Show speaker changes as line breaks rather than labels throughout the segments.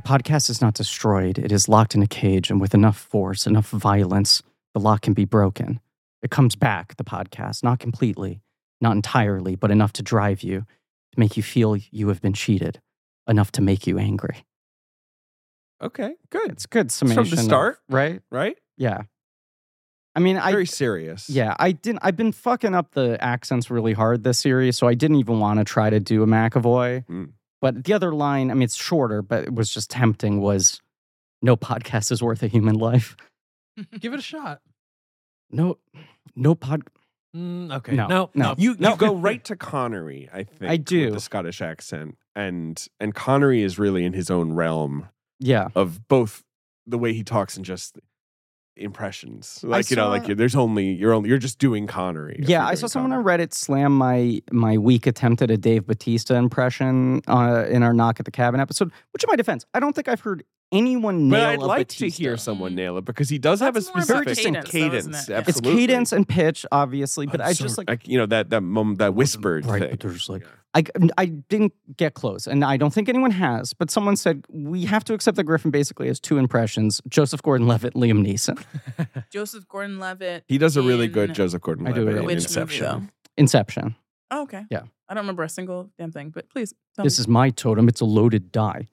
podcast is not destroyed, it is locked in a cage, and with enough force, enough violence, the lock can be broken. It comes back, the podcast, not completely, not entirely, but enough to drive you, to make you feel you have been cheated, enough to make you angry.
Okay, good.
It's a good summation. of-
start.
right?
Right?
Yeah. I mean, I
Very serious.
Yeah, I didn't. I've been fucking up the accents really hard this series, so I didn't even want to try to do a McAvoy.
Mm.
But the other line, I mean, it's shorter, but it was just tempting. Was no podcast is worth a human life.
Give it a shot.
No, no pod.
Mm, okay.
No,
No.
no.
No.
You you
No.
go right to Connery, I think.
I
with
do.
the Scottish accent, and and Connery is really in his own realm
Yeah,
of both the way he talks and just impressions. Like you know,
saw-
like you're, there's only you're only you're just doing Connery. if
yeah.
you're
I saw
doing
someone on
Connery.
Reddit slam my my weak attempt at a Dave Batista impression uh, in our Knock at the Cabin episode. Which, in my defense, I don't think I've heard anyone nail.
But I'd
a
like to
Batista.
hear someone nail it because he does have a
That's more about
specific
cadence, though, isn't it? Yeah. It's
It's
absolutely.
cadence and pitch, obviously, but
I'm
I
sorry.
just like
you know that that mom, that whispered
Right,
thing.
but there's like
Yeah.
I, I didn't get close, and I don't think anyone has. But someone said we have to accept that Griffin basically has two impressions: Joseph Gordon-Levitt, Liam Neeson,
Joseph Gordon-Levitt.
He does a really good
in-
Joseph
I do
Gordon-Levitt
really
in
like
Which
Inception.
movie,
Inception.
though? Oh, okay.
Yeah.
I don't remember a single damn thing, but please. Tell
This
me.
is my totem. It's a loaded die.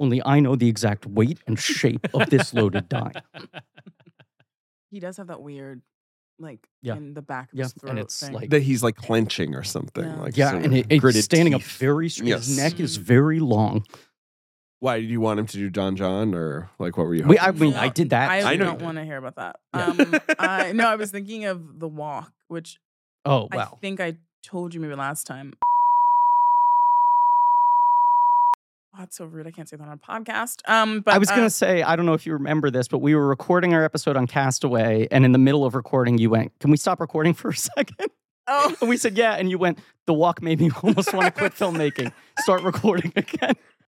Only I know the exact weight and shape of this loaded die.
He does have that weird, like,
Yeah.
in the back of
Yeah,
his
and
throat.
it's
thing.
like-
that he's like clenching or something.
Yeah.
Like
Yeah,
sort
and
of
it, it's
gritted
standing up
teeth.
very straight. His
Yes.
neck is very long.
Why did you want him to do Don John or like what were you?
We,
Hoping?
I mean, I
No,
did that.
I,
I know you
don't
did.
want to hear about that.
Yeah.
Um, I no, I was thinking of the walk, which
oh
I
wow.
think I told you maybe last time. Oh, that's so rude. I can't say that on a podcast. Um, but
I was
uh,
gonna say I don't know if you remember this, but we were recording our episode on Castaway, and in the middle of recording, you went, "Can we stop recording for a second?
oh,
And we said, yeah. And you went, the walk made me almost want to quit filmmaking, start recording again.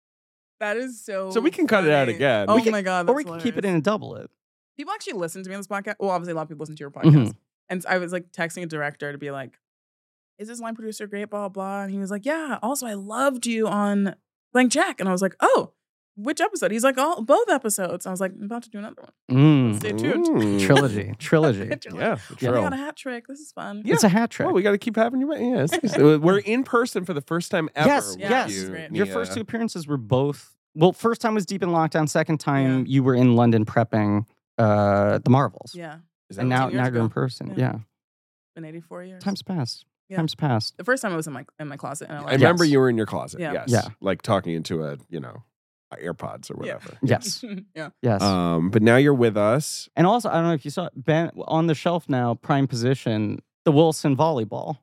that is so.
so we can cut it out
funny.
again.
Oh
We can-
my god,
or
that's
we can keep it in
hilarious.
and double it.
People actually listen to me on this podcast. Well, obviously, a lot of people listen to your podcast.
Mm-hmm.
Mhm.
And I was like texting a director to be like, is this line producer great? Blah, blah, blah. And he was like, yeah. Also, I loved you on Blank Jack. And I was like, oh, which episode? He's like, all both episodes. I was like, I'm about to do another one.
Mm.
Stay tuned.
Mm.
Trilogy. Trilogy.
Picture like,
Yeah,
Yeah.
"Oh, I
trill.
got a hat trick. This is fun.
Yeah.
It's a hat trick.
Well, we got to keep having you. Yeah, it's nice. Uh, we're in person for the first time ever.
Yes,
with
yes.
you,
Right.
Your
Nia.
first two appearances were both. Well, first time was deep in lockdown. Second time you were in London prepping uh, the Marvels.
Yeah.
Is that
And now,
what
Seventeen years
now you're in
ago.
person. Yeah.
Yeah. Been 84 years.
Time's passed.
Yeah.
Time's passed.
the first time I was in my in my closet. And I,
you- I
liked it.
remember
Yes.
you were in your closet.
Yeah.
Yes.
Yeah.
Like talking into a you know AirPods or
Yeah.
whatever.
Yes.
yeah.
Yes.
Um, but now you're with us.
and also, I don't know if you saw Ben on the shelf now, prime position, the Wilson volleyball.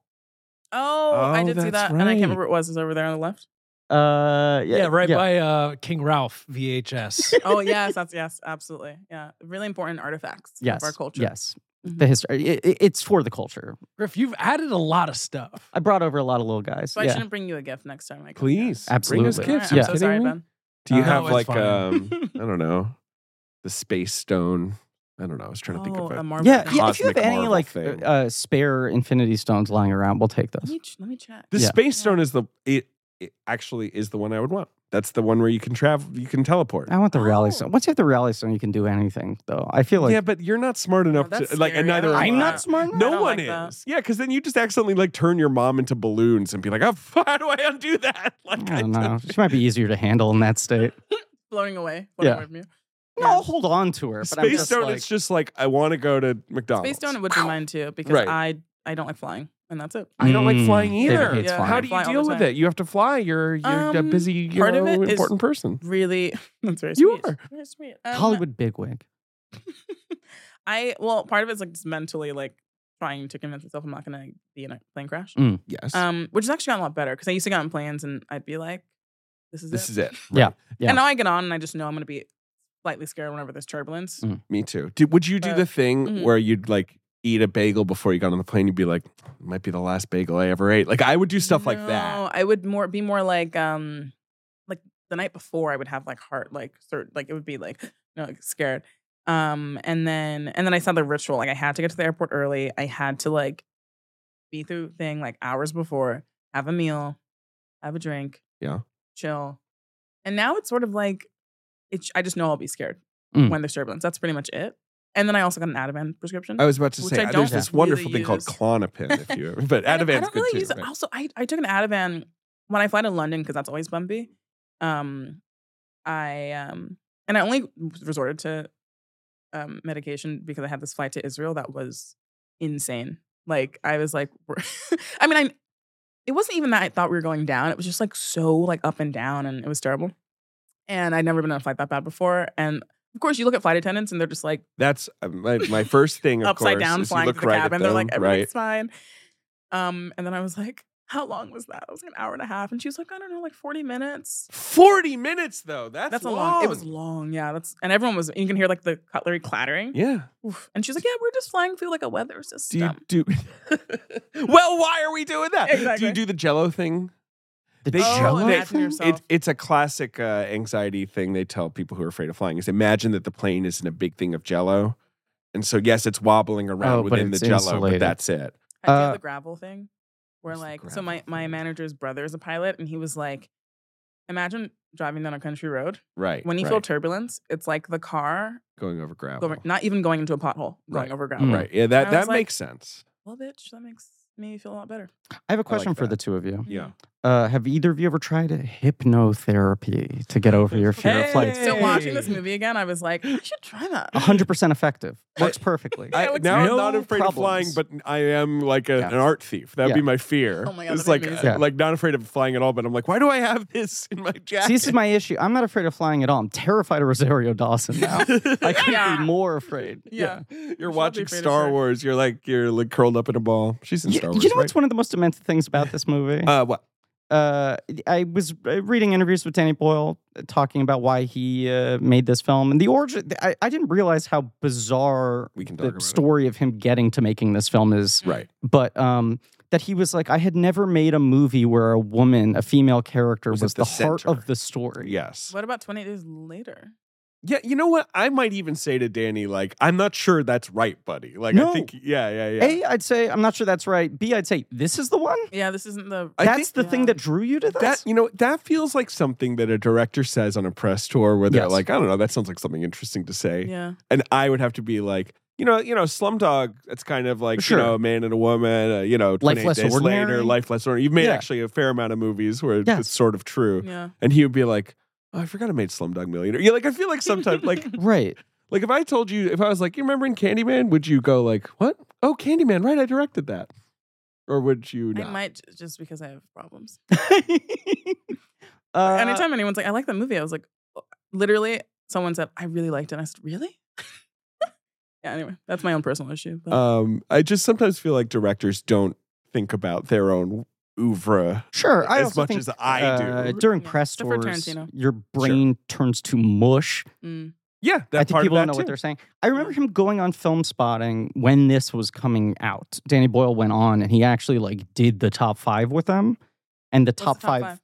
Oh, I
Oh,
did see
that's
that. And I
right.
can't remember what it was. It was over there on the left.
Uh,
yeah, right by uh, King Ralph VHS.
Oh, yes. That's yes. Absolutely. Yeah. Really important artifacts
yes,
of our culture.
Yes.
Mhm.
The history. It, it- it's for the culture.
Griff, you've added a lot of stuff.
I brought over a lot of little guys.
So I
yeah.
shouldn't bring you a gift next time. I come here.
Please, Bring us
Absolutely.
All right,
gifts.
I'm
You
Yeah.
so
kidding
sorry,
me?
Ben.
Do you
Uh,
have
it's
like
fine.
um I don't know the space stone? I don't know. I was trying to think of
a
it.
Marvel
Yeah,
thing.
yeah. If you have
Cosmic
any
Marvel
like
thing.
uh, spare Infinity Stones lying around, we'll take
Let
those.
me, ch- let me check.
The
Yeah.
space stone is the it, it actually is the one I would want. That's the one where you can travel, you can teleport.
I want the reality
Oh.
stone. Once you have the reality stone, you can do anything. Though I feel like
yeah, but you're not smart enough
that's
to like, and
scary. I
neither
don't
am
I'm
I.
not smart. enough.
I
No
don't
one
like that.
is. Yeah, because then you just accidentally like turn your mom into balloons and be like, oh, how do I undo that? Like,
I don't
did-
know. She might be easier to handle in that state.
Blowing away. Blowing
Yeah.
away from you.
No, I'll hold on to her. But I'm
Space
just
stone
like,
is just like I want to go to McDonald's.
Space Stone would be mine too because
Right.
I I don't like flying and that's it.
I don't like flying
David
either.
Mm. hates
Yeah.
flying.
How do you
Fly all the
deal with
time.
it? You have to fly. You're you're a
Um,
busy, you
part
know,
of it is-
important person.
Really, that's very
You
sweet.
are.
very sweet. Um,
Hollywood bigwig.
I well, part of it's like just mentally like trying to convince myself I'm not gonna be in a plane crash.
Mm.
Yes.
Um, which has actually gotten a lot better because I used to get on planes and I'd be like, "This is
this
it.
is it.
Yeah.
Right.
Yeah.
And now I get on and I just know I'm gonna be slightly scared whenever there's turbulence.
Mm.
Me too. Did, would you do
But-
the thing
mhm.
where you'd like eat a bagel before you got on the plane? You'd be like, might be the last bagel I ever ate. Like I would do stuff like that.
No, I would more be more like um like the night before I would have like heart like sort like it would be like no like scared. Um and then and then I saw the ritual. Like I had to get to the airport early. I had to like be through thing like hours before, have a meal, have a drink,
Yeah.
chill. And now it's sort of like it, I just know I'll be scared
Mm.
when there's turbulence. That's pretty much it. And then I also got an Ativan prescription.
I was about to
Which
say uh,
I
there's
don't
this wonderful
really
thing called
use.
Clonopin, if you ever, but
I don't- I
Ativan's
don't
good
really
too.
use it.
right?
Also, I, I took an Ativan when I fly to London because that's always bumpy. Um, I um, and I only resorted to um medication because I had this flight to Israel that was insane. Like I was like, I mean, I it wasn't even that I thought we were going down. It was just like so like up and down, and it was terrible. And I'd never been on a flight that bad before. And of course, you look at flight attendants, and they're just like
That's uh, my, my first thing. Of
upside
course,
down
is you
flying to
look
the
right at
cabin. They're like,
them, right?
everything's fine. Um, and then I was like, how long was that? It was like an hour and a half. And she was like, I don't know, like 40 minutes.
Forty minutes though. That's,
That's, a
long.
long. It was long, yeah. That's and everyone was. You can hear like the cutlery clattering.
Yeah.
Oof. And she's like, "Yeah, we're just flying through like a weather
Do you
system."
do? well, why are we doing that? Do
Exactly.
you do the Jello thing?
The
They-
Jell-O
Oh, imagine
thing?
yourself.
It, it's a classic uh, anxiety thing they tell people who are afraid of flying is imagine that the plane isn't a big thing of Jello, and so yes, it's wobbling around
Oh, but
within the
it's
Jello, but
insulated.
that's it.
I do
Uh,
the gravel thing, where
What's the
like, so
gravel
my my
thing?
manager's brother is a pilot, and he was like, "Imagine driving down a country road.
Right.
When you
right.
feel turbulence, it's like the car
going over gravel.
going, not even going into a pothole, going
Right.
over gravel."
Mm.
right. Yeah.
I
That
was
that
like-
makes sense.
Well, bitch, that makes me feel a lot better.
I have a question for
that.
the two of
Hmm.
you.
Yeah.
Uh, have either of you ever tried hypnotherapy to get over your fear of flights?
So watching this
Hey.
movie again, I was like, I should try that.
A hundred percent effective. Works perfectly.
Yeah,
I,
it looks
now I'm
great.
not
No
afraid
problems.
of flying, but I am like a,
Yeah.
an art thief. That'd
Yeah.
be my fear.
Oh my God,
it's
that'd
like
be
uh,
amazing.
like not afraid of flying at all, but I'm like, why do I have this in my jacket?
See, this is my issue. I'm not afraid of flying at all. I'm terrified of Rosario Dawson now. I couldn't
Yeah.
be more afraid.
Yeah.
You're
be
watching
afraid of
Star
her.
Wars. You're like you're like curled up in a ball. She's in
You,
Star
you
Wars.
know what's one of the most demented things about this movie?
right? uh, what?
uh, I was uh, reading interviews with Danny Boyle uh, talking about why he uh, made this film and the origin. I, I didn't realize how bizarre
We can talk
the
about
story of him getting to making this film is.
it. Right.
But um, that he was like, I had never made a movie where a woman, a female character,
Was
was,
at the
the, heart
center.
of the story.
Yes.
What about 28 Days Later?
Yeah. You know what? I might even say to Danny, like, I'm not sure that's right, buddy. Like, I
No.
think, yeah, yeah, yeah.
A, I'd say I'm not sure that's right. B, I'd say this is the one.
Yeah, this isn't the.
I
that's the
think-
thing
Yeah.
that drew you to this.
that you know that feels like something that a director says on a press tour where they're
Yes.
like i don't know that sounds like something interesting to say
yeah.
and i would have to be like you know you know slumdog it's kind of like
Sure.
you know a man and a woman uh, you know 28
Life Less
days
Ordinary.
later life less ordinary you've made
Yeah.
actually a fair amount of movies where
Yes.
it's sort of true
Yeah.
and he would be like oh, i forgot i made slumdog millionaire yeah like i feel like sometimes like
right.
like if i told you if i was like you remember in candyman would you go like what oh candyman right i directed that or would you
I
not
might j- just because I have problems.
Uh,
Anytime anyone's like, I like that movie, I was like, oh, literally, someone said, I really liked it. And I said, Really? yeah, anyway, that's my own personal issue. But
Uh,
Um, I just sometimes feel like directors don't think about their own oeuvre.
Sure, I
as
also
much
think,
as I
uh,
do.
during
Yeah,
press
except for
tours,
Tarantino.
your brain turns to mush.
mm,
Yeah,
I
that
think
part
people
of
don't
that
know what
too.
they're saying. I remember him going on film spotting when this was coming out. Danny Boyle went on and he actually like did the top five with them, and the
the
top,
top
five.
five?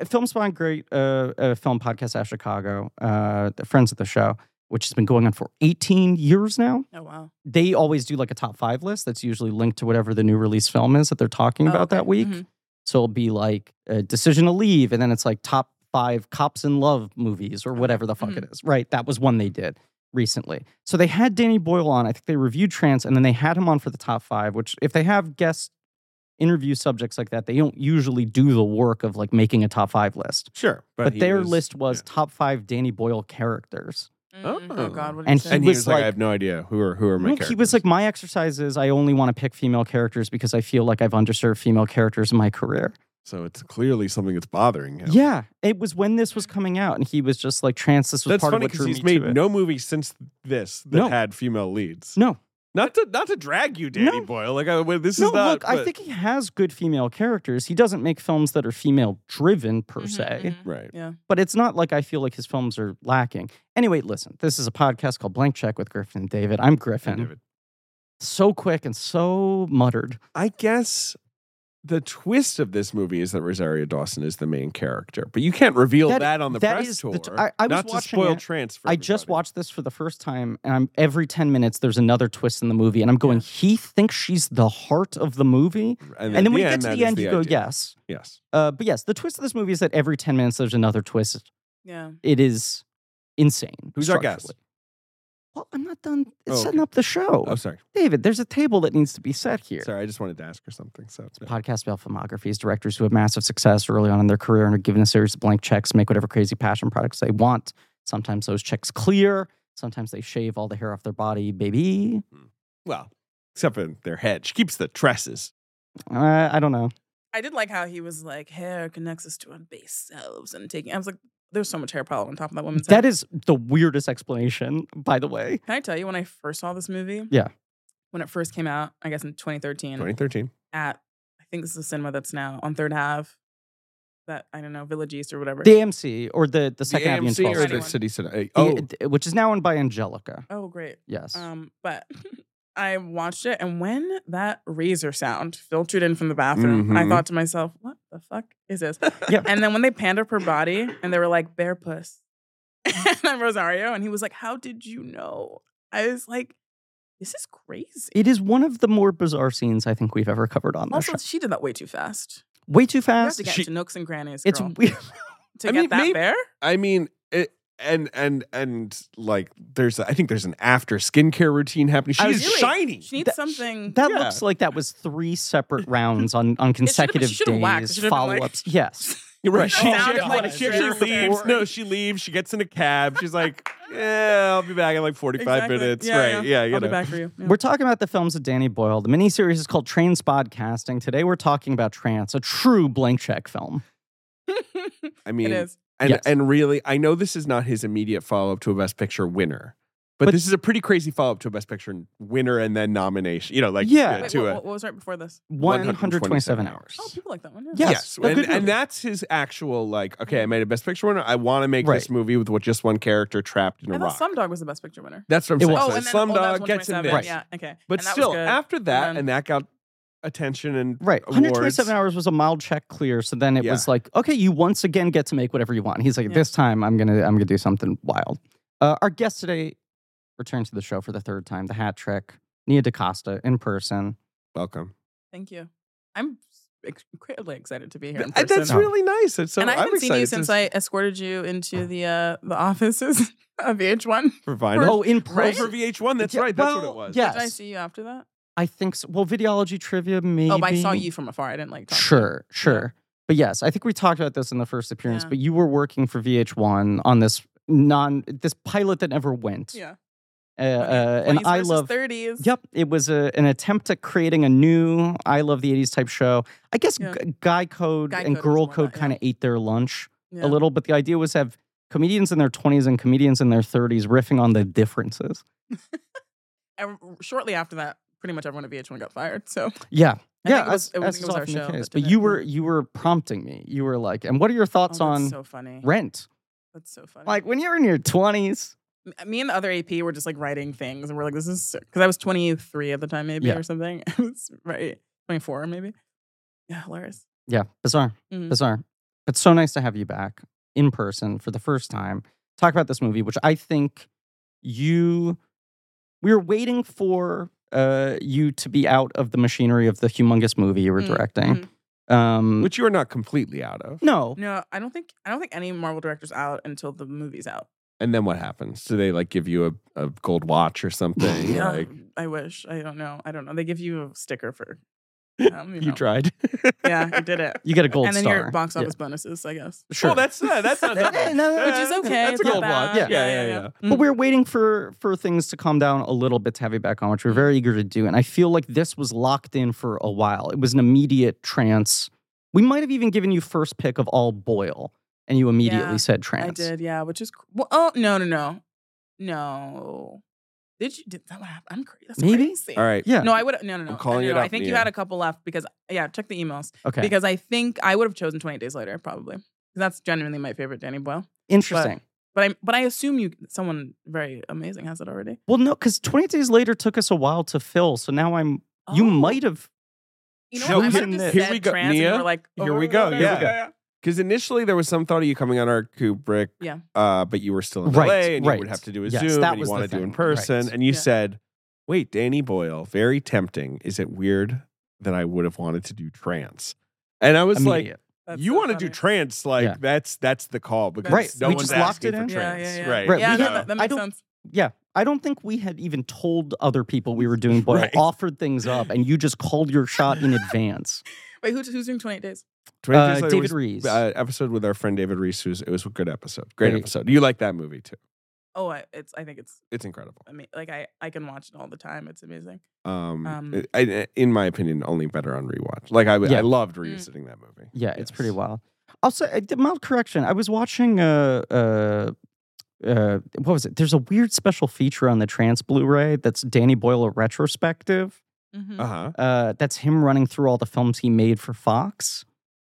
Uh, Film Spot, great uh, uh, film podcast out of Chicago, uh, the friends of the show, which has been going on for 18 years now.
oh, wow.
They always do like a top five list that's usually linked to whatever the new release film is that they're talking
Oh,
about
okay.
that week.
Mhm.
So it'll be like a decision to leave, and then it's like top five cops in love movies or whatever the fuck it
Mm-hmm.
is. Right. That was one they did recently. So they had Danny Boyle on. I think they reviewed Trance and then they had him on for the top five, which if they have guest interview subjects like that, they don't usually do the work of like making a top five list.
Sure,
But,
he
their list was top five Danny Boyle characters.
Mm, oh,
Oh.
God. What did
And
you
he
say?
and he was,
was
like,
like-
I have no idea who are who are my
Look,
characters.
he was like, my exercise is I only want to pick female characters because I feel like I've underserved female characters in my career.
so it's clearly something that's bothering him.
Yeah, it was when this was coming out, and he was just like, "Trans, this was
that's
part
funny
of what
because
drew
he's
me
made
to it."
no movie since this that
No.
had female leads.
No.
not to not to drag you, Danny
No.
Boyle. Like I, well, this
no,
is not.
look, I
but-
think he has good female characters. He doesn't make films that are female driven per
Mhm,
se,
mhm.
right.
but it's not like I feel like his films are lacking. Anyway, listen, this is a podcast called Blank Check with Griffin and David. I'm Griffin.
David.
So quick and so muttered.
I guess the twist of this movie is that Rosario Dawson is the main character, but you can't reveal that,
That-
on the
that
press
is
tour.
the t- I- I was
not to
watching
spoil
it.
transfer.
I just watched this for the first time, and I'm every ten minutes there's another twist in the movie, and I'm going.
Yeah.
He thinks she's the heart of the movie, and then when you get to the end, you go, "Yes."
yes,
Uh, but yes, the twist of this movie is that every 10 minutes there's another twist.
Yeah.
It is insane.
Who's our guest?
structurally. Well, I'm not done
Oh,
setting
okay.
up the show.
Oh, sorry.
David, there's a table that needs to be set here.
Sorry, I just wanted to ask her something. So no.
Podcast about filmographies, directors who have massive success early on in their career and are given a series of blank checks, make whatever crazy passion products they want. Sometimes those checks clear. Sometimes they shave all the hair off their body, baby.
well, except for their head. She keeps the tresses.
Uh, I don't know.
I did like how he was like, hair connects us to our base selves and taking. I was like, there's so much hair problem on top of that woman's head.
That is the weirdest explanation, by the way.
Can I tell you when I first saw this movie?
Yeah.
When it first came out, I guess in 2013,
2013.
at I think this is a cinema that's now on Third Ave, that I don't know Village East or whatever.
The AMC or the, the second Avenue and
AMC
12th
or
Street.
the
Anyone.
city center. Uh,
The-
Oh,
th- which is now owned by Angelica.
oh, great.
Yes.
Um, but I watched it, and when that razor sound filtered in from the bathroom, I
Mhm.
thought to myself, "What the fuck is this?"
Yeah.
And then when they panned up her body, and they were like, "Bear puss," and then Rosario, and he was like, "How did you know?" I was like, "This is crazy."
it is one of the more bizarre scenes I think we've ever covered on this
Also,
show.
she did that way too fast.
Way too
You have to
fast.
get
She-
into nooks and crannies.
It's
girl,
weird.
to
I
get
mean,
that
maybe-
bear.
I mean, it, and and and like there's I think there's an after skincare routine happening. She
I was-
is
Really?
shiny.
She needs
That-
something.
That
Yeah.
looks like that was three separate rounds on, on
should've been-
consecutive
she should've whacked.
days,
She should've been
follow
like-
ups. Yes.
You're right.
Oh,
She,
sound
she-
effects.
she- she
Yeah.
leaves. No, she leaves. She gets in a cab. She's like, yeah, I'll be back in like 45
Exactly.
minutes.
Yeah,
right. Yeah, you
I'll be
know.
back for you. Yeah.
We're talking about the films of Danny Boyle. The miniseries is called Trains Podcasting. Today we're talking about Trance, a true blank check film.
I
it
mean,
is.
and
Yes.
and really, I know this is not his immediate follow up to a Best Picture winner, but,
But-
this is a pretty crazy follow up to a Best Picture winner and then nomination. You know, like
Yeah.
uh,
Wait,
to
what,
a
what was right before this?
127 hours.
Oh, people like that one. Yeah.
Yes,
Yes,
a
and,
good movie.
and that's his actual like. Okay, I made a Best Picture winner. I want to make this
Right.
movie with what just one character trapped in a
I
rock.
thought Slumdog was the best picture winner.
that's what I'm
It
saying.
was.
Oh,
So
and then
Slumdog
oh,
gets in there,
Right.
Yeah, okay.
but
And that was
still
good.
after that,
then-
and that got attention and
Right.
awards.
127 hours was a mild check clear. So then it
Yeah.
was like, okay, you once again get to make whatever you want. He's like,
Yeah.
this time I'm gonna I'm gonna do something wild. Uh, our guest today returned to the show for the third time, the hat trick, Nia DaCosta in person.
Welcome.
Thank you. I'm ex- incredibly excited to be here.
Th-
In
uh,
person.
that's
Oh.
really nice. It's so
and I
I'm
haven't seen
excited
you
to-
since I escorted you into the uh, the offices of VH1.
for vinyl.
Oh, in
Oh,
person.
for VH1. That's
Yeah,
right. That's
well,
what it was.
yeah.
Did I
Yes.
see you after that?
I think so. Well, videology trivia, maybe.
Oh, but I saw you from afar. I didn't like talk. to you.
Sure, sure. But yes, I think we talked about this in the first appearance,
Yeah.
but you were working for VH1 on this non this pilot that never went.
Yeah.
Uh, uh, and
20s
I
versus
love
30s.
Yep, it was a, an attempt at creating a new I love the 80s type show. I guess
Yeah.
g- guy code
Guy Code
and
was
girl
more
code
that, yeah.
kind of ate their lunch
Yeah.
a little, but the idea was to have comedians in their 20s and comedians in their 30s riffing on the differences.
And shortly after that, pretty much everyone at VH1 got fired. So
Yeah.
I
yeah,
think it was-
as-
I
as
think
is
it was our
often the
show
case.
that
But
did
you
it,
were you were prompting me. You were like, and what are your thoughts
oh, that's
on
so funny.
rent?
That's so funny.
Like when you're in your 20s,
M- me and the other AP were just like writing things, and we're like, "This is because I was 23 at the time, maybe
Yeah.
or something. I was right 24, maybe. Yeah, hilarious.
Yeah, bizarre,
Mhm.
bizarre. It's so nice to have you back in person for the first time. Talk about this movie, which I think you we were waiting for uh, you to be out of the machinery of the humongous movie you were
Mm,
directing. Um,
Which you are not completely out of.
no,
No, I don't think I don't think any Marvel director's out until the movie's out.
And then what happens? Do they like give you a, a gold watch or something?
Yeah.
Like
Um, I wish. I don't know. I don't know. They give you a sticker for. Um, you
you
know.
tried.
Yeah, you did it.
you get a gold
and then
star.
your box
Yeah,
office bonuses, I guess.
sure.
Well, that's uh, that's not that
Eh,
bad.
no, no,
Which is
Uh,
okay.
That's
it's
a
not
gold
bad.
watch. Yeah, yeah, yeah.
but
Mm.
we're waiting for for things to calm down a little bit to have you back on, which we're very eager to do. And I feel like this was locked in for a while. It was an immediate trance. We might have even given you first pick of all Boyle, and you immediately
Yeah,
said
I
trance.
did, yeah, which is cr- well, oh no, no, no, no. Did you? Did that what happened? I'm crazy. That's
Maybe?
crazy.
All right.
Yeah.
No, I would. No, no, no.
I'm calling
no,
it
no, I
up,
think you
Mia.
had a couple left because yeah, check the emails
Okay.
because I think I would have chosen 28 Days Later probably. 'Cause That's genuinely my favorite Danny Boyle.
Interesting.
But I but I assume you someone very amazing has it already.
well, no, because 20 days later took us a while to fill. So now I'm. You
Oh,
might have.
You know what? I might have
chosen
just
this.
said
Here we go,
trans and
Nia.
you were like, "Oh."
Here
Oh,
we go,
okay,
yeah.
okay, yeah.
Because initially there was some thought of you coming on our Kubrick,
Yeah.
uh, but you were still in
Right,
LA and
right.
you would have to do a
Yes,
Zoom
that
and
was
you
the
want to do in
thing,
person.
right.
And you
Yeah.
said, wait, Danny Boyle, very tempting. Is it weird that I would have wanted to do trance? And I was like,
immediate.
That's
you
so
want to do
funny.
trance? Like
Yeah.
that's that's the call because
Right,
no
we
one's
just locked
asking
it
for
in.
Yeah,
trance,
yeah, yeah.
right?
Right,
yeah,
we
no,
have-
that, that
I
makes
don't-
sense.
Yeah. I don't think we had even told other people we were doing Boyle,
Right.
offered things up, and you just called your shot in advance.
Wait, who's who's doing 28 days?
20
Uh,
years later,
David
was,
Rees.
Uh, episode with our friend David Reese. Who's, it was a good episode. Great
Great.
episode. You like that movie too?
Oh, I, it's I think it's
It's incredible.
ama- like I I can watch it all the time. It's amazing.
Um,
Um,
it- I, in my opinion, only better on rewatch. Like I,
Yeah.
I
Mm.
loved revisiting that movie.
Yeah, it's pretty
Yes.
wild. Also, I did mild correction. I was watching uh uh uh what was it? There's a weird special feature on the trans Blu-ray that's Danny Boyle a retrospective.
Mhm.
Uh huh.
Uh that's him running through all the films he made for Fox,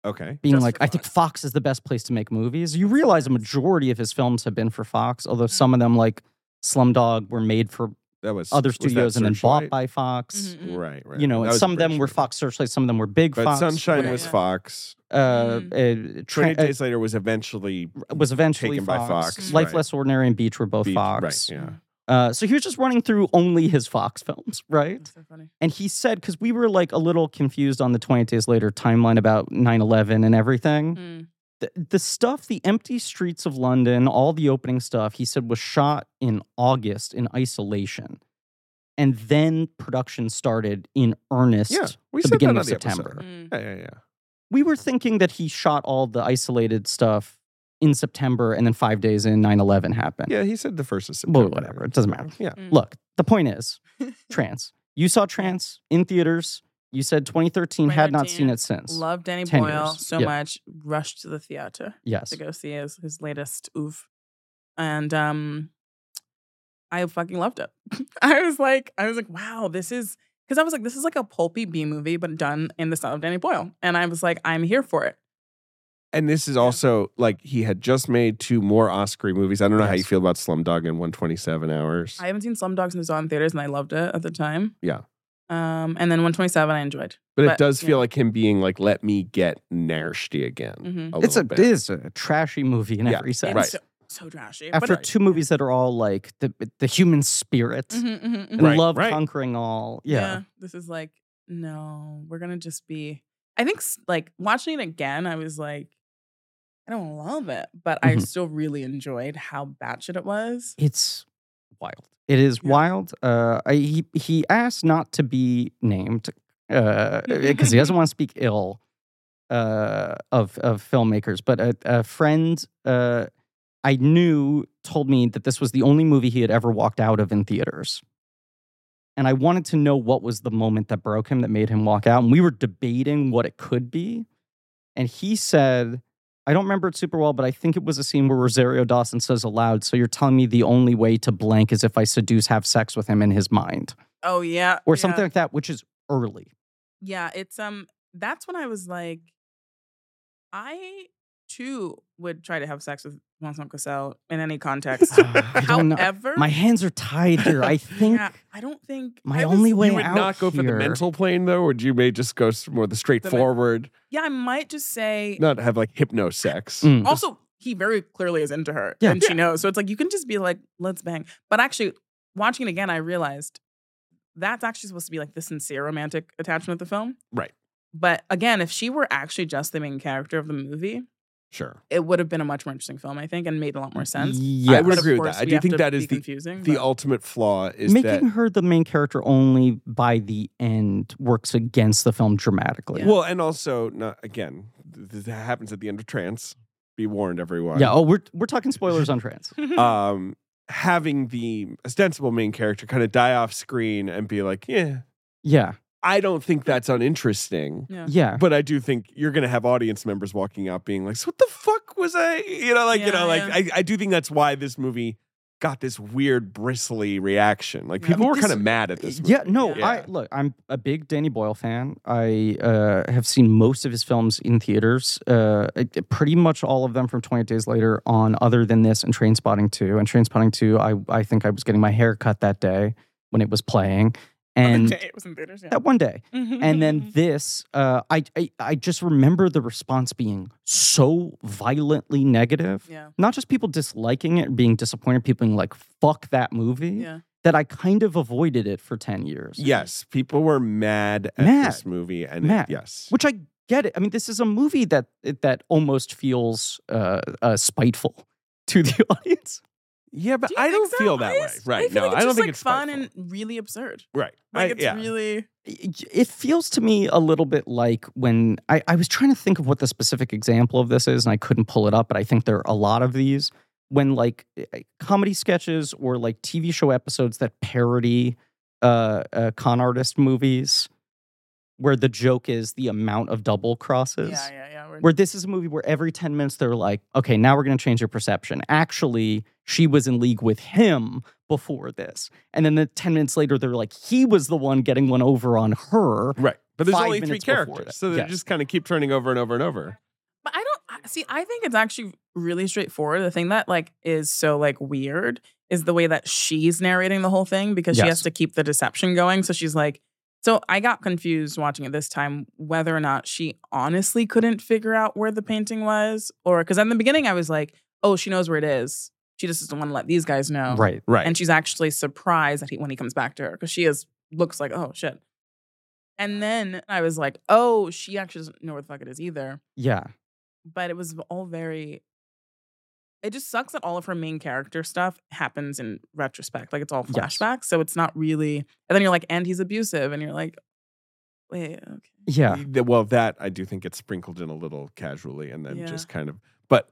Okay.
being
Just
like,
for
I think
Fox.
Fox is the best place to make movies. You realize a majority of his films have been for Fox, although
Mm-hmm.
some of them like Slumdog were made for
That was
other
was that
studios and then bought
Searchlight?
by Fox.
Mhm, mhm.
Right. Right.
You know, and
That was a
some of them
British
were
movie.
Fox Searchlight, some of them were Big
But
Fox.
Sunshine Mm-hmm.
Right,
was
yeah.
Fox.
uh, uh,
Twenty
tra- uh,
Days Later was eventually
was eventually
taken by
Fox.
Fox,
Life
right.
Less Ordinary and Beach were both
beat-
Fox.
Right.
Mm-hmm.
Yeah.
uh, so he was just running through only his Fox films, right?
That's so funny.
And he said, because we were like a little confused on the 20 Days Later timeline about 9 11 and everything.
Mm.
The, the stuff, the empty streets of London, all the opening stuff, he said was shot in August in isolation. And then production started in earnest.
Yeah. We
the
said that
beginning
on
of
the episode.
September.
Mm.
Yeah. Yeah. Yeah.
We were thinking that he shot all the isolated stuff in September, and then five days in 9 11 happened.
Yeah, he said the first of September.
Well, whatever. It doesn't matter.
Yeah.
Mm.
Look, the point is trance. You saw trance in theaters. You said 2013, had not seen
2013.
it since.
Love Danny
Ten
Boyle
years.
so
Yeah.
much. Rushed to the theater
yes.
to go see his, his latest oof. And um I fucking loved it. I was like, I was like, wow, this is because I was like, this is like a pulpy B movie, but done in the style of Danny Boyle. And I was like, I'm here for it.
And this is also like he had just made two more Oscar movies. I don't know how you
Yes.
feel about Slumdog in 127 Hours.
I haven't seen Slumdog since it was on theaters, and I loved it at the time.
Yeah.
Um, and then 127, I enjoyed.
but, it
but,
does
yeah.
feel like him being like, let me get nasty again.
Mhm.
A
it's a
little bit.
it is a trashy movie in
Yeah,
every
It
sense.
was So, so trashy. but-
After two movies that are all like the the human spirit
Mhm, mhm, mhm.
and
Right,
love
right.
conquering all. Yeah.
This is like, no, we're gonna just be. I think s- like watching it again, I was like, I don't love it, but I
Mhm.
still really enjoyed how batshit it was.
It's wild. It is
Yeah.
wild. Uh, I, he he asked not to be named because he doesn't want to speak ill uh, of of filmmakers. But a, a friend uh, I knew told me that this was the only movie he had ever walked out of in theaters. And I wanted to know what was the moment that broke him that made him walk out. And we were debating what it could be. And he said, I don't remember it super well, but I think it was a scene where Rosario Dawson says aloud, So you're telling me the only way to blank is if I seduce, have sex with him in his mind,
Oh yeah,
or
yeah.
something like that, which is early.
Yeah, it's um. That's when I was like, I too would try to have sex with Vincent Cassel in any context.
I don't know.
However,
My hands are tied here. I think
yeah, I don't think
my
I was-
only way
You would
out
not go for the
here-
mental plane though, or you may just go s- more the straightforward,
Yeah, I might just say
not have like hypno sex.
Mm.
Also, he very clearly is into her,
Yeah.
and she knows. So it's like you can just be like, "Let's bang." But actually, watching it again, I realized that's actually supposed to be like the sincere romantic attachment of the film,
Right.
But again, if she were actually just the main character of the movie,
Sure.
it would have been a much more interesting film, I think, and made a lot more sense.
Yes.
I would
But of
agree with
course,
that. I
we
do
have
think
to
that is
be
the-
confusing.
The
but-
ultimate flaw is
Making
that
her the main character only by the end works against the film dramatically.
Yeah.
well, and also not again, th- th- that happens at the end of trance. Be warned, everyone.
Yeah, oh, we're, we're talking spoilers on trans.
um, having the ostensible main character kind of die off screen and be like, yeah,
Yeah,
I don't think that's uninteresting.
yeah.
yeah.
But I do think you're going to have audience members walking out being like, so what the fuck was I? You know, like, you
Yeah,
know, like,
yeah.
I, I do think that's why this movie got this weird, bristly reaction. Like,
Yeah.
I
people
mean,
were
this-
kind of mad at this movie.
Yeah, no,
Yeah.
I look, I'm a big Danny Boyle fan. I uh, have seen most of his films in theaters, uh, it- pretty much all of them from 28 Days Later on, other than this and Train Spotting 2. And Train Spotting 2, I, I think I was getting my hair cut that day when it was playing.
and
And
it was in theaters. Yeah.
that one day. And
Mm-hmm.
then this, uh, I, I, I just remember the response being so violently negative.
yeah,
Not just people disliking it, being disappointed, people being like, fuck that movie,
yeah.
that I kind of avoided it for 10 years.
Yes, people were mad at
Mad.
this movie. And it-
Mad.
yes.
Which I get it. I mean, this is a movie that eh, that almost feels uh, uh, spiteful to the audience.
Yeah, but
Do you
I
think
don't
so?
feel that
I
way.
just-
Right.
I feel
no,
like
I
it's
don't
just,
think
like,
it's
fun
spiteful.
and really absurd.
right.
Like
I-
it's
yeah.
really
it feels to me a little bit like when I, I was trying to think of what the specific example of this is and i couldn't pull it up but i think there are a lot of these when like eh, comedy sketches or like tv show episodes that parody uh, uh con artist movies where the joke is the amount of double crosses
yeah, yeah, yeah. We're,
where this is a movie where every 10 minutes they're like, okay, now we're going to change your perception. Actually, she was in league with him before this. And then the 10 minutes later, they're like, he was the one getting one over on her.
Right. But there's
Five
only three
minutes before
characters.
that.
So they
Yes.
just kind of keep turning over and over and over.
but I don't I- see. I think it's actually really straightforward. The thing that like is so like weird is the way that she's narrating the whole thing because she
Yes.
has to keep the deception going. So she's like, so I got confused watching it this time whether or not she honestly couldn't figure out where the painting was, or because in the beginning I was like, oh, she knows where it is. She just doesn't want to let these guys know.
Right.
Right.
and she's actually surprised that he when he comes back to her because she is looks like oh shit. And then I was like, oh, she actually doesn't know where the fuck it is either.
Yeah.
But it was all very. It just sucks that all of her main character stuff happens in retrospect. Like it's all
Yes.
flashbacks, so it's not really. And then you're like, and he's abusive, and you're like, wait, okay.
Yeah.
Y- th- Well, that I do think it's sprinkled in a little casually and then
Yeah.
just kind of. But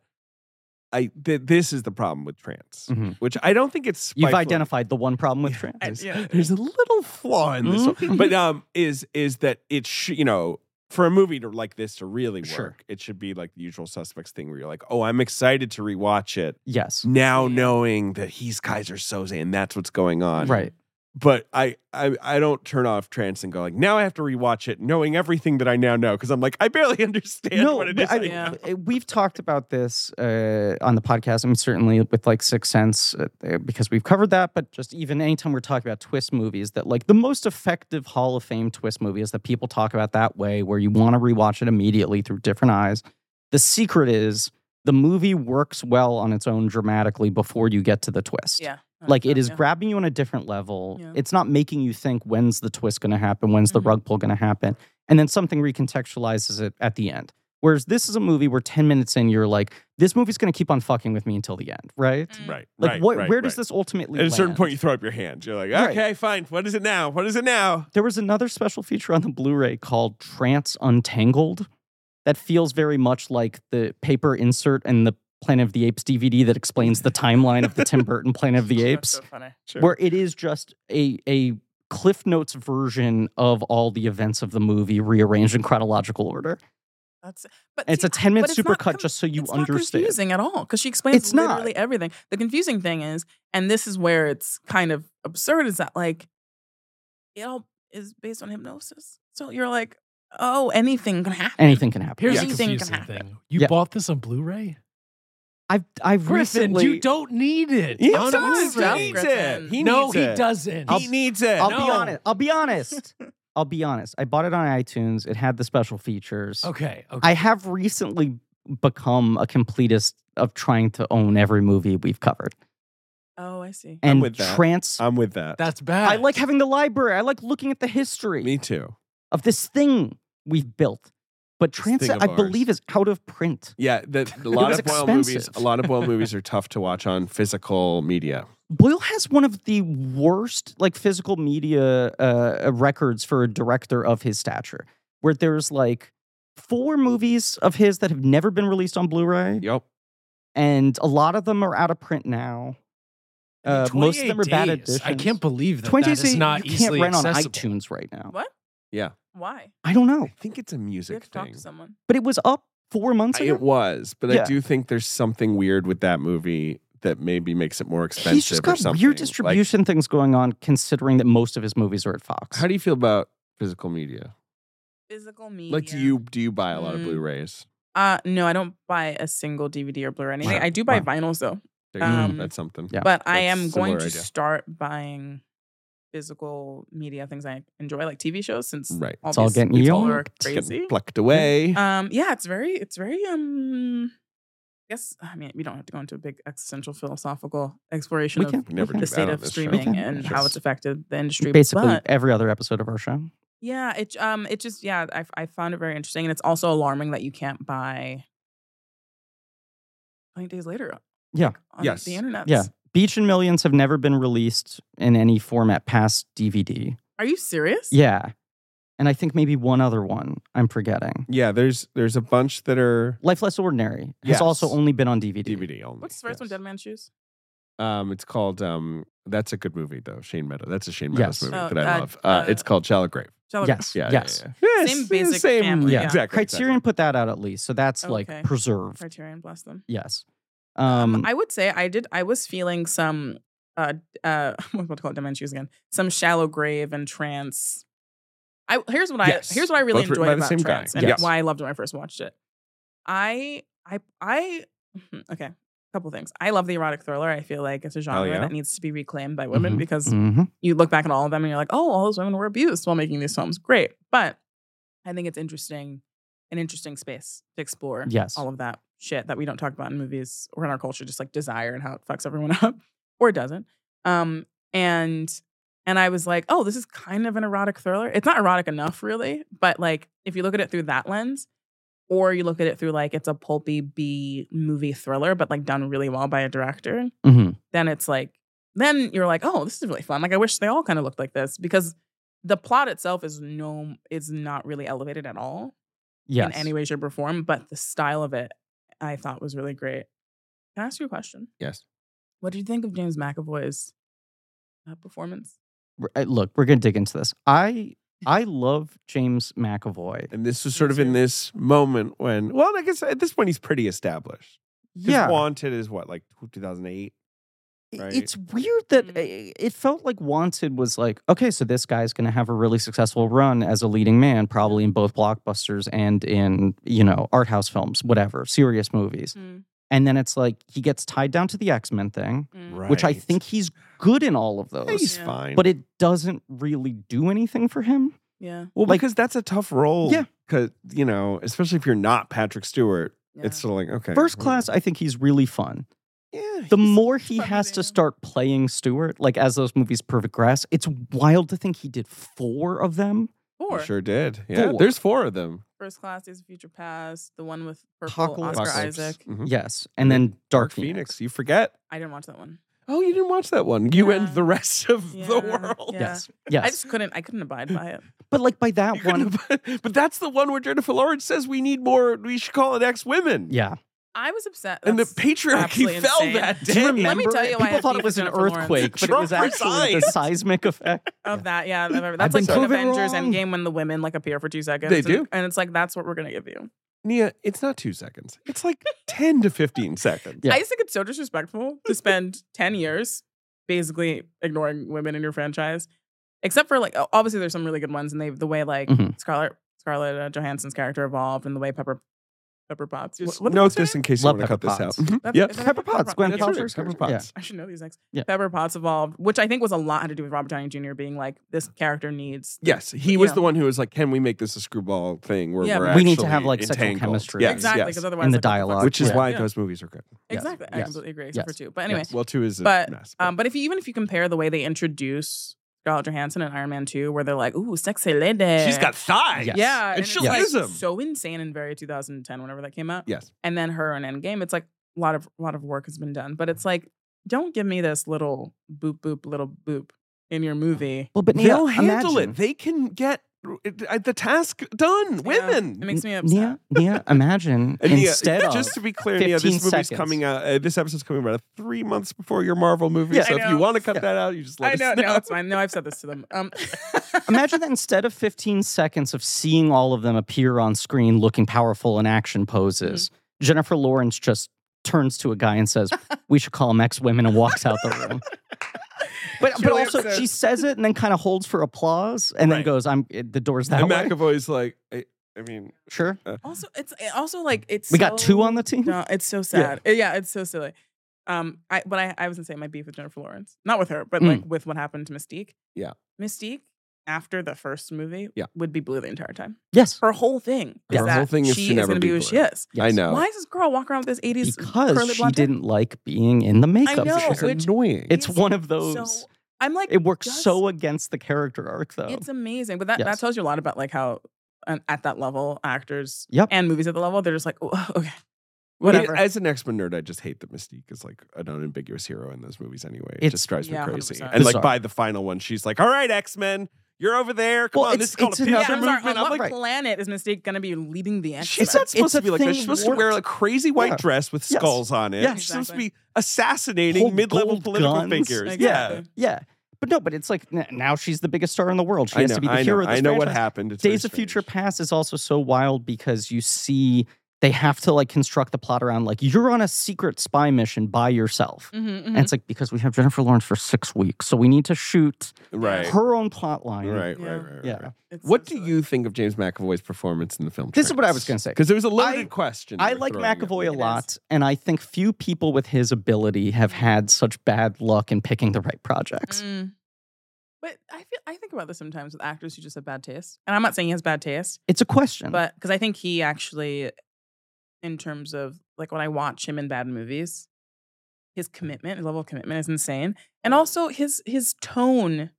I th- this is the problem with trance,
Mhm.
which I don't think it's.
You've
spiteful.
identified the one problem with trans.
I- yeah.
There's a little flaw in this,
Mhm.
one. but um, is is that it? Sh- you know, for a movie to like this to really work,
Sure.
it should be like the usual suspects thing, where you're like, oh, I'm excited to rewatch it
Yes.
now,
Yeah.
knowing that he's Kaiser Soze and that's what's going on,
Right.
but I, I I don't turn off trance and go like now I have to rewatch it knowing everything that I now know because I'm like I barely understand
no,
what it
but
is.
I,
I
Yeah.
know.
uh, we've talked about this uh, on the podcast. I mean, certainly with like Sixth Sense uh, uh, because we've covered that. But just even anytime we're talking about twist movies, that like the most effective Hall of Fame twist movie is that people talk about that way, where you want to rewatch it immediately through different eyes. The secret is the movie works well on its own dramatically before you get to the twist.
Yeah.
Like it is
Yeah.
grabbing you on a different level.
Yeah.
It's not making you think when's the twist going to happen, when's
Mhm.
the rug pull going to happen, and then something recontextualizes it at the end. Whereas this is a movie where ten minutes in, you're like, this movie's going to keep on fucking with me until the end, right?
Mm.
right.
Like,
right,
what?
right,
where does
right.
this ultimately?
At a certain
land?
point you throw up your hand. You're like
Right.
okay, fine. What is it now? What is it now?
there was another special feature on the Blu-ray called Trance Untangled, that feels very much like the paper insert and the Planet of the Apes DVD that explains the timeline of the Tim Burton Planet of the
That's
Apes.
So funny.
Sure.
where it is just a a cliff notes version of all the events of the movie rearranged in chronological order.
That's but
And it's
see,
a 10 minute
but it's not
supercut
com-
just so you
it's not
understand.
confusing at all because she explains
It's not.
literally everything. The confusing thing is, and this is where it's kind of absurd, is that like it all is based on hypnosis. So you're like, oh, anything can happen.
Anything can happen.
Here's
Yeah.
the
Anything can
confusing
happen.
thing. You
Yeah.
bought this on Blu-ray?
I've I've
Kristen,
recently
you don't need it.
He
I'm
does.
sorry, Jeff
He needs
Griffin.
it. He
no,
needs
he
it.
doesn't.
He needs it.
I'll
No.
be honest. I'll be honest. I'll be honest. I bought it on iTunes. It had the special features.
okay. Okay.
I have recently become a completist of trying to own every movie we've covered.
Oh, I see.
And
with that.
trance
I'm with that.
That's bad.
I like having the library. I like looking at the history.
Me too.
of this thing we've built. But
thing
Transit,
of
I
ours.
believe, is out of print.
Yeah, that a lot
was
of Boyle movies.
expensive.
A lot of Boyle movies are tough to watch on physical media.
Boyle has one of the worst, like, physical media uh, records for a director of his stature, where there's like four movies of his that have never been released on Blu-ray,
Yep.
and a lot of them are out of print now. Uh, most of them are
28
bad
days.
editions.
I can't believe that
Twenty
that is not
you
easily
can't rent
accessible.
on iTunes right now.
What?
Yeah.
Why?
I don't know,
I think it's a
You
music
have to talk
thing.
to someone.
but it was up four months
I-
ago.
It was, but I
Yeah.
do think there's something weird with that movie that maybe makes it more expensive
He's just
or
got
something.
weird
Like,
distribution things going on, considering that most of his movies are at Fox.
how do you feel about physical media?
Physical media.
Like, do you do you buy a lot of
Mm.
Blu-rays?
Uh, no, I don't buy a single DVD or Blu-ray or anything.
Wow.
I do buy
Wow.
vinyls though,
There you go.
Um,
That's something.
Yeah.
but I
That's
am going to
similar idea.
start buying physical media things I enjoy, like TV shows, since
Right.
It's all
these
getting
people are
yanked.
It's getting
crazy.
plucked away.
Um, yeah, it's very, it's very, um, I guess, I mean, we don't have to go into a big existential philosophical exploration
We
of
can-
we never
the
do
the
that
state
on
of
this show.
streaming
Yeah,
and
sure.
how it's affected the industry.
basically
but
every other episode of our show.
Yeah, it um it just yeah, I I found it very interesting and it's also alarming that you can't buy 20 days later.
Yeah.
like, on
Yes.
The internet.
Yeah. Beach and Millions have never been released in any format past DVD.
Are you serious?
Yeah. And I think maybe one other one I'm forgetting.
Yeah, there's there's a bunch that are
Life Less Ordinary has
Yes.
also only been on DVD.
DVD only.
What's the first one?
yes.
Dead Man's Shoes.
Um, it's called um. That's a good movie though. Shane Meadow. That's a Shane Meadows
Yes.
movie
Oh,
that I
uh,
love. Uh,
uh,
it's called Shallow Grave.
Shall I-
Yes.
Oh, Yeah.
yes.
Yeah, yeah.
Same
Yes,
basic
Same.
family,
yeah.
Exactly.
Criterion put that out at least. So that's
Okay.
like preserved.
Criterion, bless them.
Yes.
Um,
Um,
I would say I did. I was feeling some, uh, uh, what do I call it? Dementias again. Some shallow grave and trance. I here's what
Yes.
I here's what I really
Both written
enjoyed
by the
about
same guy.
trance and
Yes.
why I loved it when I first watched it. I I I hmm, okay. A couple things. I love the erotic thriller. I feel like it's a genre
yeah? Mm-hmm.
that needs to be reclaimed by women
Mhm.
because
Mhm.
you look back at all of them and you're like, oh, all those women were abused while making these films. Great, but I think it's interesting, an interesting space to explore
Yes.
all of that shit that we don't talk about in movies or in our culture, just like desire and how it fucks everyone up or it doesn't. Um, and and I was like, oh, this is kind of an erotic thriller. It's not erotic enough, really, but like if you look at it through that lens, or you look at it through like it's a pulpy B movie thriller, but like done really well by a director,
Mhm.
then it's like then you're like, oh, this is really fun. Like I wish they all kind of looked like this because the plot itself is no is not really elevated at all
Yes.
in any way, shape, or form, but the style of it I thought was really great. Can I ask you a question?
Yes.
What did you think of James McAvoy's uh, performance?
We're- uh, Look, we're going to dig into this. I I love James McAvoy.
And this was sort
Me
of in
too.
this moment when, well, I guess at this point he's pretty established. 'Cause
Yeah.
Wanted is what, like 2008?
I-
right?
It's weird that
Mm.
i- it felt like Wanted was like, okay, so this guy's going to have a really successful run as a leading man, probably in both blockbusters and in, you know, art house films, whatever, serious movies. And then it's like he gets tied down to the X Men thing, which I
Right.
think he's good in all of
Yeah,
those,
he's
Mm. Yeah.
fine.
but it doesn't really do anything for him.
Yeah.
well,
like-
because that's a tough role.
Yeah.
Because, you know, especially if you're not Patrick Stewart,
yeah.
it's sort of like, okay.
First
well,
Class, I think he's really fun.
Yeah.
The
he's-
more he
fun
has to
video.
start playing Stewart, like as those movies progress, it's wild to think he did four of them.
he
Four.
sure did. Yeah.
Four.
There's four of them.
First Class, Days of Future Past, the one with purple
Apocalypse.
Oscar
Apocalypse.
Isaac.
Mhm.
Yes, and then Dark,
Phoenix.
Phoenix.
You forget.
I didn't watch that one.
Oh, you didn't watch that one. You
Yeah.
and the rest of
Yeah,
the world.
yeah.
Yes, yes.
I just couldn't. I couldn't abide by it.
but like by that one,
but that's the one where Jennifer Lawrence says we need more. We should call it X women.
yeah.
I was upset.
and the
That's-
patriarchy
absolutely
fell
insane.
that
Do you
day.
remember?
Let me tell you why
People
I
thought
think
it was an
Jennifer Lawrence-
earthquake, but it
Trump
was actually the
resigned.
seismic effect.
of that. Yeah, I remember.
I've
That's
been
like sort of
proven
Avengers
wrong.
Endgame when the women like appear for two seconds.
They
and-
do.
and it's like that's what we're gonna give you.
Nia, it's not two seconds. It's like 10 to 15 seconds.
Yeah.
I just think it's so disrespectful to spend 10 years basically ignoring women in your franchise. Except for like obviously there's some really good ones and they the way like
Mhm.
Scarlett Scarlett uh, Johansson's character evolved and the way Pepper Pepper Potts.
Just
what- what
note
was her
this
name?
in case you
Love
want to cut this
Pepper
out.
Potts.
Mhm.
Pep-
yep.
is that
Pepper
Pepper
Potts,
Pot-
Gwen
that's
right,
Paltrow's
Pepper
character.
Potts.
I should know these next.
Yeah.
Pepper Potts evolved, which I think was a lot had to do with Robert Downey Jr. being like this character needs
Yes, he was
Yeah.
the one who was like, "Can we make this a screwball thing where
Yeah,
we're
but-
We need to have,
actually
like, sexual
entangled?"
chemistry.
Yes,
exactly
yes.
because otherwise
And the
like, what fuck?
dialogue.
which is
Yeah.
why
Yeah.
those movies are good.
Yes.
exactly I
Yes.
completely agree
Yes.
except for two but anyway
Well, two is a
But,
mess.
Um, but if you even if you compare the way they introduce Scarlett Johansson in Iron Man 2, where they're like, "Ooh, sexy lady,"
she's got thighs.
Yes.
yeah,
and
and it's
she'll
like
use 'em.
so insane and very 2010, whenever that came out.
Yes.
And then her in Endgame, it's like a lot of a lot of work has been done, but it's like, don't give me this little boop boop little boop in your movie.
Well, but Nia,
They'll handle
imagine,
it. They can get uh, the task done.
Yeah, it
Women.
makes me upset.
Nia, Nia, imagine
And Nia,
instead of
just to be clear, Nia,
15
this movie's
seconds.
coming out. Uh, this episode's coming out three months before your Marvel movie.
Yeah.
so
I
if
know.
you want to cut
Yeah.
that out, you just let
I know,
us
no, it's fine. No, I've said this to them. Um,
Imagine that instead of 15 seconds of seeing all of them appear on screen looking powerful in action poses, Jennifer Lawrence just turns to a guy and says, We should call him X Women and walks out the room. But, but
Really
also,
upset.
she says it and then kind of holds for applause and then
Right.
goes, I'm it- the door's that
And
way.
McAvoy's like, I, I mean,
sure.
also, it's also like it's
We got
so-
two on the team.
No, it's so sad. Uh, Yeah, it's so silly. Um, I but I, I was gonna say my beef with Jennifer Lawrence, not with her, but like with what happened to Mystique.
Mm. Yeah.
Mystique after the first movie,
Yeah.
would be blue the entire time.
Yes.
Her whole thing,
Her
is that
whole thing is
she
to
is
never
gonna be,
be
who
blue.
she is.
I
Yes.
know.
Why is this girl walking around with this '80s curly
Because she
blonde hair?
didn't like being in the makeup.
know,
chair.
which-
annoying.
it's
is
one of those.
So I'm like,
It works
does-
so against the character arc, though.
it's amazing. But that, that
Yes.
tells you a lot about like how um, at that level actors
Yep.
and movies at the level they're just like, oh, okay, whatever.
as an X Men nerd, I just hate that Mystique is like an unambiguous hero in those movies anyway. It
It's-
just drives me
Yeah,
crazy.
100%.
And like
Bizarre.
by the final one, she's like, "All right, X Men, you're over there. Come
Well,
on,
it's-
this is called
it's
a
another-
yeah,
pincer
I'm sorry, on
movement." I'm
what
like,
planet is Mystique going to be leading the action?
she's not
It's
supposed
a
to be like that.
thing
She's supposed to wear
warped.
like crazy white
Yeah.
dress with
Yes.
skulls on it.
Yeah.
She's supposed to
Exactly.
be assassinating
Hold
mid-level
gold
political
guns.
figures. Yeah,
Exactly.
yeah. But no, but it's like n- now she's the biggest star in the world. She
I
has
know.
to be the
I know,
hero of this
I know what
franchise.
happened. It's very
Days of Future
strange.
Past is also so wild because you see they have to like construct the plot around like you're on a secret spy mission by yourself.
Mhm,
And
mhm.
it's like because we have Jennifer Lawrence for six weeks, so we need to shoot
Right.
her own plot line.
Right,
Yeah.
right, right, right.
Yeah.
right.
It's
What
so
do
silly.
you think of James McAvoy's performance in the film?
This is what I was gonna say.
Because there was a loaded
I-
question.
I
they were
like
throwing at
McAvoy a
me.
lot, and I think few people with his ability have had such bad luck in picking the right projects.
Mm. But I feel I think about this sometimes with actors who just have bad taste, and I'm not saying he has bad taste,
It's a question.
but because I think he actually, in terms of like when I watch him in bad movies, his commitment, his level of commitment is insane, and also his his tone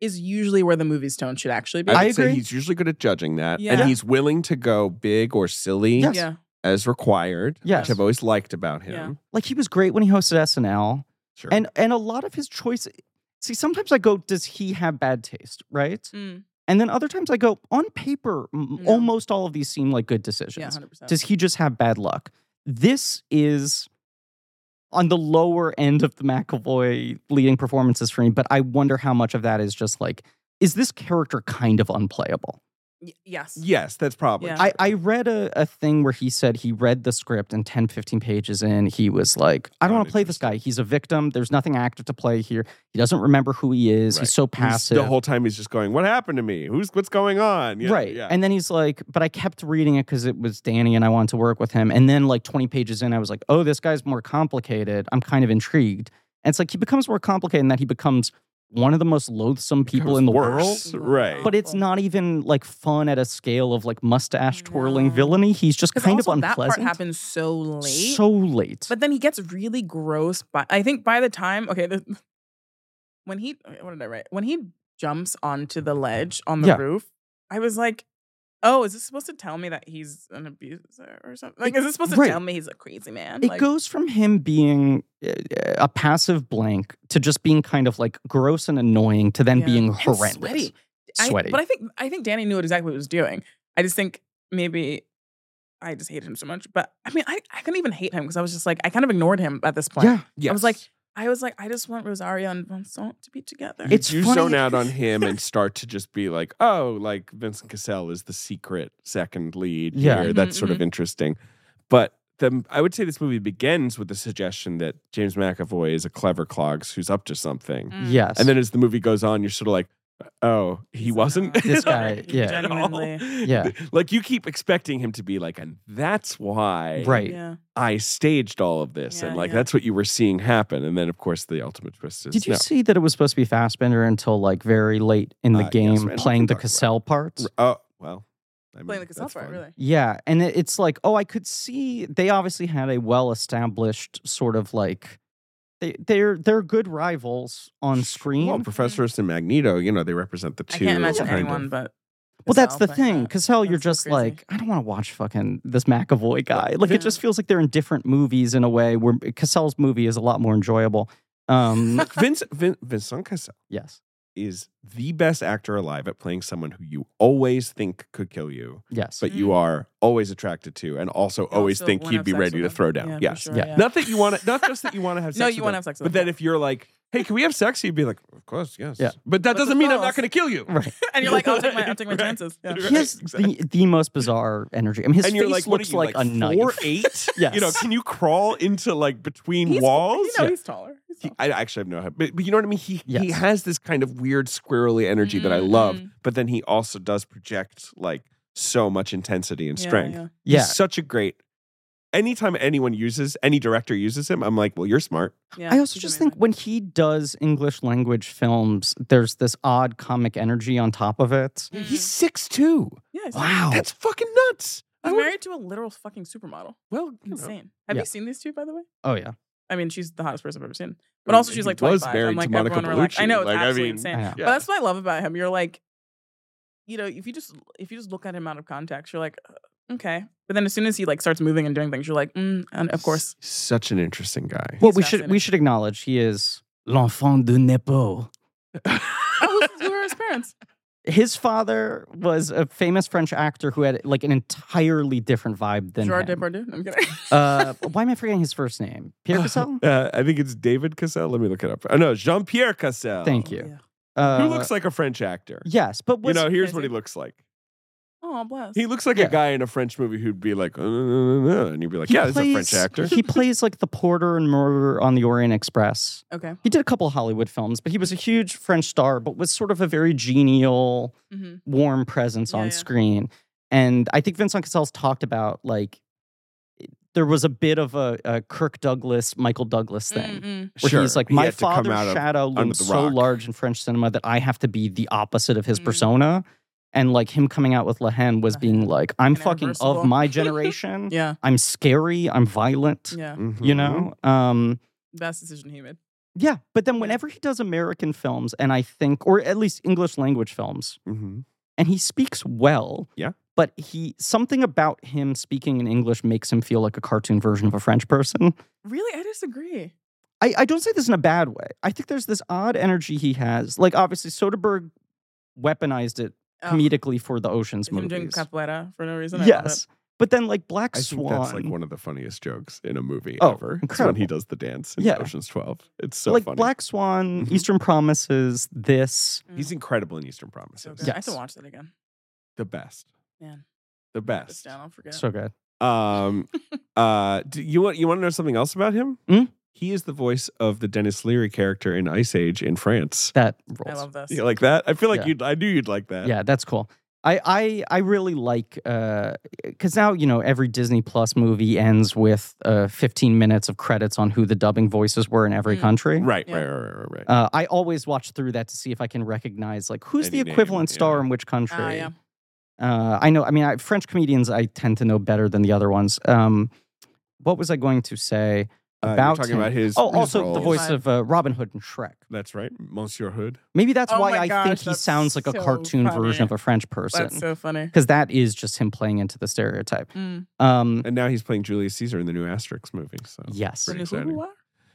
is usually where the movie's tone should actually be.
I,
I
would say
agree.
he's usually good at judging that,
Yeah.
and he's willing to go big or silly
Yes.
Yeah,
as required,
yes,
which I've always liked about him.
Yeah.
like he was great when he hosted SNL.
Sure,
and and a lot of his choice see sometimes i go does he have bad taste right
Mm.
and then other times i go on paper m
No.
almost all of these seem like good
yeah,
decisions
hundred percent.
does he just have bad luck this is on the lower end of the mcavoy leading performances for me but i wonder how much of that is just like is this character kind of unplayable
Yes.
yes, that's probably.
Yeah.
true.
I, I read a, a thing where he said he read the script and 10, 15 pages in, he was like, I don't
Not
want to play this guy. He's a victim. There's nothing active to play here. He doesn't remember who he is.
Right.
He's so
He's-
passive.
the whole time he's just going, "What happened to me? Who's what's going on?" You know,
right.
Yeah.
And then he's like, but I kept reading it because it was Danny and I wanted to work with him. And then, like 20 pages in, I was like, oh, this guy's more complicated. I'm kind of intrigued. And it's like he becomes more complicated and that he becomes one of the most loathsome people
Becomes
in the world.
worse. Right.
But it's not even like fun at a scale of like mustache twirling
No.
villainy. He's just
Because
kind of
also
unpleasant.
That part happens so late.
So late.
But then he gets really gross. By I think by the time okay, the, when he okay, what did I write? When he jumps onto the ledge on the
Yeah.
roof, I was like, oh, is this supposed to tell me that he's an abuser or something? Like,
It-
is this supposed to
right.
tell me he's a crazy man?
it
like,
goes from him being uh, a passive blank to just being kind of like gross and annoying to then
Yeah.
being
And
horrendous.
sweaty. I-
Sweaty.
but I think I think Danny knew what exactly what he was doing. I just think maybe. I just hated him so much, but I mean, I, I couldn't even hate him because I was just like, I kind of ignored him at this point.
yeah.
yes.
I was like, I was like, I just want Rosario and Vincent to be together.
You-
It's
you
funny-
zone out on him and start to just be like, oh, like Vincent Cassell is the secret second lead
Yeah.
here.
Mhm,
That's sort of interesting. But the I would say this movie begins with the suggestion that James McAvoy is a clever clogs who's up to something.
Mm.
Yes.
And then as the movie goes on, you're sort of like, oh, he
He's
wasn't
not.
This guy, yeah.
At all.
Genuinely.
Yeah.
Like you keep expecting him to be like, and that's why
right.
Yeah.
I staged all of this.
Yeah,
and like
yeah.
that's what you were seeing happen. And then of course the ultimate twist is
Did you
no.
see that it was supposed to be Fassbender until like very late in the
Uh, yes,
game
man, we can
playing the
talk about it.
Cassell part?
Oh well, I mean,
Playing the cassette
that's
part,
fun.
really.
Yeah, and it- it's like, oh, I could see they obviously had a well-established sort of like they they're they're good rivals on screen.
Well, Professors and Magneto, you know, they represent the two.
I can't imagine
kind of-
anyone but.
Well, that's
Giselle
the
like
thing.
that.
Because hell, you're
That's so
just
crazy.
like, I don't want to watch fucking this McAvoy guy. Like,
Yeah.
it just feels like they're in different movies in a way where Cassell's movie is a lot more enjoyable. Um,
Vince, Vin, Vincent Cassel
yes.
is the best actor alive at playing someone who you always think could kill you,
Yes.
but you are always attracted to, and also always
Mm. Also
think
wanna
you'd
have
be
sex
ready
with
to
them.
throw down.
Yeah, for
yes,
sure,
Yeah.
yeah.
not that you want to, not just that you want to have sex.
No,
with
you want to
them,
have sex with
But
them,
then if you're like, hey, can we have sex? You'd be like, of course, yes.
Yeah.
But that
But
doesn't
the
mean I'm not
girls-
going to kill you.
Right.
And you're like, I'll take my, I'll take my
Right.
chances. Yeah.
Right.
He has
exactly.
the, the most bizarre energy. I mean, his
and
face
you're like, what are
looks
you,
like,
like,
a knife.
four eight.
Yes.
You know, can you crawl into like between
He's-
walls?
You know, he's taller. He's
He,
taller.
I actually have no idea, but, but you know what I mean. He he
Yes.
has this kind of weird squirrely energy that I love,
Mm.
but then he also does project like so much intensity and
Yeah,
strength.
yeah.
yeah.
He's such a great. Anytime anyone uses any director uses him, I'm like, well, you're smart.
Yeah,
I also
he's
just
amazing.
think when he does English language films, there's this odd comic energy on top of it.
Mm.
He's six two.
Yeah, he's amazing.
Wow.
That's fucking nuts. I
He's
would-
married to a literal fucking supermodel.
well, you know,
Insane. Have
Yeah.
you seen these two, by the way?
Oh, yeah.
I mean, she's the hottest person I've ever seen. But also, she's
He
like
was
25.
married
I'm like,
to Monica
everyone relax.
Bellucci.
I know, it's
Like, I
absolutely
mean,
insane.
I know.
But that's what I love about him. You're like, you know, if you just if you just look at him out of context, you're like, uh, okay. But then as soon as he like starts moving and doing things, you're like, mm, and of course,
S- such an interesting guy.
Well,
He's
we should we
fascinating.
should acknowledge he is l'enfant de Nepo.
oh, who, who are his parents?
His father was a famous French actor who had like an entirely different vibe than
Gerard
him.
Depardieu. No, I'm kidding.
Uh, why am I forgetting his first name? Pierre Cassel.
Uh, I think it's David Cassel. Let me look it up. Oh, no, Jean Pierre Cassel.
Oh,
Thank you.
Who
Uh,
looks like a French actor?
Yes, but
You
was,
know, here's
Yes,
what he
yes.
looks like.
Oh, bless.
He looks like
Yeah.
a guy in a French movie who'd be like, uh, uh, uh, uh," and you'd be like,
he
yeah, he's a
plays-
French actor.
He plays like the porter and murderer on the Orient Express.
okay.
He did a couple Hollywood films, but he was a huge French star, but was sort of a very genial,
hmm
warm presence
Yeah,
on
yeah.
screen. And I think Vincent Cassel's talked about like it- there was a bit of a, a Kirk Douglas, Michael Douglas thing.
Mm-mm.
Where he's like,
He
my
had to come
father's
out of-
shadow
under
looms
the
so
rock."
large in French cinema that I have to be the opposite of his
Mm.
persona. And like him coming out with Lehen was being like, I'm
And
fucking
irreversible.
of my generation.
Yeah.
I'm scary. I'm violent.
Yeah.
Mhm.
You know? Um,
Best decision he made.
yeah, but then
Yeah.
whenever he does American films, and I think, or at least English language films,
Mhm.
and he speaks well.
Yeah.
But he something about him speaking in English makes him feel like a cartoon version of a French person.
Really, I disagree.
I, I don't say this in a bad way. I think there's this odd energy he has. Like obviously Soderbergh weaponized it
Oh,
comedically for the Oceans
him doing
movies.
capoeira for no reason. I love it.
yes. But then like Black
I think
Swan.
that's like one of the funniest jokes in a movie
Oh,
ever. It's when
incredible.
he does the dance in
Yeah.
Ocean's 12. It's so
like
funny.
Black Swan,
Mhm.
Eastern Promises, this.
He's incredible in Eastern Promises.
Mm. So good. I have to
Yes.
watch that again.
The best.
Man.
The
Write this
best.
down, I'll forget.
So good.
Um, uh, do you want you want to know something else about him?
Mm?
He is the voice of the Dennis Leary character in Ice Age in France.
That
I
rolls.
love this.
You like that? I feel like
Yeah.
you'd. I knew you'd like that.
yeah that's cool i i i really like uh because now you know every disney plus movie ends with uh 15 minutes of credits on who the dubbing voices were in every
Mm.
country
Right.
Yeah.
Right. Right. Right. Right. right.
uh, I always watch through that to see if I can recognize like who's
Any
the
name,
equivalent star
yeah.
in which country.
Ah, yeah.
Uh, I know. I mean, I, French comedians I tend to know better than the other ones. Um, what was I going to say
Uh,
about
you're talking
him?
about his.
oh,
his
also the
roles.
voice of uh, Robin Hood and Shrek.
That's right, Monsieur Hood.
Maybe that's
Oh
why
my
I think
gosh,
he
that's
sounds like a
so
cartoon
funny.
version of a French person.
That's so funny.
because that is just him playing into the stereotype.
Mm.
Um,
And now he's playing Julius Caesar in the new Asterix movie. So
yes,
Pretty
Who
exciting.
are?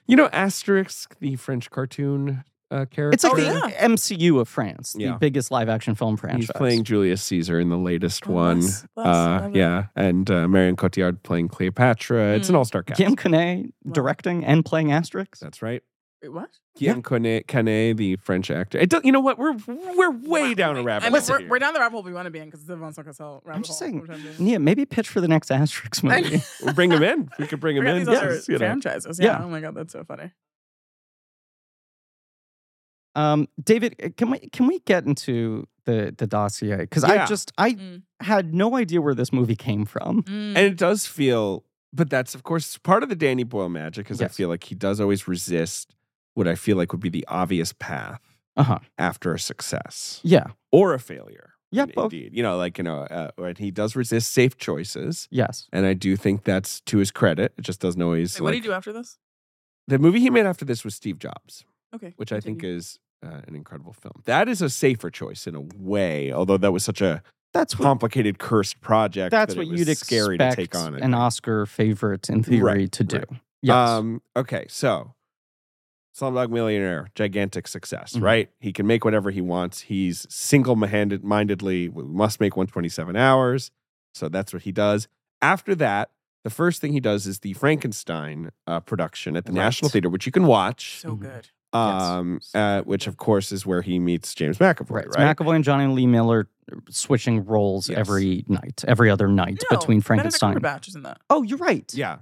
you know Asterix, the French cartoon uh, character.
it's like
Oh,
the
yeah.
MCU of France,
Yeah.
the biggest live-action film
He's
franchise.
playing Julius Caesar in the latest
Oh,
one.
bless, bless,
uh,
love it.
yeah, and uh, Marion Cotillard playing Cleopatra. It's an
Mm.
all-star cast.
Guillaume Canet directing and playing Asterix.
That's right.
Wait, what?
Yeah.
Guillaume Canet, Canet, the French actor. It don't, you know what? We're we're way
Wow,
down a
wait,
rabbit
I mean,
hole.
we're,
here.
we're down the rabbit hole we want to be in because it's the Vincent Cassel rabbit
just
hole.
saying,
We're trying to-
Yeah, maybe pitch for the next Asterix
I
movie.
We'll bring him in. We could bring him
Forgot
in.
these
Yes,
other
you know.
franchises. Yeah.
Yeah.
Oh my god, that's so funny.
um, David, uh, can we can we get into the the dossier? Because
Yeah.
I just I
Mm.
had no idea where this movie came from.
Mm.
And it does feel, but that's of course part of the Danny Boyle magic. Is I
Yes.
feel like he does always resist what I feel like would be the obvious path
Uh huh.
after a success
Yeah.
or a failure.
Yeah,
In-
both.
indeed. You know, like you know, uh, and he does resist safe choices,
Yes.
and I do think that's to his credit. It just doesn't always.
Wait, what do
like-
you do after this?
The movie he made after this was Steve Jobs.
Okay.
which I think is uh, an incredible film. That is a safer choice in a way, although that was such a
That's what
complicated, cursed project.
that's
that it
what
was
you'd
scary to
expect
take on. I
an
think.
Oscar favorite in theory
Right,
to do.
right.
Yes.
Um, okay, so Slumdog Millionaire, gigantic success,
Mhm.
right? He can make whatever he wants. He's single-mindedly we must make 127 hours. So that's what he does. After that, the first thing he does is the Frankenstein uh, production at the
Right.
National Theater, which you can watch.
So
Mhm.
good.
Yes.
um, uh, which of course is where he meets James McAvoy,
Right. it's
right?
McAvoy and Johnny Lee Miller switching roles
Yes.
every night, every other night
No,
between
Benedict
Frankenstein.
Cumberbatch is in that.
Oh, you're right.
Yeah.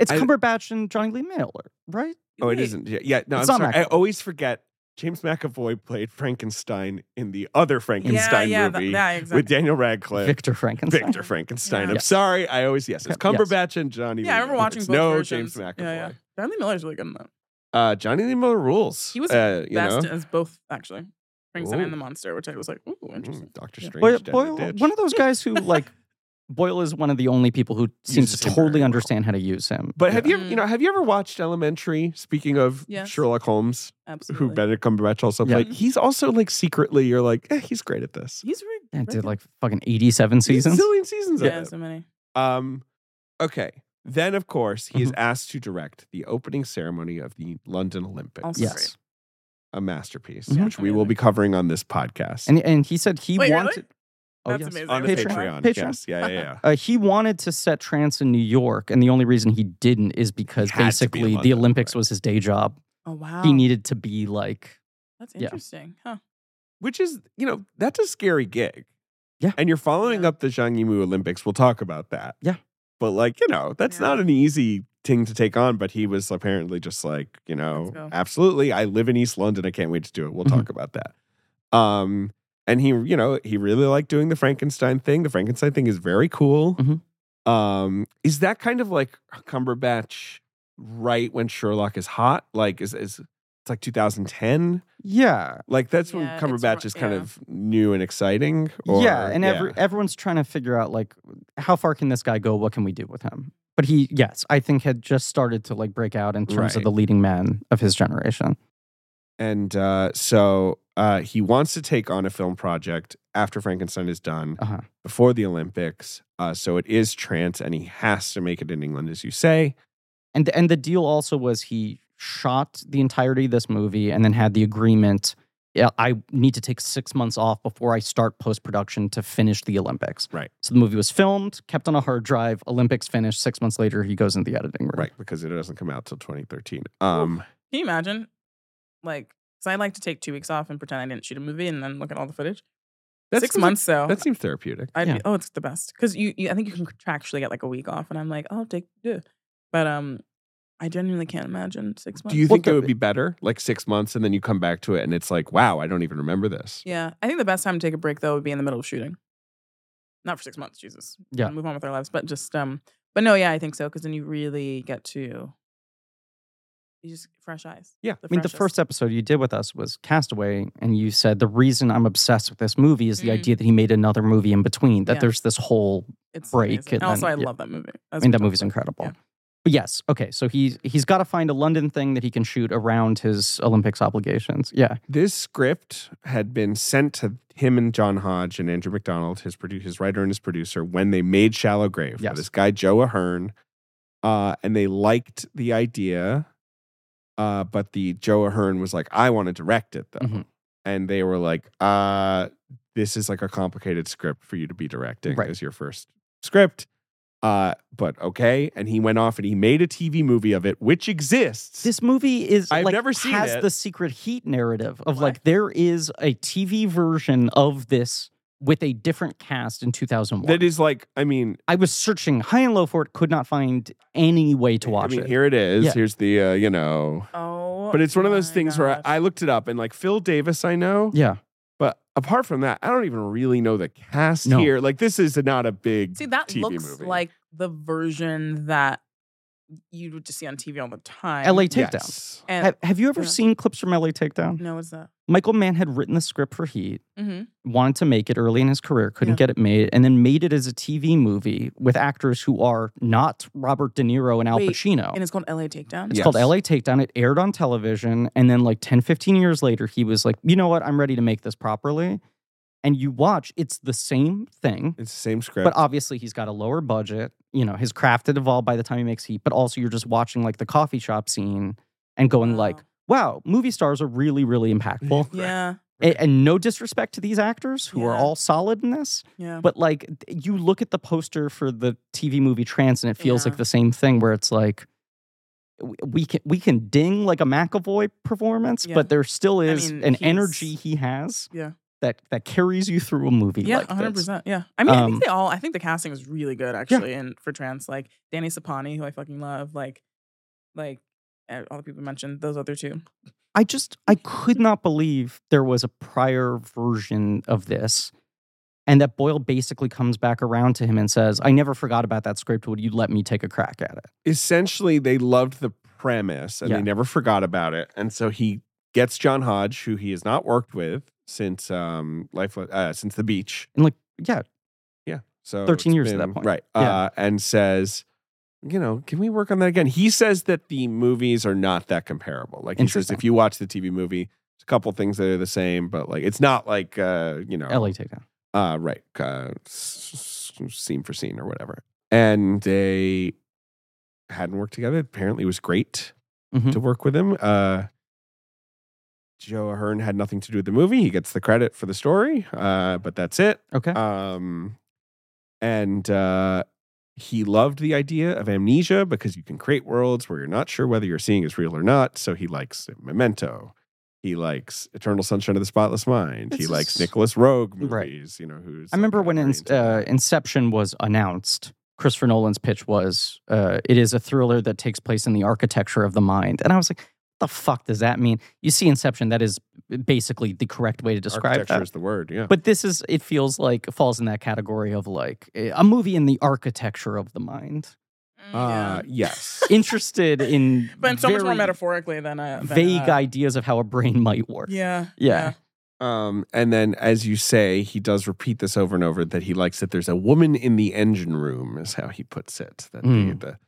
It's
I-
Cumberbatch and Johnny Lee Miller, right?
Oh, it
Wait,
isn't. Yeah. yeah. No,
It's
I'm
not
sorry. I
McAvoy.
always forget James McAvoy played Frankenstein in the other Frankenstein
yeah, yeah,
movie
That, yeah, exactly.
with Daniel Radcliffe.
Victor Frankenstein.
Victor Frankenstein.
Yeah.
I'm
Yes.
sorry. I always yes. It's
Yes.
Cumberbatch and Johnny.
yeah, I
Lee
remember
Miller.
watching
It's
both
no
versions.
James McAvoy.
Yeah, yeah. Bradley Miller's really good in that.
Uh, Johnny Lee Miller rules.
He was
uh, you
Best
know?
as both actually. Frankenstein
Ooh.
and the monster, which I was like, ooh, interesting.
Mm, Doctor
Yeah.
Strange.
Boy,
down the
boy,
ditch.
one of those guys who like Boyle is one of the only people who seems
Uses
to
him very
totally
well.
understand how to use him.
But have
Yeah.
you, you know, have you ever watched Elementary? Speaking of
Yes.
Sherlock Holmes,
Absolutely.
who Benedict Cumberbatch also
Yeah.
played, he's also like secretly, you're like, eh, he's great at this.
He's really
That did like fucking 87 seasons.
He's a zillion seasons
yeah,
of it.
so many.
Um, okay. Then, of course, he is
Mm-hmm.
asked to direct the opening ceremony of the London Olympics.
Also great.
Yes.
A masterpiece,
Mhm.
which we will be covering on this podcast.
And and he said he
Wait, really?
wanted Oh,
That's
yes.
amazing.
on the
Patreon?
Patreon.
Patreon?
Yes. Yeah, yeah, yeah.
Uh, he wanted to set trance in New York, and the only reason he didn't is because
had to be in
basically the
London,
Olympics
right.
was his day job.
Oh wow.
He needed to be like,
That's
yeah.
interesting. Huh.
Which is, you know, that's a scary gig.
Yeah.
And you're following
Yeah.
up the Zhang Yimou Olympics. We'll talk about that.
Yeah.
But like, you know, that's
Yeah.
not an easy thing to take on. But he was apparently just like, you know,
go. Mm-hmm.
absolutely. I live in East London. I can't wait to do it. We'll
Mhm.
talk about that. Um, and he, you know, he really liked doing the Frankenstein thing. The Frankenstein thing is very cool.
Mhm.
Mm-hmm.
Um, is that kind of like Cumberbatch right when Sherlock is hot? Like, is is it's like 2010?
yeah,
Like that's when
Yeah, it's
Cumberbatch
ri-
is kind
yeah.
of new and exciting. Or,
yeah, and Every, everyone's trying to figure out like how far can this guy go? What can we do with him? But he, yes, I think had just started to like break out in terms
Right.
of the leading men of his generation.
and uh, so uh, he wants to take on a film project after Frankenstein is done
Uh-huh.
before the Olympics. Uh, so it is trance, and he has to make it in England, as you say.
And and the deal also was he shot the entirety of this movie and then had the agreement. "Yeah, I need to take six months off before I start post production to finish the Olympics.
Right.
So the movie was filmed, kept on a hard drive. Olympics finished. Six months later, he goes into the editing room.
Right, because it doesn't come out till 2013. Um,
Can you imagine? Like, because I like to take two weeks off and pretend I didn't shoot a movie and then look at all the footage.
that
Six
seems
months
Like,
though.
that seems therapeutic.
I'd
Yeah.
be, oh, it's the best because you, you. I think you can contractually get like a week off, and I'm like, I'll take yeah. But um, I genuinely can't imagine six months.
Do you
Well,
think it
the-
would be better, like six months, and then you come back to it, and it's like, wow, I don't even remember this.
Yeah, I think the best time to take a break though would be in the middle of shooting. Not for six months, Jesus. We
Yeah.
can move on with our lives, but just um, but no, yeah, I think so because then you really get to. You just fresh eyes.
Yeah,
I mean, the
freshest.
first episode you did with us was Castaway, and you said the reason I'm obsessed with this movie is the
Mhm.
idea that he made another movie in between, that
Yeah.
there's this whole
it's
break
amazing.
and
And also, I
then- yeah.
love that movie.
I mean, that movie's incredible.
Yeah.
But yes, okay. So he's he's got to find a London thing that he can shoot around his Olympics obligations. Yeah,
This script had been sent to him and John Hodge and Andrew McDonald, his produ- his writer and his producer, when they made Shallow Grave. by
Yes.
This guy Joe Ahern, uh, and they liked the idea, uh, but the Joe Ahern was like, "I want to direct it though,"
Mhm.
and they were like, uh, "This is like a complicated script for you to be directing
Right.
as your first script." Uh, but okay, and he went off and he made a TV movie of it, which exists.
this movie is
I've
like
never seen
has
it.
the secret heat narrative of
What?
like there is a TV version of this with a different cast in 2001.
that is like, I mean,
I was searching high and low for it, could not find any way to watch
I mean,
it.
here it is.
Yeah.
Here's the uh, you know.
Oh,
But it's one of those
my
things where
gosh.
I, I looked it up and like Phil Davis, I know.
yeah,
But apart from that, I don't even really know the cast
No.
here. Like this is not a big
see that
TV
looks
movie.
like the version that you would just see on TV all the time.
LA Takedown.
Yes.
And,
Have, have you ever
Yeah.
seen clips from LA Takedown?
no, what's that?
Michael Mann had written the script for Heat,
Mm-hmm.
wanted to make it early in his career, couldn't
Yeah.
get it made, and then made it as a TV movie with actors who are not Robert De Niro and Al
Wait,
Pacino.
And it's called LA Takedown.
It's
Yeah.
called
Yes.
LA Takedown. It aired on television. And then, like 10, 15 years later, he was like, you know what? I'm ready to make this properly. And you watch, it's the same thing.
It's the same script.
But uh, obviously, he's got a lower budget. You know, his craft had evolved by the time he makes Heat. But also, you're just watching like the coffee shop scene and going
Wow.
like, wow, movie stars are really, really impactful.
Yeah,
A- and no disrespect to these actors who are
Yeah.
all solid in this.
yeah.
But like th- you look at the poster for the TV movie Trans, and it feels
Yeah.
like the same thing where it's like w- we can we can ding like a McAvoy performance,
Yeah.
but there still is
mean,
an
he's-
energy he has
Yeah.
that that carries you through a movie.
yeah,
like this.
100. percent Yeah, I mean, I
Um,
think they all. I think the casting was really good actually, and for trans, like Danny Sapani, who I fucking love, like, like eh, all the people mentioned, those other two.
I just I could not believe there was a prior version of this. And that Boyle basically comes back around to him and says, I never forgot about that script. Would you let me take a crack at it?
essentially they loved the premise and
Yeah.
they never forgot about it. And so he gets John Hodge, who he has not worked with since um life uh, since the beach.
Yeah.
Yeah. So
13
it's
years at that point.
Right.
Yeah.
Uh, and says, you know, can we work on that again? He says that the movies are not that comparable. Like he says,
Interesting.
if you watch the TV movie, it's a couple things that are the same, but like it's not like uh, you know,
LA takedown.
uh, right, uh, s- s- scene for scene or whatever. And they hadn't worked together. Apparently, it was great
Mhm.
to work with him. Uh, Joe Ahern had nothing to do with the movie. He gets the credit for the story, uh, but that's it.
Okay.
Um, and uh, he loved the idea of amnesia because you can create worlds where you're not sure whether you're seeing is real or not. So he likes Memento. He likes Eternal Sunshine of the Spotless Mind.
This
he likes
is-
Nicholas Rogue movies.
Right.
You know who's.
I remember
like,
when
very
in,
into
uh,
that.
Inception was announced, Christopher Nolan's pitch was uh, it is a thriller that takes place in the architecture of the mind. And I was like, the fuck does that mean? You see Inception, that is basically the correct way to describe
architecture
that.
is the word. Yeah.
uh, But this is, it feels like, falls in that category of like a movie in the architecture of the mind.
uh,
Mm, Yeah.
yes.
Interested in
but so much more
very
metaphorically than a than
vague
a-
ideas of how a brain might work.
Yeah.
Yeah.
Um, and then, as you say, he does repeat this over and over that he likes that there's a woman in the engine room, is how he puts it. That
Mm.
the, the,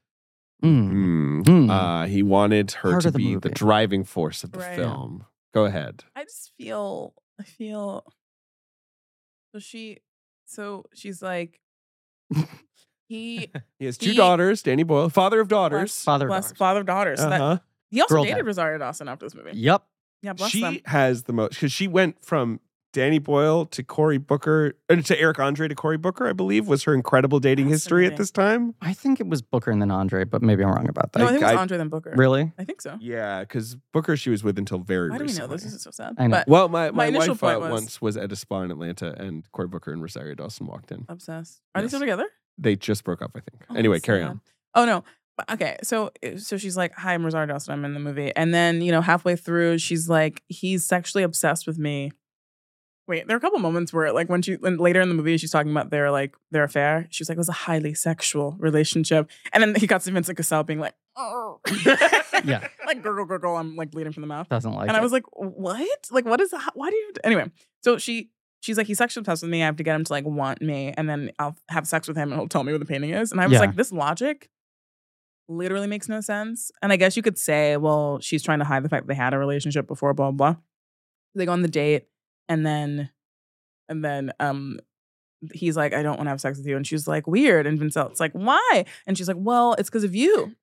Mm.
mm,
Mm.
Uh, he wanted her
Heart
to
of the
be the
movie.
driving force of the
Right.
film. Go ahead.
I just feel I feel so she so she's like he
He has two
He-
daughters, Danny Boyle, father of daughters.
Father.
plus
daughters.
father of daughters. So that,
Uh-huh.
he also
Girl
dated
dad.
Rosario Dawson after this movie.
Yep.
Yeah, bless
she
them.
has the most because she went from Danny Boyle to Cory Booker uh, to Eric Andre to Cory Booker, I believe, was her incredible dating history at
Fascinating.
this time.
I think it was Booker and then Andre, but maybe I'm wrong about that.
No, I think it was
I-
Andre than Booker.
really?
I think so.
Yeah, because Booker she was with until very
Why do we know
recently.
this? This is so sad.
I know.
But
Well, my,
My
my,
initial
wife uh,
point was-
once was at a spa in Atlanta, and Cory Booker and Rosario Dawson walked in.
obsessed. Are they
Yes.
still together?
They just broke up, I think.
Oh,
anyway,
that's
carry
sad.
on.
Oh no. But- Okay, so eh, so she's like, "Hi, I'm Rosario Dawson. I'm in the movie." And then you know, halfway through, she's like, "He's sexually obsessed with me." Wait, there are a couple moments where, like, when she when later in the movie, she's talking about their like their affair. She's like, "It was a highly sexual relationship," and then he cuts to Vincent Cassell being like, "Oh,
Yeah.
like gurgle gurgle." I'm like bleeding from the mouth
Doesn't like
and
it.
I was like, "What? Like, what is? That? Why do you?" Anyway, so she she's like, "He's sexually obsessed with me. I have to get him to like want me, and then I'll have sex with him, and he'll tell me where the painting is." And I was
Yeah.
like, "This logic literally makes no sense." And I guess you could say, "Well, she's trying to hide the fact that they had a relationship before." Blah blah. blah. They go on the date, and then and then um. He's like, I don't want to have sex with you. And she's like, weird. And Vincelle's like, why? And she's like, well, it's because of you.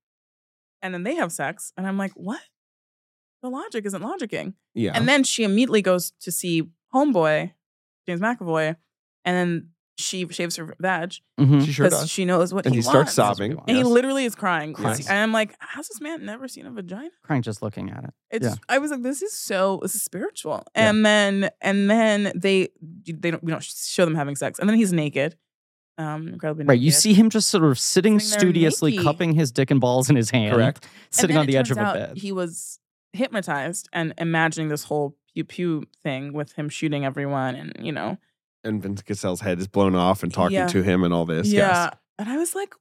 And then they have sex. And I'm like, what? The logic isn't logicking.
Yeah.
And then she immediately goes to see Homeboy, James McAvoy, and then she shaves her vag
Mhm.
she sure
because
does.
she knows what
and
he,
he starts
wants.
That's what we
sobbing.
want.
And he
yes.
literally is crying.
Crying.
And I'm like, has this man never seen a vagina?
crying just looking at it.
It's
Yeah.
I was like, this is so this is spiritual.
Yeah.
And then and then they they don't we don't show them having sex. And then he's naked, um, incredibly
Right. You
naked.
see him just sort of sitting,
Sitting there
studiously,
naked.
cupping his dick and balls in his hand,
Correct.
And
sitting
then
on
it
the edge of
turns
a
out
bed.
He was hypnotized and imagining this whole pew pew thing with him shooting everyone and you know
And Vince Cassell's head is blown off and talking
Yeah.
to him and all this.
Yeah.
Yes.
And I was like,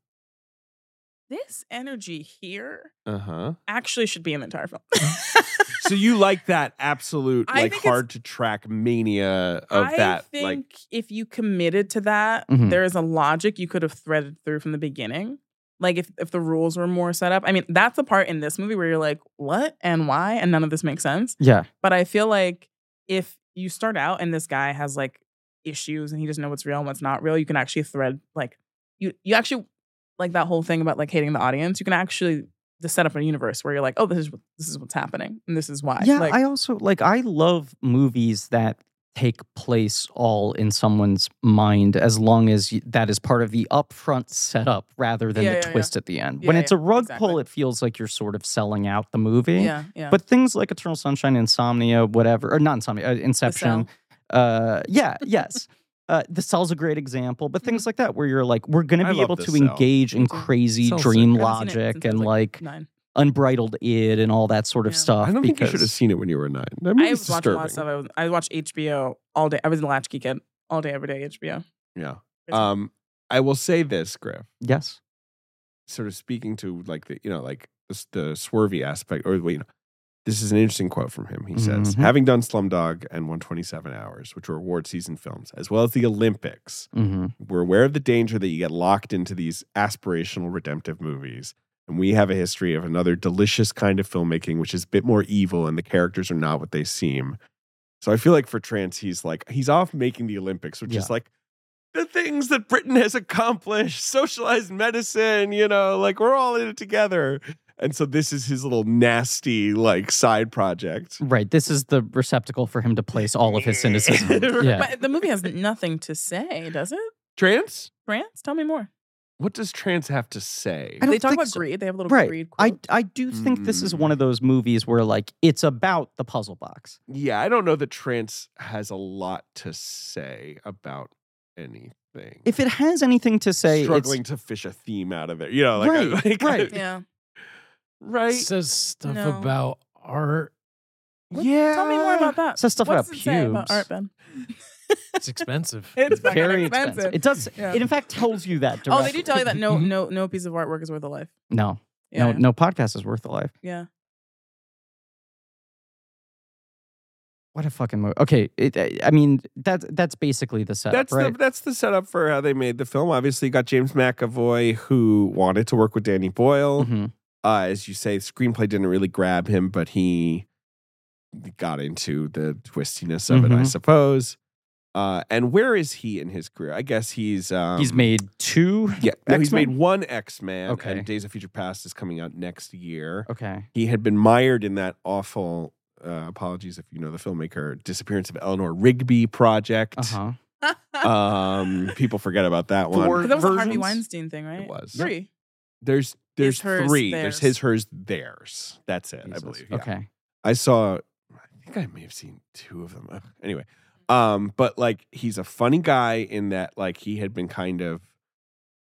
this energy here
Uh huh.
actually should be in the entire film.
so you like that absolute,
I
like
think it's-
hard to track mania of
I
that.
think
like, Mm-hmm.
if you committed to that,
Mhm.
there is a logic you could have threaded through from the beginning. Like if, if the rules were more set up. I mean, that's the part in this movie where you're like, what and why? And none of this makes sense.
yeah.
But I feel like if you start out and this guy has like issues and he doesn't know what's real and what's not real, you can actually thread like you you actually like that whole thing about like hating the audience. You can actually just set up a universe where you're like, oh, this is what- this is what's happening and this is why.
yeah.
like,
I also like, I love movies that take place all in someone's mind as long as y that is part of the upfront setup rather than
Yeah,
the
yeah, yeah.
twist at the end.
Yeah,
when it's a
yeah,
rug pull,
exactly.
it feels like you're sort of selling out the movie.
yeah, yeah.
But things like Eternal Sunshine, Insomnia, whatever, or not Insomnia, uh,
The
Inception,
cell.
uh yeah yes uh the cell's a great example
Mm-hmm.
but things like that where you're like we're gonna
I
be
love
able
The
to
Cell.
engage in
Cell's so
crazy
good.
dream
I haven't seen it
logic
since I
and
was,
like
nine.
unbridled id and all that sort of
Yeah.
stuff
I don't think you
because
should have seen it when you were nine. That
I
movie's
was watching a lot of stuff.
disturbing.
I was I watched HBO all day. I was a latchkey kid all day, every day HBO.
Yeah. Um, I will say this, Griff.
yes
sort of speaking to like the you know like the, s- the swervy aspect or you know This is an interesting quote from him. He says,
Mhm.
having done Slumdog and 127 Hours, which were award season films, as well as the Olympics,
Mm-hmm.
hmm
we're aware of the danger that you get locked into these aspirational redemptive movies. And we have a history of another delicious kind of filmmaking, which is a bit more evil and the characters are not what they seem. So I feel like for Trance, he's like, he's off making the Olympics, which is
Yeah.
like the things that Britain has accomplished, socialized medicine, you know, like we're all in it together. And so this is his little nasty, like side project.
Right. This is the receptacle for him to place all of his cynicism. yeah.
But the movie has nothing to say, does it?
Trance?
France, tell me more.
What does Trance have to
I
say?
don't
They talk
think
about
so.
greed. They have a little
Right.
greed.
I,
quote.
I do think this is
Mm.
one of those movies where like it's about the puzzle box.
Yeah, I don't know that Trance has a lot to say about anything.
If it has anything to say,
struggling to fish a theme out of it, you know, like uh,
Right,
like-
right.
yeah.
right,
says stuff
No.
about art.
What-
yeah.
Tell me more about that.
it's says stuff
What's
about
it
pubes.
say about art, Ben?
It's expensive.
It's fucking
Very
expensive.
expensive. It does.
Yeah.
It in fact tells you that.
Oh,
Directly. Mm-hmm.
they do tell you that no,
Mhm.
no, no piece of artwork is worth a life.
No,
Yeah,
no, no podcast is worth a life.
yeah.
What a fucking movie. Okay, it, I- I mean that's that's basically the setup,
That's
right?
the that's the setup for how they made the film. Obviously, you got James McAvoy who wanted to work with Danny Boyle.
Mhm.
Uh, as you say, screenplay didn't really grab him, but he got into the twistiness of it, I
Mhm.
suppose. Uh, and where is he in his career? I guess he's um,
He's made two.
Yeah,
No,
he's
he's
made
made-
one X Man.
Okay.
and Days of Future Past is coming out next year.
Okay.
He had been mired in that awful. Uh, apologies if you know the filmmaker disappearance of Eleanor Rigby project.
Uh huh.
Um, people forget about that one.
Four-
'Cause that was a Harvey
versions?
Weinstein thing, right?
was.
three.
There's there's
His, hers,
three. There's
theirs.
his, hers, theirs. That's it. I believe. yeah.
uh-huh. Okay.
I saw. I think I may have seen two of them. Ugh, Anyway, um, but like he's a funny guy in that like he had been kind of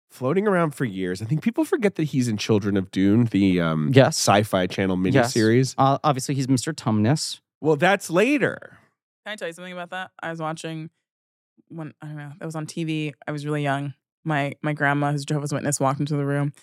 floating around for years. I think people forget that he's in Children of Dune, the um,
Yes.
sci-fi channel
Yes.
miniseries.
Uh, obviously, he's Mr. Tumnus.
Well, that's later.
Can I tell you something about that? I was watching when I don't know that was on TV. I was really young. My my grandma, who's Jehovah's Witness, walked into the room,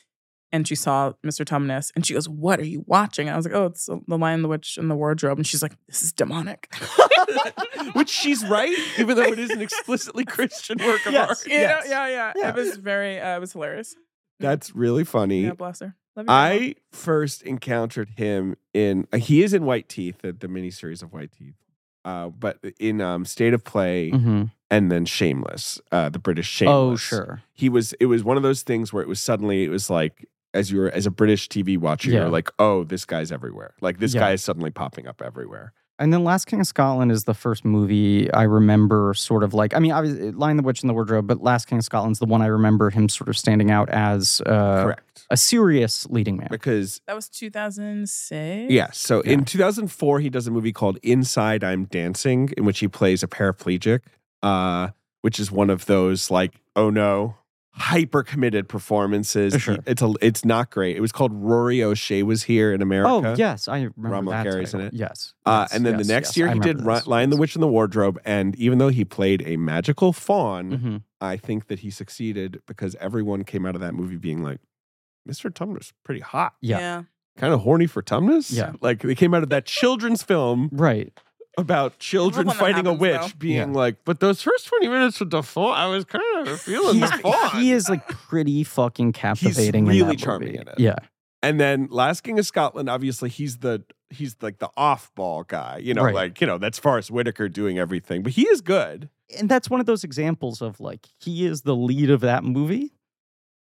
and she saw Mr. Tumnus, and she goes, "What are you watching?" I was like, "Oh, it's The Lion, the Witch, and the Wardrobe," and she's like, "This is demonic."
Which she's right, even though it is an explicitly Christian work of
Yes.
art.
You know, yeah, yeah,
Yeah.
It was very. Uh, it was hilarious.
That's really funny.
Yeah, bless her.
Mm-hmm.
Love you, Grandma.
I first encountered him in uh, he is in White Teeth, the, the miniseries of White Teeth, uh, but in um, State of Play
Mhm.
and then Shameless, uh, the British Shameless.
Oh, sure.
He was. It was one of those things where it was suddenly it was like as you were as a British TV watcher,
Yeah.
you're like, oh, this guy's everywhere. Like this
Yeah.
guy is suddenly popping up everywhere.
And then Last King of Scotland is the first movie I remember sort of like, I mean, obviously, Lion the Witch and the Wardrobe, but Last King of Scotland's the one I remember him sort of standing out as uh,
Correct,
a serious leading man.
because.
That was 2006.
Yeah, so
Yeah.
in 2004 he does a movie called Inside I'm Dancing in which he plays a paraplegic. uh, which is one of those like, oh no, hyper committed performances.
Sure.
It's a, it's not great. It was called Rory O'Shea was here in America.
Oh, yes. I remember
Ramo
that.
Carey's in
title.
it.
Yes.
Uh,
yes,
and then
yes,
the next
yes,
year
I
he did
remember
Ri-
this.
Lion the Witch in the Wardrobe, and even though he played a magical fawn,
Mhm.
I think that he succeeded because everyone came out of that movie being like, "Mr. Tumnus, pretty hot,
Yeah.
kind of horny for Tumnus."
Yeah.
like they came out of that children's film
Right.
about children
when that
fighting a
happens,
witch,
though.
being
Yeah.
like, but those first 20 minutes with the fall, I was kind of feeling the
He's-
fall.
he is like pretty fucking captivating. in
really
that movie.
charming in it.
Yeah.
and then Last King of Scotland, obviously, he's the he's like the off ball guy, you know,
Right.
like, you know, that's Forrest Whitaker doing everything, but he is good.
and that's one of those examples of like he is the lead of that movie.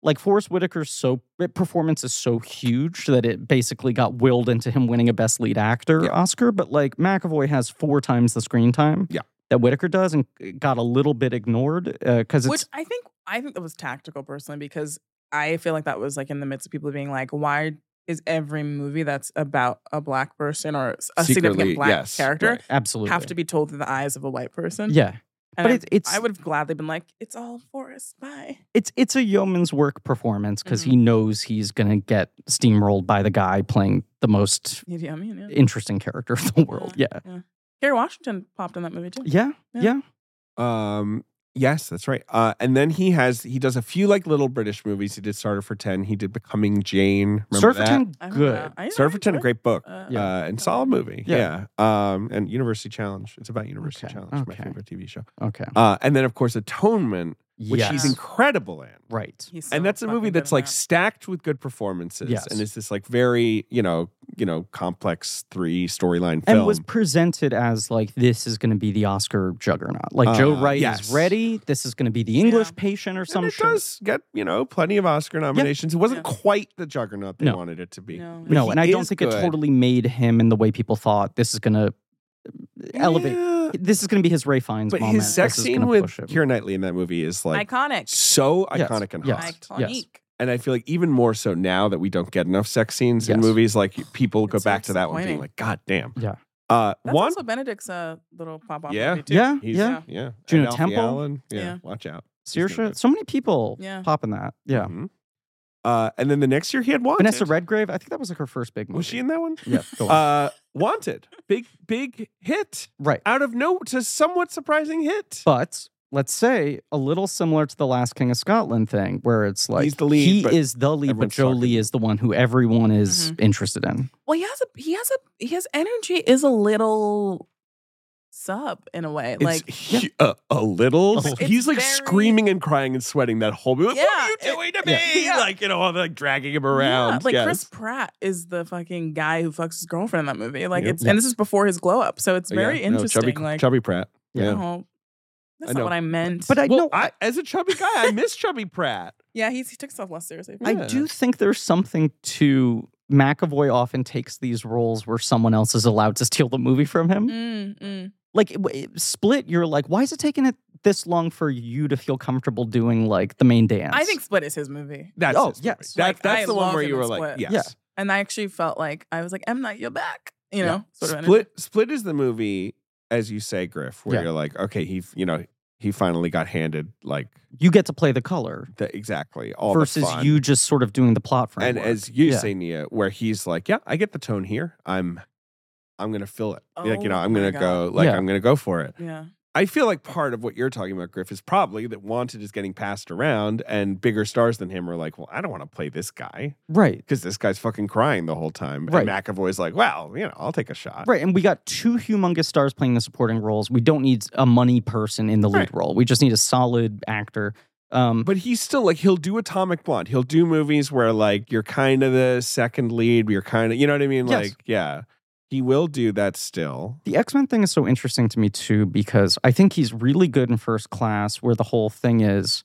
Like Forrest Whitaker's so eh, performance is so huge that it basically got willed into him winning a Best Lead Actor
Yeah.
Oscar. But like McAvoy has four times the screen time
Yeah.
that Whitaker does, and eh, got a little bit ignored because
Which
it's
I think I think that was tactical personally because I feel like that was like in the midst of people being like, why is every movie that's about a black person or a
Secretly,
significant black
yes,
character
right.
absolutely
have to be told through the eyes of a white person?
Yeah,
And
but
I-
it's it's
I would have gladly been like, it's all Forrest. Bye.
it's it's a yeoman's work performance because
Mhm.
he knows he's gonna get steamrolled by the guy playing the most
You know what I mean? Yeah.
interesting character of the world. Yeah,
Kerry Washington popped in that movie too.
yeah,
Yeah.
yeah.
Um, Yes, that's right. Uh, and then he has he does a few like little British movies. He did Starter for Ten. He did Becoming Jane. Remember that?
Surferton,
I don't
good.
know. I
Starter
know
for
I
Ten, a
would.
great book.
Uh,
Yeah.
uh, and solid movie.
Yeah.
Yeah. Um, and University Challenge. It's about University
Okay,
Challenge, my
okay.
favorite TV show.
Okay.
Uh, and then of course Atonement, which
yes.
he's
Yeah.
incredible in.
right.
He's so
and that's a movie
fucking
that's
good in
like stacked with good performances
Yes.
and it's this like very you know you know complex three storyline film
And was presented as like this is going to be the Oscar juggernaut. Like Joe
Uh,
Wright
yes.
is ready. This is going to be the English patient or some
and it
shit.
does get you know plenty of oscar nominations it wasn't quite the juggernaut they
No.
wanted it to be
No.
But
No,
he
and I don't
is
think it
good.
totally made him in the way people thought. This is going to elevate.
Yeah,
This is going to be his Ray Fiennes
but
moment.
his sex
This is
scene
gonna
with
push him.
Keira Knightley in that movie is like
iconic.
so
Yes,
iconic and
yes.
hot.
Iconic.
And I feel like even more so now that we don't get enough sex scenes in
Yes.
movies, like people go
It's so
back to that one being
disappointing.
like, God damn.
Yeah.
Uh
That's
one
also Benedict's uh, little pop off.
Yeah.
movie too.
yeah,
he's-
yeah.
yeah.
yeah.
Juno
And Alfie
Temple.
Allen. Yeah,
Yeah.
Watch out.
Saoirse,
good.
so many people
Yeah.
popping that. Yeah.
Mhm. Uh, and then the next year he had Wanted.
Vanessa Redgrave, I think that was like her first big movie.
Oh, was she in that one?
Yeah. Go on.
Uh, Wanted, big big hit
right.
out of no to somewhat surprising hit.
But let's say a little similar to the Last King of Scotland thing, where it's like
He's the lead,
he
but
is the lead, but
everyone's
Joe Lee
fucking-
is the one who everyone is
Mm-hmm.
interested in.
Well, he has a he has a his energy is a little sub in a way.
It's
like
hu- a, a little.
It's
he's like
very-
screaming and crying and sweating that whole movie. Like,
Yeah,
what are
it-
you doing to
yeah.
me?
Yeah.
Like you know, all the, like dragging him
Yeah,
around.
like
Yes.
Chris Pratt is the fucking guy who fucks his girlfriend in that movie. Like
Yep.
it's and this is before his glow up, so it's
Yeah,
very
no,
interesting.
chubby,
like
chubby Pratt.
Yeah.
Yeah.
oh, that's
I
not
know.
what I meant.
But I
well,
know
I, as a chubby guy, I miss Chubby Pratt.
yeah, he's, he took himself less seriously.
I
Yeah.
do think there's something to McAvoy often takes these roles where someone else is allowed to steal the movie from him.
Mm, mm.
Like it- it- Split, you're like, why is it taking it this long for you to feel comfortable doing like the main dance?
I think Split is his movie,
That's
Oh,
his movie.
yes.
That,
Like,
that's
I
the one
love
where
him
you
in
were like,
Split.
yes.
Yeah.
and I actually felt like I was like M Night, you're back. You
Yeah.
know, sort of energy.
Split Split is the movie, as you say, Griff, where
Yeah.
you're like, okay, he, you know, he finally got handed like
you get to play the color
the, exactly all the
versus
fun.
you just sort of doing the plot
Oh, and
framework.
as you
Yeah.
say, Nia, where he's like, yeah, I get the tone here. I'm, I'm gonna fill it. like you know,
Oh
I'm
my
gonna go.
God.
Like
Yeah.
I'm gonna go for it.
Yeah,
I feel like part of what you're talking about, Griff, is probably that Wanted is getting passed around, and bigger stars than him are like, well, I don't want to play this guy
right.
because this guy's fucking crying the whole time.
Right.
And McAvoy's like, well, you know, I'll take a shot.
Right, and we got two humongous stars playing the supporting roles. We don't need a money person in the lead
Right.
role. We just need a solid actor. Um,
But he's still like he'll do Atomic Blonde. He'll do movies where like you're kind of the second lead. You're kind of you know what I mean.
Yes.
Like yeah, he will do that still.
the X Men thing is so interesting to me too because I think he's really good in First Class, where the whole thing is,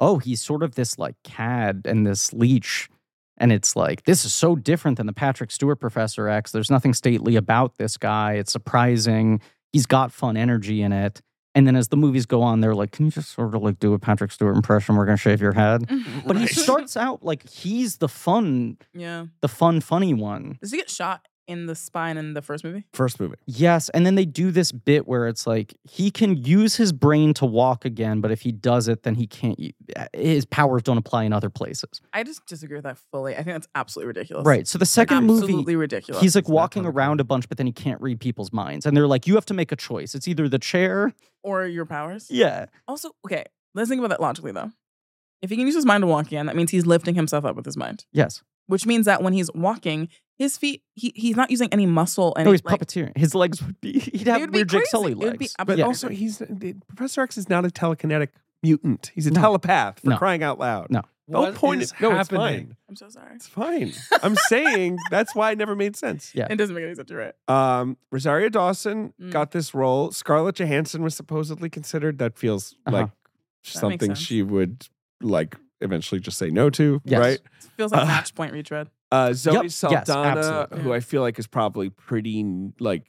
oh, he's sort of this like cad and this leech, and it's like this is so different than the Patrick Stewart Professor X. There's nothing stately about this guy. It's surprising. He's got fun energy in it. And then as the movies go on, they're like, can you just sort of like do a Patrick Stewart impression? We're gonna shave your head. But
Right.
he starts out like he's the fun,
yeah.
the fun, funny one.
Does he get shot in the spine in the first movie?
First movie.
Yes. And then they do this bit where it's like he can use his brain to walk again, but if he does it, then he can't, u- uh, his powers don't apply in other places.
I just disagree with that fully. I think that's absolutely ridiculous.
Right. So the second
absolutely
movie,
ridiculous.
he's like
It's not
walking
comical.
around a bunch, but then he can't read people's minds. And they're like, you have to make a choice. It's either the chair.
or your powers.
Yeah.
Also, okay, let's think about that logically though. If he can use his mind to walk again, that means he's lifting himself up with his mind,
Yes.
which means that when he's walking, his feet he, he's not using any muscle. And
no, he's
like,
puppeteering. His legs would be, he'd have
would be
weird Jake
crazy.
Sully
It
legs.
would be oh,
But
Yeah.
also, he's uh, the, Professor X is not a telekinetic mutant. He's a
No.
telepath for
No.
crying out loud.
No.
Don't point
is
it. No, it's
happening?
fine.
I'm so sorry.
It's fine. I'm saying that's why it never made sense.
Yeah.
It doesn't make any sense. You're right.
Um, Rosario Dawson
Mm.
got this role. Scarlett Johansson was supposedly considered. That feels
Uh-huh.
like
makes
something
sense.
she would like eventually just say no to,
Yes.
right?
It feels like
Uh,
match point retread.
Uh, Zoe
Yep. Yes,
Saldana,
absolutely.
who I feel like is probably pretty like,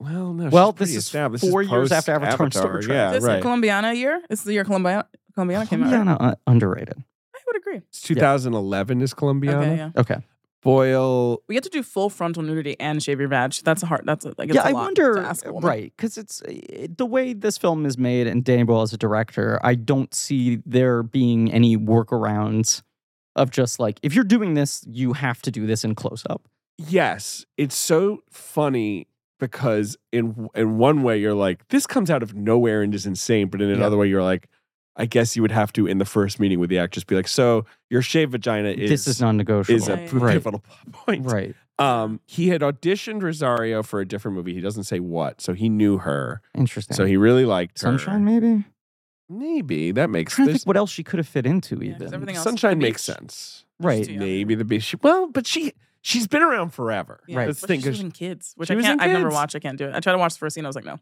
well, no,
Well,
she's pretty
this is
established.
four years after Avatar and Star
post-Avatar.
Trek.
Yeah,
This
right.
Columbiana year. This is the year Columbiana Columbiana came out. right?
Rihanna, uh, underrated.
I would agree.
It's 2011 is Columbiana.
Okay, yeah.
Okay.
Boyle.
We get to do full frontal nudity and shave your vag. That's a hard. That's a, like it's
yeah,
a
I
lot
wonder,
To ask a woman.
right? Because it's uh, the way this film is made, and Danny Boyle as a director, I don't see there being any workarounds of just like if you're doing this, you have to do this in close up.
Yes, it's so funny because in in one way you're like this comes out of nowhere and is insane, but in another way you're like, I guess you would have to in the first meeting with the actress be like, so your shaved vagina is
this is non-negotiable.
is a
Right.
right,
pivotal point.
right.
Um, he had auditioned Rosario for a different movie. He doesn't say what, so he knew her,
Interesting.
so he really liked her.
Sunshine, maybe.
maybe that
I'm
makes
trying to
sense.
think what else she could have fit into,
Yeah, 'cause
even.
everything else is
Sunshine
the
makes
beach.
sense,
right.
Yeah.
maybe the beach. Well, but she she's been around forever.
Right.
Let's
but
think.
She was
of-
in kids, which
She
I
was
can't.
in
I've never
Kids.
watched. I can't do it. I tried to watch the first scene. I was like, no,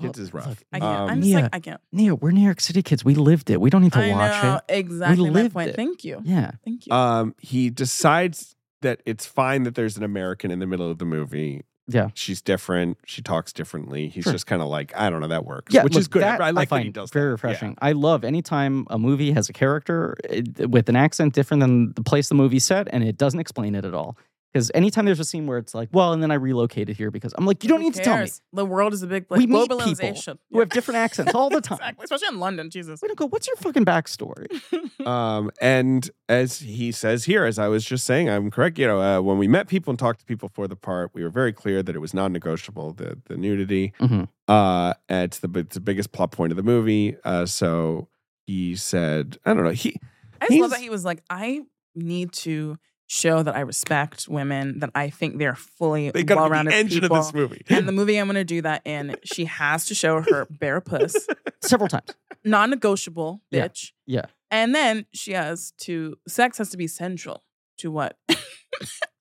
Kids is rough.
Look,
I can't.
Um,
I'm just
yeah.
like, I can't.
Neil, we're New York City kids. We lived it. We don't need to
I
watch
know
it.
exactly my
lived
point.
it. Uh,
Thank you.
Yeah.
Thank you.
Um, he decides that it's fine that there's an American in the middle of the movie.
Yeah.
She's different. She talks differently. He's
Sure.
just kind of like, I don't know, that works.
Yeah,
which
look,
is good. I-
That
I like that
find
he does
very
that.
refreshing. I love anytime a movie has a character it, with an accent different than the place the movie's set, and it doesn't explain it at all. Because anytime there's a scene where it's like, well, and then I relocated here because I'm like, you don't
Who
need to tell me.
cares? The world is a big
We
place.
meet people
Globalization.
who have different accents all the time.
Exactly. Especially in London. Jesus.
We don't go. What's your fucking backstory?
Yeah. Um, and as he says here, as I was just saying, I'm correct. You know, uh, when we met people and talked to people for the part, we were very clear that it was non-negotiable. The the nudity.
Mhm.
Uh, it's the it's the biggest plot point of the movie. Uh, so he said, I don't know. He
I just
He's-
love that he was like, I need to show that I respect women, that I think they're fully
they got to be
well-rounded
the engine
people.
of this movie.
and the movie I'm going to do that in, she has to show her bare puss,
Several times.
non-negotiable,
Yeah.
bitch.
Yeah.
And then she has to sex has to be central to what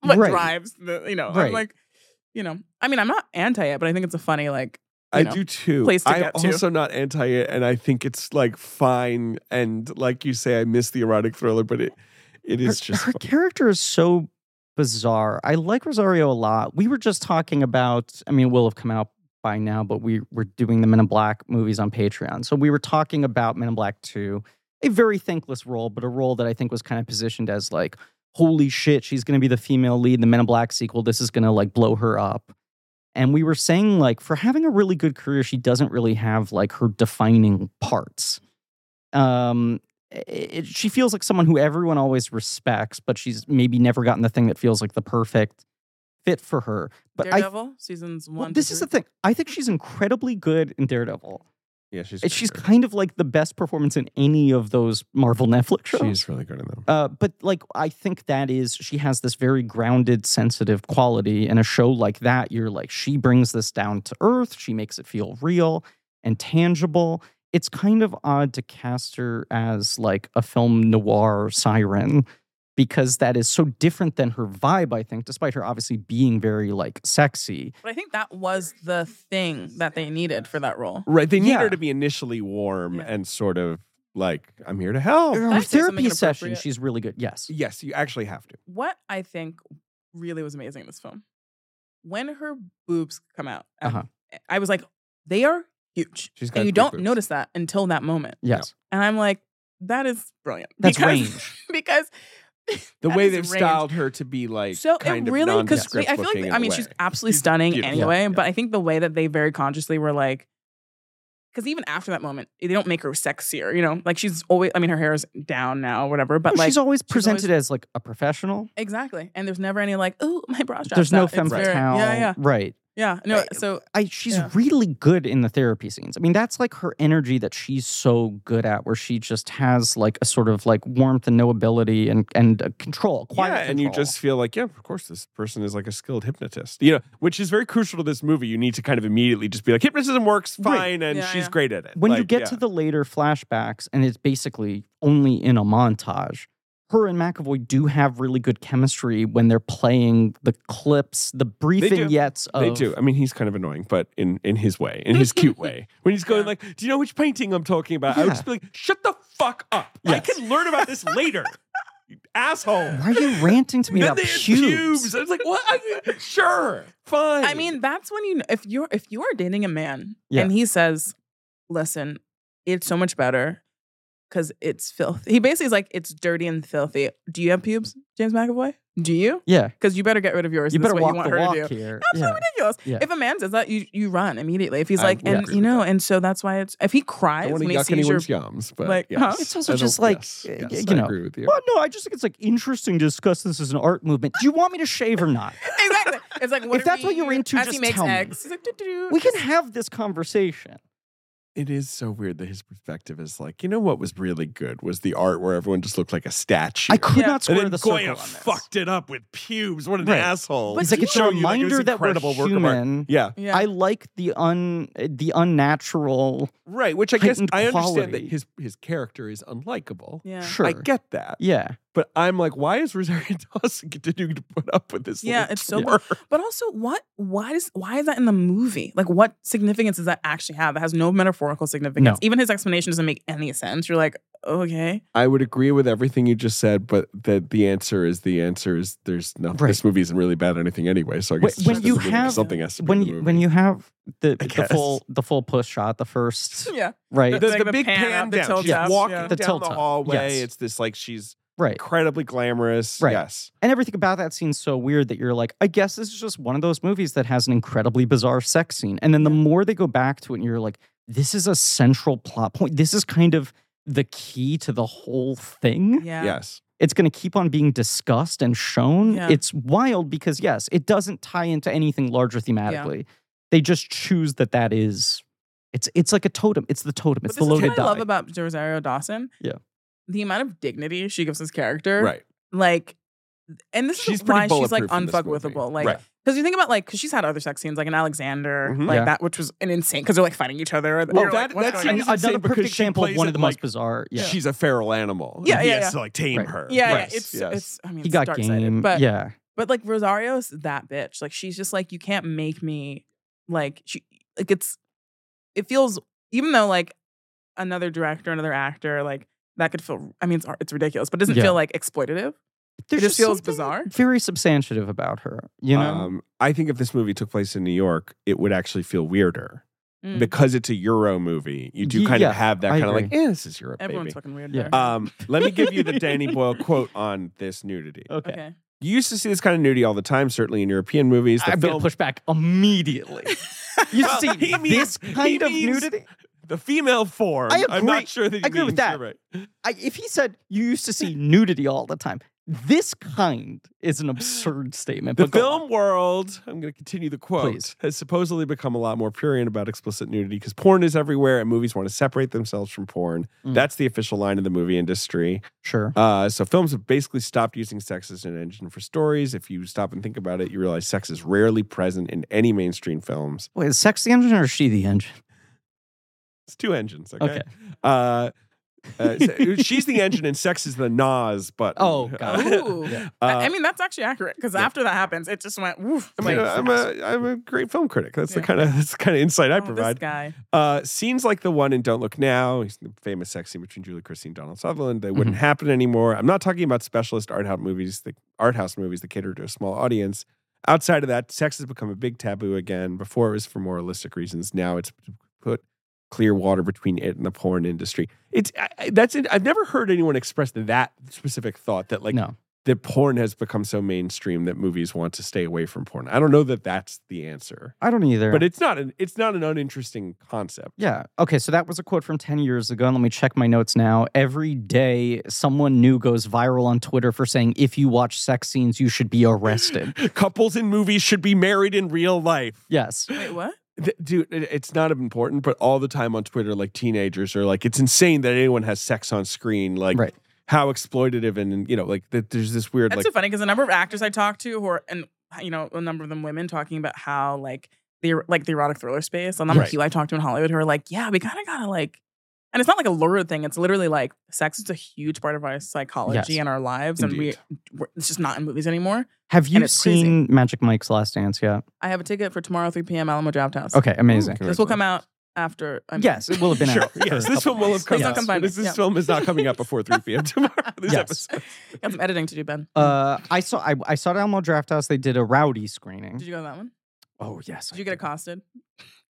what
Right.
drives the you know
Right.
I'm like you know I mean I'm not anti it but I think it's a funny like
I
you know,
do too.
place to
I'm
get to.
also not anti it, and I think it's like fine. And like you say, I miss the erotic thriller, but it it is
her,
just
her
fun.
character is so bizarre. I like Rosario a lot. We were just talking about. I mean, it will have come out by now, but we were doing the Men in Black movies on Patreon, so we were talking about Men in Black Two, a very thankless role, but a role that I think was kind of positioned as like, holy shit, she's going to be the female lead in the Men in Black sequel. This is going to like blow her up. And we were saying like, for having a really good career, she doesn't really have like her defining parts. Um, it, she feels like someone who everyone always respects, but she's maybe never gotten the thing that feels like the perfect fit for her. But I,
Daredevil seasons
well,
one. to
this is the
three.
thing. I think she's incredibly good in Daredevil.
Yeah, she's
And She's
really
kind of like the best performance in any of those Marvel Netflix shows.
good. she's really good in them.
Uh, but like, I think that is she has this very grounded, sensitive quality. And a show like that, you're like, she brings this down to earth. She makes it feel real and tangible. It's kind of odd to cast her as like a film noir siren because that is so different than her vibe. I think, despite her obviously being very like sexy.
But I think that was the thing that they needed for that role.
Right, they need
yeah.
her to be initially warm
Yeah.
and sort of like I'm here to help.
Her
I say something
therapy session,
inappropriate?
she's really good. Yes,
Yes, you actually have to.
What I think really was amazing in this film, when her boobs come out, I-
Uh-huh.
I was like, they are huge,
She's got
and you
big
don't
boobs.
notice that until that moment.
yes,
And I'm like, that is brilliant.
that's
because,
range.
because
the
that
way
is
they've
range.
styled her to be like
so
kind
it really
because
because I feel like I mean she's absolutely
She's
stunning
beautiful.
anyway,
Yeah.
but I think the way that they very consciously were like. Because even after that moment, they don't make her sexier, you know. Like she's always—I mean, her hair is down now, or whatever. But
But
like,
she's always
she's always-
presented as like a professional.
Exactly. And there's never any like, oh, my bra strap.
There's no femme
femme
fatale.
Yeah, yeah,
Right.
yeah. No,
Right.
so
I she's
Yeah.
really good in the therapy scenes. I mean, that's like her energy that she's so good at, where she just has like a sort of like warmth and knowability and and uh, control, quiet
yeah, and you
control.
just feel like, yeah, of course, this person is like a skilled hypnotist, you know, which is very crucial to this movie. You need to kind of immediately just be like, hypnotism works
Right.
fine, and
Yeah,
she's
yeah.
great at it.
when you
Like,
get
yeah.
to the later flashbacks, and it's basically only in a montage. Her and McAvoy do have really good chemistry when they're playing the clips, the brief
They do.
vignettes of
they do. I mean, he's kind of annoying, but in in his way, in his cute way. When he's going
Yeah.
like, "Do you know which painting I'm talking about?" I would
Yeah.
just be like, "Shut the fuck up! I
Yes.
can learn about this later, you asshole."
Why are you ranting to me
Then
about
there's
pubes?
I was like, "What? I- sure, fine."
I mean, that's when you know if you're if you are dating a man
Yeah.
and he says, Listen, it's so much better because it's filthy. He basically is like, it's dirty and filthy. Do you have pubes, James McAvoy? Do you?
Yeah,
Because you better get rid of yours.
you
this
better
way
walk
you want
the
her
walk
to do.
here.
Absolutely ridiculous.
Yeah.
If a man says that, you you run immediately. If he's
I
like,
would
and
agree
you
with
know,
that.
and so that's why it's if he
I
cries
don't
when
want to
he
yuck
sees your
anyone's yums, but
like,
yes.
huh?
It's also
I
just
don't-
like,
yes,
uh, you
yes, I
know,
agree with you.
Well, no, I just think it's like interesting to discuss this as an art movement. Do you want me to shave or not?
exactly. It's like what
If
are
that's what
we-
you're into,
as
just
he makes
tell me.
eggs. He's like, "Doo-doo-doo."
we can have this conversation.
It is so weird that his perspective is like, you know what was really good was the art where everyone just looked like a statue.
I could
Yeah.
not
and
square
then
the circle
Goya
on this.
fucked it up with pubes. What an
Right.
asshole!
But
He's like,
do
it's
you
a
Showing you, like, it was
reminder that we're
incredible work of art.
human.
Yeah,
Yeah.
I like the un the unnatural.
right. Which I guess
Heightened
I understand
quality.
that his his character is unlikable.
yeah.
Sure.
I get that,
Yeah.
but I'm like, why is Rosario Dawson continuing to put up with this?
Yeah,
little
it's so
twerp?
But also, what? Why is why is that in the movie? Like, what significance does that actually have? That has no metaphorical significance.
No.
Even his explanation doesn't make any sense. You're like, okay,
I would agree with everything you just said, but that the answer is the answer is there's nothing.
Right.
This movie isn't really bad at anything anyway. So I
When-
guess it's
when
just
you
a movie 'cause
have-
something has to be
When
in the
you,
movie.
when you have the
I
the full the full push shot, the first
yeah,
right,
Like the pan up, the tilt
She's
up,
walking
yeah.
The
down
tilt
the
up,
hallway.
yes.
It's this like she's
right,
incredibly glamorous.
Right.
Yes.
and everything about that scene's so weird that you're like, I guess this is just one of those movies that has an incredibly bizarre sex scene. And then the
Yeah.
more they go back to it, and you're like, this is a central plot point. This is kind of the key to the whole thing.
yeah,
Yes.
it's going to keep on being discussed and shown.
Yeah.
It's wild because, yes, it doesn't tie into anything larger thematically. They just choose that that is. It's it's like a totem. It's the totem.
But
It's
this
the
is
loaded
what I
die.
love about Rosario Dawson.
Yeah.
the amount of dignity she gives his character.
Right.
like, and this
She's
is
pretty
why she's like
bulletproof in this
unfuckwithable.
movie.
Like,
Right.
because you think about like, because she's had other sex scenes, like in Alexander,
Mhm.
like
Yeah.
that, which was an insane because they're like fighting each other. and
Well,
you're like,
that-
"What's
that
going
An-
on?"
seems
another
insane because
perfect
she
example of
plays
one
it
of the
like-
most bizarre. Yeah,
She's a feral animal.
Yeah,
and He
yeah,
has
yeah.
to like tame
Right.
her.
Yeah,
Yes,
yeah, it's
yes.
it's. I mean,
he
it's
got
dark-sided,
game.
but
yeah,
But like Rosario's that bitch. Like she's just like you can't make me like she like it's it feels even though like another director, another actor like that could feel. I mean, it's it's ridiculous, but it doesn't
Yeah.
feel like exploitative.
There's
it just feels
something
bizarre.
Very substantive about her. You know,
Um, I think if this movie took place in New York, it would actually feel weirder
Mm.
because it's a Euro movie. You do
Ye-
kind
yeah,
of have that
I
kind of like,
agree.
eh, this is Europe,
Everyone's
baby.
fucking weird.
Yeah.
there.
Um, let me give you the Danny Boyle quote on this nudity.
okay.
okay.
You used to see this kind of nudity all the time, certainly in European movies. The
I'm
film
gonna push back immediately. You
Well,
see
he
this
means- he
kind of
means-
nudity.
the female form.
I
am
agree.
not sure that you
I agree with
means- you're
that.
right.
I, if he said you used to see nudity all the time, this kind is an absurd statement.
The
but go on.
film world, I'm going to continue the quote,
Please.
has supposedly become a lot more prurient about explicit nudity because porn is everywhere and movies want to separate themselves from porn.
Mm.
That's the official line of the movie industry.
sure.
Uh, so films have basically stopped using sex as an engine for stories. If you stop and think about it, you realize sex is rarely present in any mainstream films.
Wait, is sex the engine or is she the engine?
It's two engines, okay?
Okay.
Uh, uh, so- she's the engine and sex is the nas button.
Oh, got it.
Ooh.
Yeah.
Uh,
I, I mean, that's actually accurate because after that happens, it just went woof.
I
like,
mean, I'm a I'm a great film critic. That's the
Yeah.
kind of that's the kind of insight I
oh, This
provide.
guy.
Uh, scenes like the one in Don't Look Now, he's the famous sex scene between Julie Christie and Donald Sutherland, they
Mm-hmm.
wouldn't happen anymore. I'm not talking about specialist art house movies, the art house movies that cater to a small audience. Outside of that, sex has become a big taboo again. Before it was for moralistic reasons. Now it's to put clear water between it and the porn industry. It's I, I- that's it. I've never heard anyone express that specific thought that like
no.
that porn has become so mainstream that movies want to stay away from porn. I don't know that that's the answer,
I don't either.
but it's not an it's not an uninteresting concept.
yeah. Okay, so that was a quote from 10 years ago. And let me check my notes now. Every day, someone new goes viral on Twitter for saying, if you watch sex scenes, you should be arrested.
Couples in movies should be married in real life.
yes.
Wait, what?
Th- Dude, it- it's not important, but all the time on Twitter, like teenagers are like, it's insane that anyone has sex on screen. Like,
Right.
how exploitative and, you know, like, that there's this weird,
That's
like,
so funny because a number of actors I talked to who are, and you know, a number of them women talking about how like the er, like the erotic thriller space. A number
Right.
of people I talked to in Hollywood who are like, yeah, we kind of gotta like, and it's not like a lurid thing. It's literally like sex is a huge part of our psychology
Yes.
and our lives,
Indeed.
and we we're, it's just not in movies anymore.
Have you
it's crazy.
seen Magic Mike's Last Dance yet?
I have a ticket for tomorrow 3 p.m. Alamo Draft House.
Okay, amazing.
this will come out after. I'm
Yes, it will have been
sure.
out. for
Yes,
a
this
couple
one will have
months.
come
Please don't
out.
come by me.
This, this
Yeah.
film is not coming out before 3 p.m. tomorrow. This
Yes.
episode.
got some editing to do, Ben.
Uh, I saw I, I saw it at Alamo Draft House. They did a rowdy screening.
Did you go to that one?
oh yes.
Did you get accosted?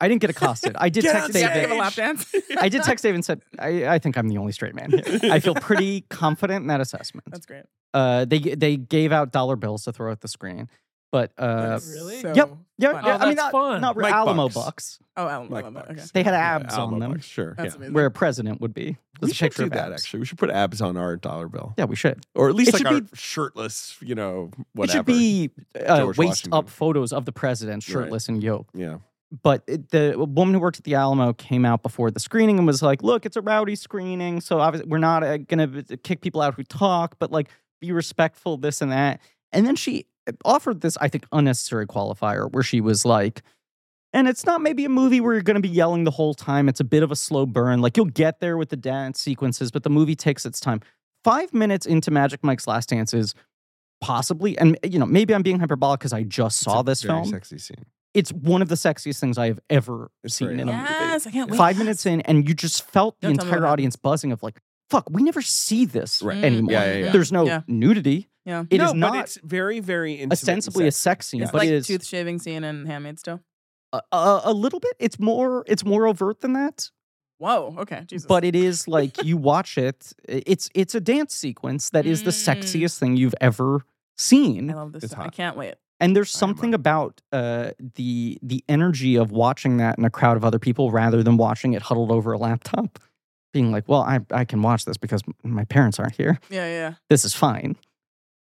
I didn't get accosted. I did
Get
text
on
Did you have to
David.
give a lap dance?
I did text Dave and said, I, I think I'm the only straight man here. I feel pretty confident in that assessment.
That's great.
Uh, they they gave out dollar bills to throw at the screen. But uh,
That's
Really?
so
Yep. yeah,
funny.
yeah,
Oh,
I mean,
that's
not,
fun.
not
Mike
Alamo
Bucks.
bucks.
Oh, Alamo.
Like
Alamo,
bucks.
Okay.
They had
Yeah,
abs on
Alamo
them,
bucks, Sure.
That's
yeah.
amazing.
where a president would be. There's
We
a
should
picture
do
of
that
abs.
actually. We should put abs on our dollar bill.
Yeah, we should.
Or at least
It
like
should
our
be-
shirtless, you know, whatever.
It should be uh,
George
waist
Washington.
up photos of the president
You're right.
shirtless and yoked.
Yeah.
But it, the woman who worked at the Alamo came out before the screening and was like, "Look, it's a rowdy screening, so obviously we're not uh, going to kick people out who talk, but like be respectful, this and that." And then she uh, offered this, I think, unnecessary qualifier where she was like, "And it's not maybe a movie where you're going to be yelling the whole time. It's a bit of a slow burn. Like you'll get there with the dance sequences, but the movie takes its time." Five minutes into Magic Mike's Last Dance is possibly, and you know, maybe I'm being hyperbolic because I just saw
It's
this
a very
film
Sexy scene.
it's one of the sexiest things I have ever
It's
seen
very
in a movie.
Yes, I can't wait.
Five minutes in, and you just felt the
Don't tell me what
entire
happened.
audience buzzing of like, "Fuck, we never see this
Right.
anymore."
Yeah, yeah, yeah.
There's no
Mm, Yeah.
nudity.
Yeah.
It is
no, but
not
it's very, very intimate and
ostensibly a
sexy.
sex scene,
It's
but
like
it is
tooth shaving scene in Handmaid's Tale.
a, a, a little bit. It's more. It's more overt than that.
Whoa. Okay. Jesus.
But it is like you watch it. i- It's it's a dance sequence that is the
Mm.
sexiest thing you've ever seen.
I love this.
It's
stuff. I
hot.
can't wait.
And there's
I am
something
a-
about uh, the the energy of watching that in a crowd of other people rather than watching it huddled over a laptop, being like, "Well, I I can watch this because m- my parents aren't here.
Yeah, yeah.
This is fine."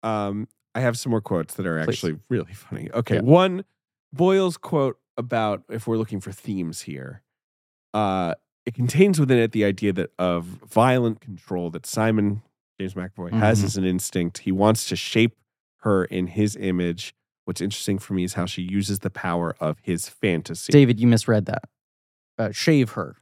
Um, I have some more quotes that are
Please.
actually really funny. Okay,
Yeah.
one Boyle's quote about if we're looking for themes here, uh, it contains within it the idea that of violent control that Simon James McAvoy has
Mhm.
as an instinct. He wants to shape her in his image. What's interesting for me is how she uses the power of his fantasy.
David, you misread that. Uh, shave her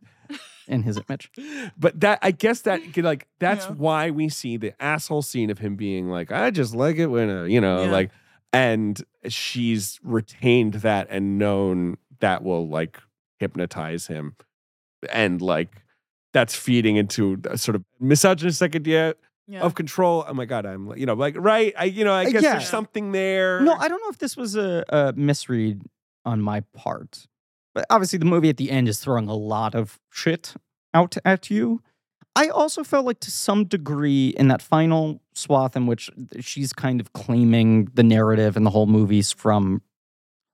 in his image.
But that I guess that could, like that's
Yeah.
why we see the asshole scene of him being like, I just like it when uh, you know,
Yeah.
like and she's retained that and known that will like hypnotize him. And like that's feeding into a sort of misogynistic idea
Yeah.
of control. Oh my god, I'm like, you know, like right, I you know, I
Uh,
guess
yeah.
there's something there.
No, I don't know if this was a, a misread on my part, but obviously the movie at the end is throwing a lot of shit out at you. I also felt like to some degree in that final swath in which she's kind of claiming the narrative and the whole movie's from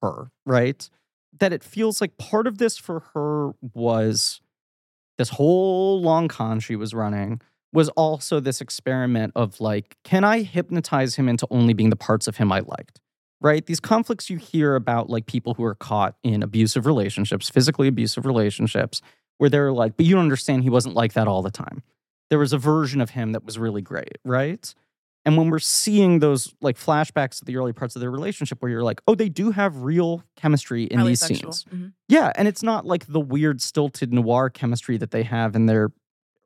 her, right? That it feels like part of this for her was this whole long con she was running was also this experiment of like, can I hypnotize him into only being the parts of him I liked? Right? These conflicts you hear about like people who are caught in abusive relationships, physically abusive relationships, where they're like, but you don't understand he wasn't like that all the time. There was a version of him that was really great, right? And when we're seeing those like flashbacks to the early parts of their relationship where you're like, oh, they do have real chemistry in
Highly
these
sexual.
scenes.
Mhm.
Yeah, and it's not like the weird stilted noir chemistry that they have in their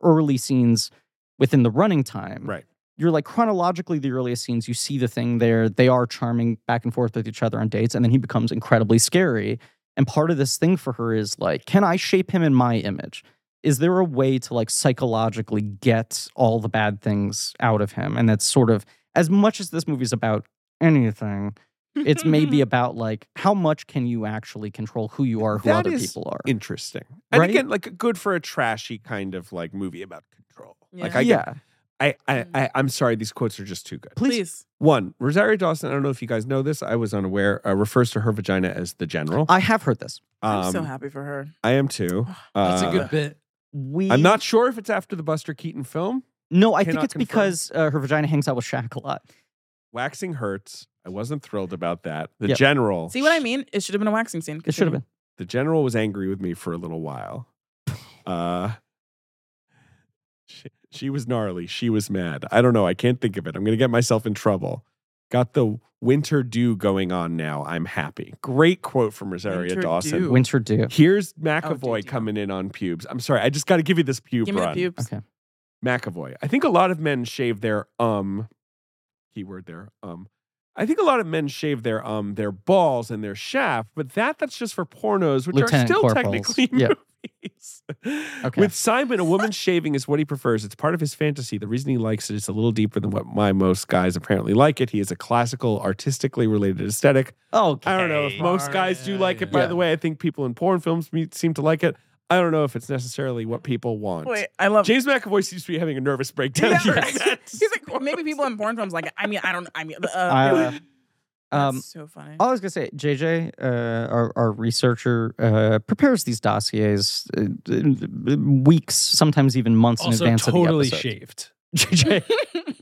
early scenes within the running time.
Right.
You're like chronologically the earliest scenes, you see the thing there, they are charming back and forth with each other on dates, and then he becomes incredibly scary. And part of this thing for her is like, can I shape him in my image? Is there a way to like psychologically get all the bad things out of him? And that's sort of as much as this movie's about anything, it's maybe about like how much can you actually control who you are, who
That
other
is
people are.
Interesting. And
Right?
again, like good for a trashy kind of like movie about control. Like
Yeah.
I get
yeah,
I, I,
Mm.
I, I'm sorry, these quotes are just too good.
please.
Please.
One, Rosario Dawson, I don't know if you guys know this, I was unaware, uh, refers to her vagina as the general.
I have heard this.
I'm so
Um,
happy for her.
I am too.
That's
Uh,
a good bit.
We
I'm
E.
not sure if it's after the Buster Keaton film.
No, I think
cannot
it's
confirm.
because uh, her vagina hangs out with Shaq a lot.
Waxing hurts. I wasn't thrilled about that. The
Yep.
general.
See what I mean? It should have been a waxing scene.
It should have been.
The general was angry with me for a little while. Uh, she, she was gnarly. She was mad. I don't know. I can't think of it. I'm going to get myself in trouble. Got the winter dew going on now. I'm happy. Great quote from Rosaria
Winter
Dawson.
dew.
Winter Dew.
Here's
Oh,
McAvoy
dude, yeah.
coming in on pubes. I'm sorry, I just got to give you this pube
Give me the
run.
pubes.
Okay.
McAvoy. I think a lot of men shave their um, keyword there um. I think a lot of men shave their um their balls and their shaft, but that that's just for pornos, which
Lieutenant
are still
corporals.
technically
Yeah.
movies.
Okay.
With Simon, a woman shaving is what he prefers. It's part of his fantasy. The reason he likes it is a little deeper than what my most guys apparently like it. He is a classical, artistically related aesthetic.
Okay.
I don't know if
Okay.
most guys do like it. By
Yeah.
the way, I think people in porn films me- seem to like it. I don't know if it's necessarily what people want.
Wait, I
Um,
love
James McAvoy seems to be having a nervous breakdown.
Yeah,
during
right.
that.
He's like, maybe people in porn films like it. I mean, I don't. I mean, uh,
Uh,
That's
Um,
so funny.
all I was gonna say, JJ, uh, our our researcher, uh, prepares these dossiers uh, d- d- weeks, sometimes even months in
Also,
advance
totally
of the episode.
shaved.
JJ,
Yeah,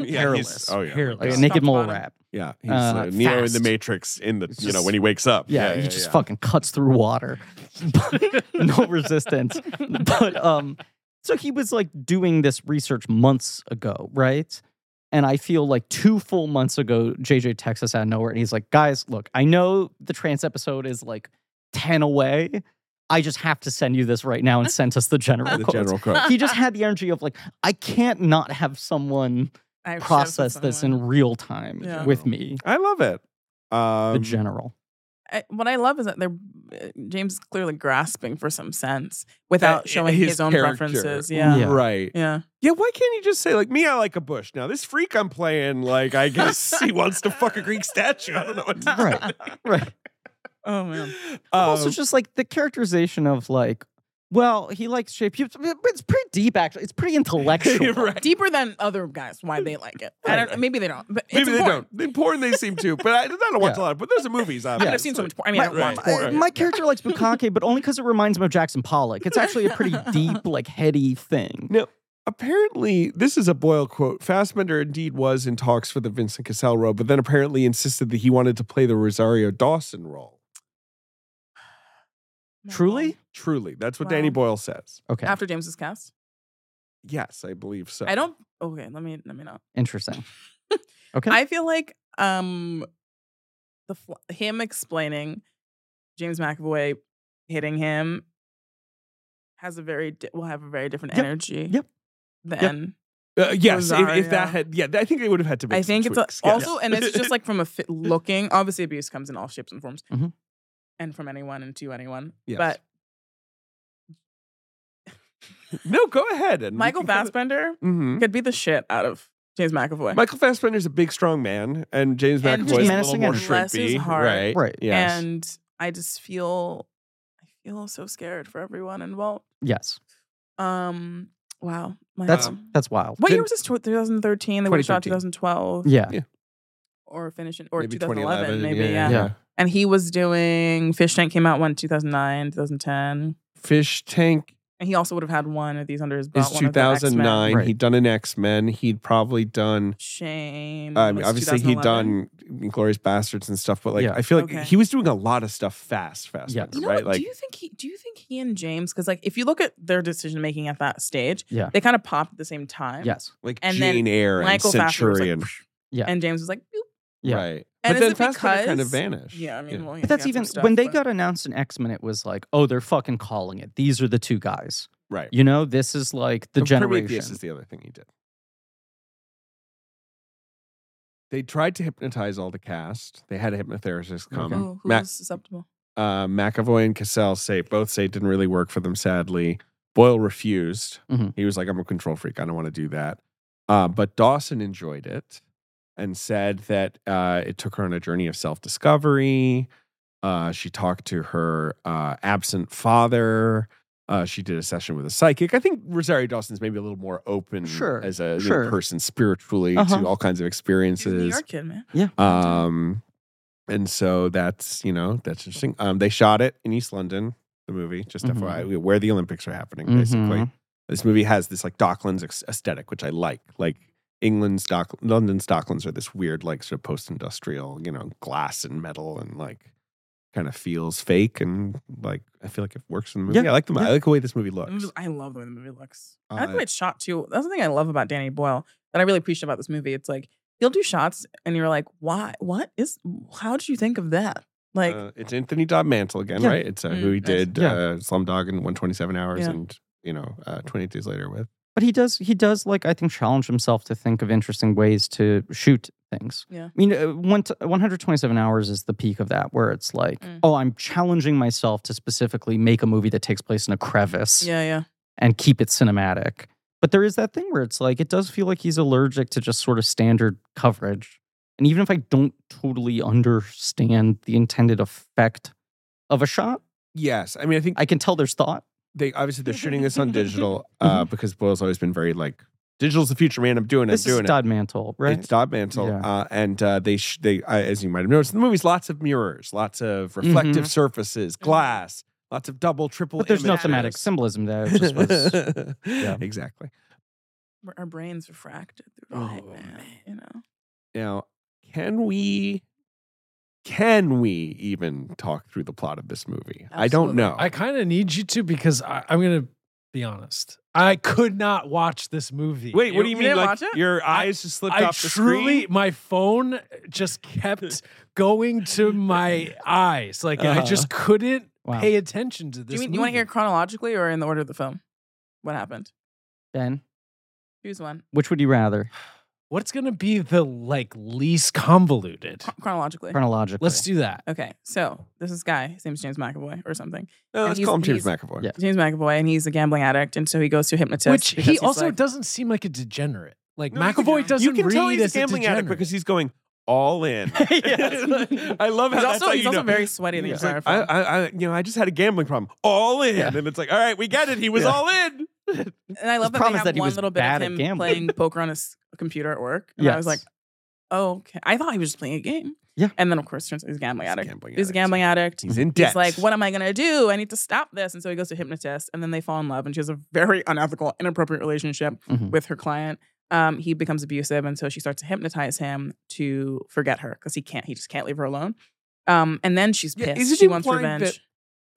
he's-
Hairless.
oh yeah,
Hairless.
like a
Top
naked
to
mole
bottom.
rat.
yeah. He's
Uh,
uh, Neo in the
fast.
Matrix. In the
It's
you know
just-
when he wakes up.
Yeah, he just
yeah.
fucking cuts through water, no resistance. But um, so he was like doing this research months ago, right? And I feel like two full months ago, JJ texts us out of nowhere, and he's like, "Guys, look, I know the trans episode is like ten away. I just have to send you this right now." And sent us the general.
the
codes.
general code.
He just had the energy of like, I can't not have someone
I have to share
process
with
this
someone.
in real time
Yeah.
with me.
I love it. Um,
The general.
I, what I love is that they're uh, James is clearly grasping for some sense without
Uh,
showing
his
his, own
character.
preferences. Yeah.
Yeah.
yeah,
Right. Yeah, why can't he just say like me? I like a bush. Now this freak I'm playing, like I guess he wants to fuck a Greek statue. I don't know what. To
Right. Right.
Oh man.
Um,
also, just like the characterization of like, well, he likes shape. It's it's pretty deep, actually. It's pretty intellectual.
right.
Deeper than other guys, why they like it. I don't. Maybe they don't. But it's
Maybe they
important.
don't. They porn they seem to, but I, I don't watch a lot. But there's a movies. Obviously.
But I've seen so much porn. I mean, I don't
Right,
watch
right.
porn.
Uh, My character likes Bukake, but only because it reminds him of Jackson Pollock. It's actually a pretty deep, like heady thing.
Apparently, this is a Boyle quote. Fassbender indeed was in talks for the Vincent Cassell role, but then apparently insisted that he wanted to play the Rosario Dawson role.
Truly?
Truly, that's what
Wow.
Danny Boyle says.
Okay,
After James's cast,
Yes, I believe so.
I don't. Okay, let me let me know.
interesting. Okay,
I feel like um, the fl- him explaining James McAvoy hitting him has a very di- will have a very different
Yep.
energy.
Yep.
Than
Uh, yes, if, if
Rosario.
that had, yeah, I think it would have had to. Be
I think it's a-
tweaks. Yes.
also, and it's just like from a fit looking. Obviously, abuse comes in all shapes and forms,
Mhm.
and from anyone and to anyone.
Mm-hmm. Yes.
But
no. Go ahead and we
Michael
can kinda-
Fassbender
Mhm.
could beat the shit out of James McAvoy.
Michael Fassbender's a big, strong man, and James
And
McAvoy is a little
menacing
more
and-
Bless his
shrimpy,
heart.
right?
Right.
Yes.
And I just feel, I feel so scared for everyone involved.
yes,
Um, wow, my
that's
mom.
that's wild.
What
Then-
year was this? 2013. They would have shot
2013.
2012
Yeah,
or finish it or
Maybe
2011, maybe. Yeah.
yeah.
And he was doing Fish Tank came out when 2009, 2010.
Fish Tank
And he also would have had one of these under his belt.
is
one of the X-Men.
2009.
Right.
He'd done an X Men. He'd probably done.
Shame.
I mean,
Mm, was
obviously, he'd
2011.
done Inglorious Bastards and stuff, but like,
Yeah.
I feel like
Okay.
he was doing a lot of stuff fast, fast,
Yes.
You know,
right?
what?
Like,
do you think he? Do you think he and James? Because like, if you look at their decision making at that stage,
Yeah.
they kind of popped at the same time.
yes,
like
and then
Jane Eyre and
Michael Fassbender was like,
Centurion,
Yeah.
and James was like, boop.
Yeah.
right?
And
but
is
then
it
Fassbender kind of
because-
vanished.
yeah. I mean, well, he
but that's
had some
even
stuff,
when they
but-
got announced in X Men. It was like, oh, they're fucking calling it. These are the two guys.
right.
You know, this is like the
And
generation.
Prometheus is the other thing he did. They tried to hypnotize all the cast. They had a hypnotherapist come.
Okay.
Oh, Who, who
Mac-
was susceptible?
uh, McAvoy and Cassell say both say it didn't really work for them. Sadly, Boyle refused.
Mhm.
He was like, "I'm a control freak. I don't want to do that." Uh, but Dawson enjoyed it and said that uh, it took her on a journey of self discovery. Uh, she talked to her uh, absent father. Uh, she did a session with a psychic. I think Rosario Dawson's maybe a little more open
Sure,
as a you know,
sure.
person spiritually
Uh-huh.
to all kinds
He's a
of
New
experiences.
York kid, man.
Um, and so that's you know that's interesting. Um, they shot it in East London, the movie. Just
Mhm.
FYI, where the Olympics are happening,
Mhm.
basically. This movie has this like Docklands ex- aesthetic, which I like. Like England's Dock, London's Docklands are this weird like sort of post-industrial, you know, glass and metal and like kind of feels fake and like I feel like it works in the movie.
Yeah,
I like the mo-
yeah. Mm,
I like the way this movie
The movie-
looks.
I love the way the movie looks. I
Uh,
like the way it's shot too. That's the thing I love about Danny Boyle that I really appreciate about this movie. It's like he'll do shots, and you're like, why? What is? How did you think of that? Like,
Uh, it's Anthony Dodd Mantle again,
Yeah.
right? It's uh, who
Mm,
he
nice.
did
Yeah.
uh, Slumdog in 127 Hours
Yeah.
and you know uh, 28 Days Later with.
But he does he does like I think challenge himself to think of interesting ways to shoot things.
Yeah.
I mean, uh, one t- 127 hours is the peak of that, where it's like,
Mm.
oh, I'm challenging myself to specifically make a movie that takes place in a crevice
yeah, yeah.
and keep it cinematic. But there is that thing where it's like it does feel like he's allergic to just sort of standard coverage. And even if I don't totally understand the intended effect of a shot,
Yes, I mean I think
I can tell there's thought. Mm-hmm.
they obviously they're shooting this on digital uh, because Boyle's always been very like Digital's the future, man. I'm doing it.
this
I'm
is
doing it.
Dodd Mantle, right?
It's Dodd Mantle,
Yeah.
uh, and uh, they sh- they uh, as you might have noticed in the movies, lots of mirrors, lots of reflective
Mhm.
surfaces, glass, lots of double, triple.
but there's no
images.
thematic symbolism there. It just was yeah.
Exactly.
Our brains refracted through the
Oh,
night, man,
man.
You know.
Now, can we? Can we even talk through the plot of this movie? I don't
Absolutely.
know.
I kind of need you to because I, I'm going to be honest. I could not watch this movie.
Wait, what
You-
do you
you
mean?
didn't
Like
watch it?
your eyes just slipped
I
off the
truly,
screen?
my phone just kept going to my eyes. Like I just couldn't
Uh-huh. Wow.
pay attention to
Do
this.
you mean you want to
movie.
hear chronologically or in the order of the film? What happened?
Ben,
Choose one.
which would you rather?
what's going to be the like least convoluted?
Chron- Chronologically.
Chronologically.
Let's do that.
Okay, so this is guy. His name's James McAvoy or something.
No, let's
he's-
call him James
he's-
McAvoy.
Yeah.
James McAvoy, and he's a gambling addict, and so he goes to a hypnotist.
Which
because
he
he's
also
like-
doesn't seem like a degenerate. Like
No, you can-
McAvoy doesn't
You can
read
tell he's
as
a gambling
degenerate.
addict because he's going all in.
Yes.
I love how
He's
that's
also,
how
he's
you
also
know.
very sweaty. The
He's
entire
like, I,
film.
I, I, you know, I just had a gambling problem. All in,
Yeah.
and it's like, all right, we get it. He was
Yeah.
all in.
and I love that
The problem
they
is
have
that he
one
was
little bit
bad
of
at
him
gambling.
playing poker on his computer at work, and I was like,
Yes.
oh, okay. I thought he was just playing a game.
Yeah.
And then of course, turns out he's a gambling addict.
gambling
He's a gambling addict.
He's in debt.
He's like, what am I gonna do? I need to stop this. And so he goes to a hypnotist, and then they fall in love, and she has a very unethical, inappropriate relationship
Mhm.
with her client. Um, he becomes abusive, and so she starts to hypnotize him to forget her because he can't. He just can't leave her alone. Um, and then she's
Yeah,
pissed.
isn't
she
it
wants
implying
revenge,
that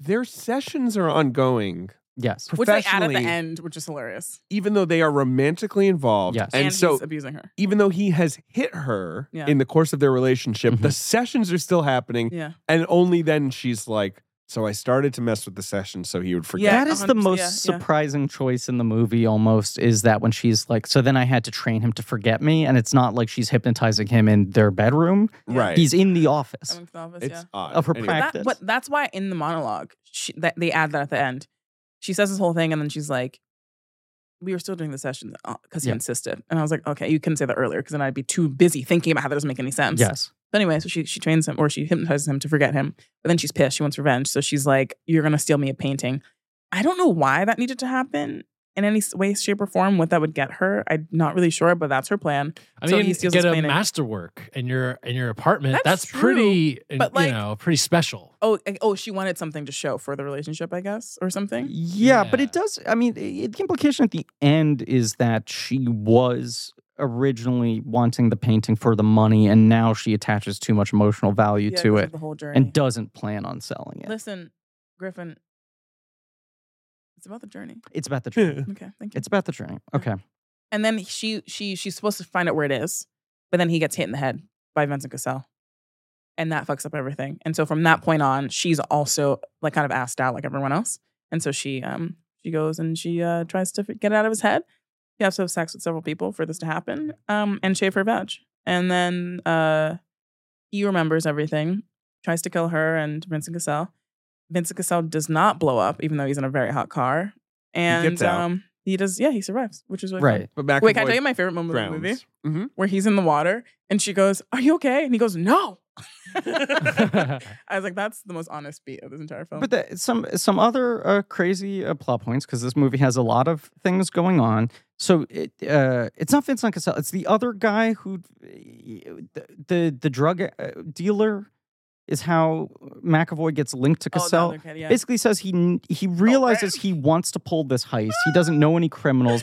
Their sessions are ongoing,
Yes.
which they add at the
professionally-
end, which is hilarious.
even though they are romantically involved.
Yes.
and,
And,
so.
he's abusing her.
even though he has hit her
Yeah. Mm-hmm.
in the course of their relationship, the sessions are still happening.
Yeah.
And only then she's like, So I started to mess with the session so he would forget.
Yeah,
that is the
100%,
most
yeah, yeah.
surprising choice in the movie almost is that when she's like so then i had to train him to forget me and it's not like she's hypnotizing him in their bedroom
Yeah.
Right.
he's in the office
Coming to the office,
it's
yeah.
odd.
Of her
Anyway,
practice.
That, but that's why in the monologue she, that they add that at the end. She says this whole thing, and then she's like, "We were still doing the session because he
Yeah.
insisted." And I was like, "Okay, you couldn't say that earlier because then I'd be too busy thinking about how that doesn't make any sense."
yes
But anyway, so she she trains him or she hypnotizes him to forget him. But then she's pissed. She wants revenge. So she's like, "You're gonna steal me a painting." I don't know why that needed to happen in any s- way, shape, or form. What that would get her, I'm not really sure. But that's her plan.
I
So
mean,
he steals his
get a
painting.
masterwork in your in your apartment.
That's
That's,
true,
pretty,
but, like-
you know, pretty special.
Oh, like, oh, she wanted something to show for the relationship, I guess, or something.
yeah, but
Yeah.
it does i mean i the implication at the end is that she was originally wanting the painting for the money and now she attaches too much emotional value
Yeah,
to
because of
it
The whole journey.
and doesn't plan on selling it
Listen, Griffin, it's about the journey.
it's about the journey
Okay, thank you.
it's about the journey okay
and then she she she's supposed to find out where it is, but then he gets hit in the head by Vincent Cassell. And that fucks up everything. And so from that point on, she's also like kind of asked out like everyone else. And so she um she goes and she uh tries to f- get it out of his head. She has to have sex with several people for this to happen. Um and shave her veg. And then uh he remembers everything, tries to kill her and Vincent Cassell. Vincent Cassell does not blow up, even though he's in a very hot car. And
gets out.
um he does yeah, he survives, which is really fun.
right
But McAvoy
Wait, can I tell you my favorite moment of the movie?
drowns. Mhm.
Where he's in the water and she goes, Are you okay? And he goes, No. I was like, That's the most honest beat of this entire film.
But the, some some other uh, crazy uh, plot points because this movie has a lot of things going on. So it uh, it's not Vincent Cassell. It's the other guy who the the, the drug uh, dealer is how McAvoy gets linked to
Oh, the
Cassell.
other Oh, kid, yeah.
Basically says he kn- he realizes he wants to pull this heist. He doesn't know any criminals,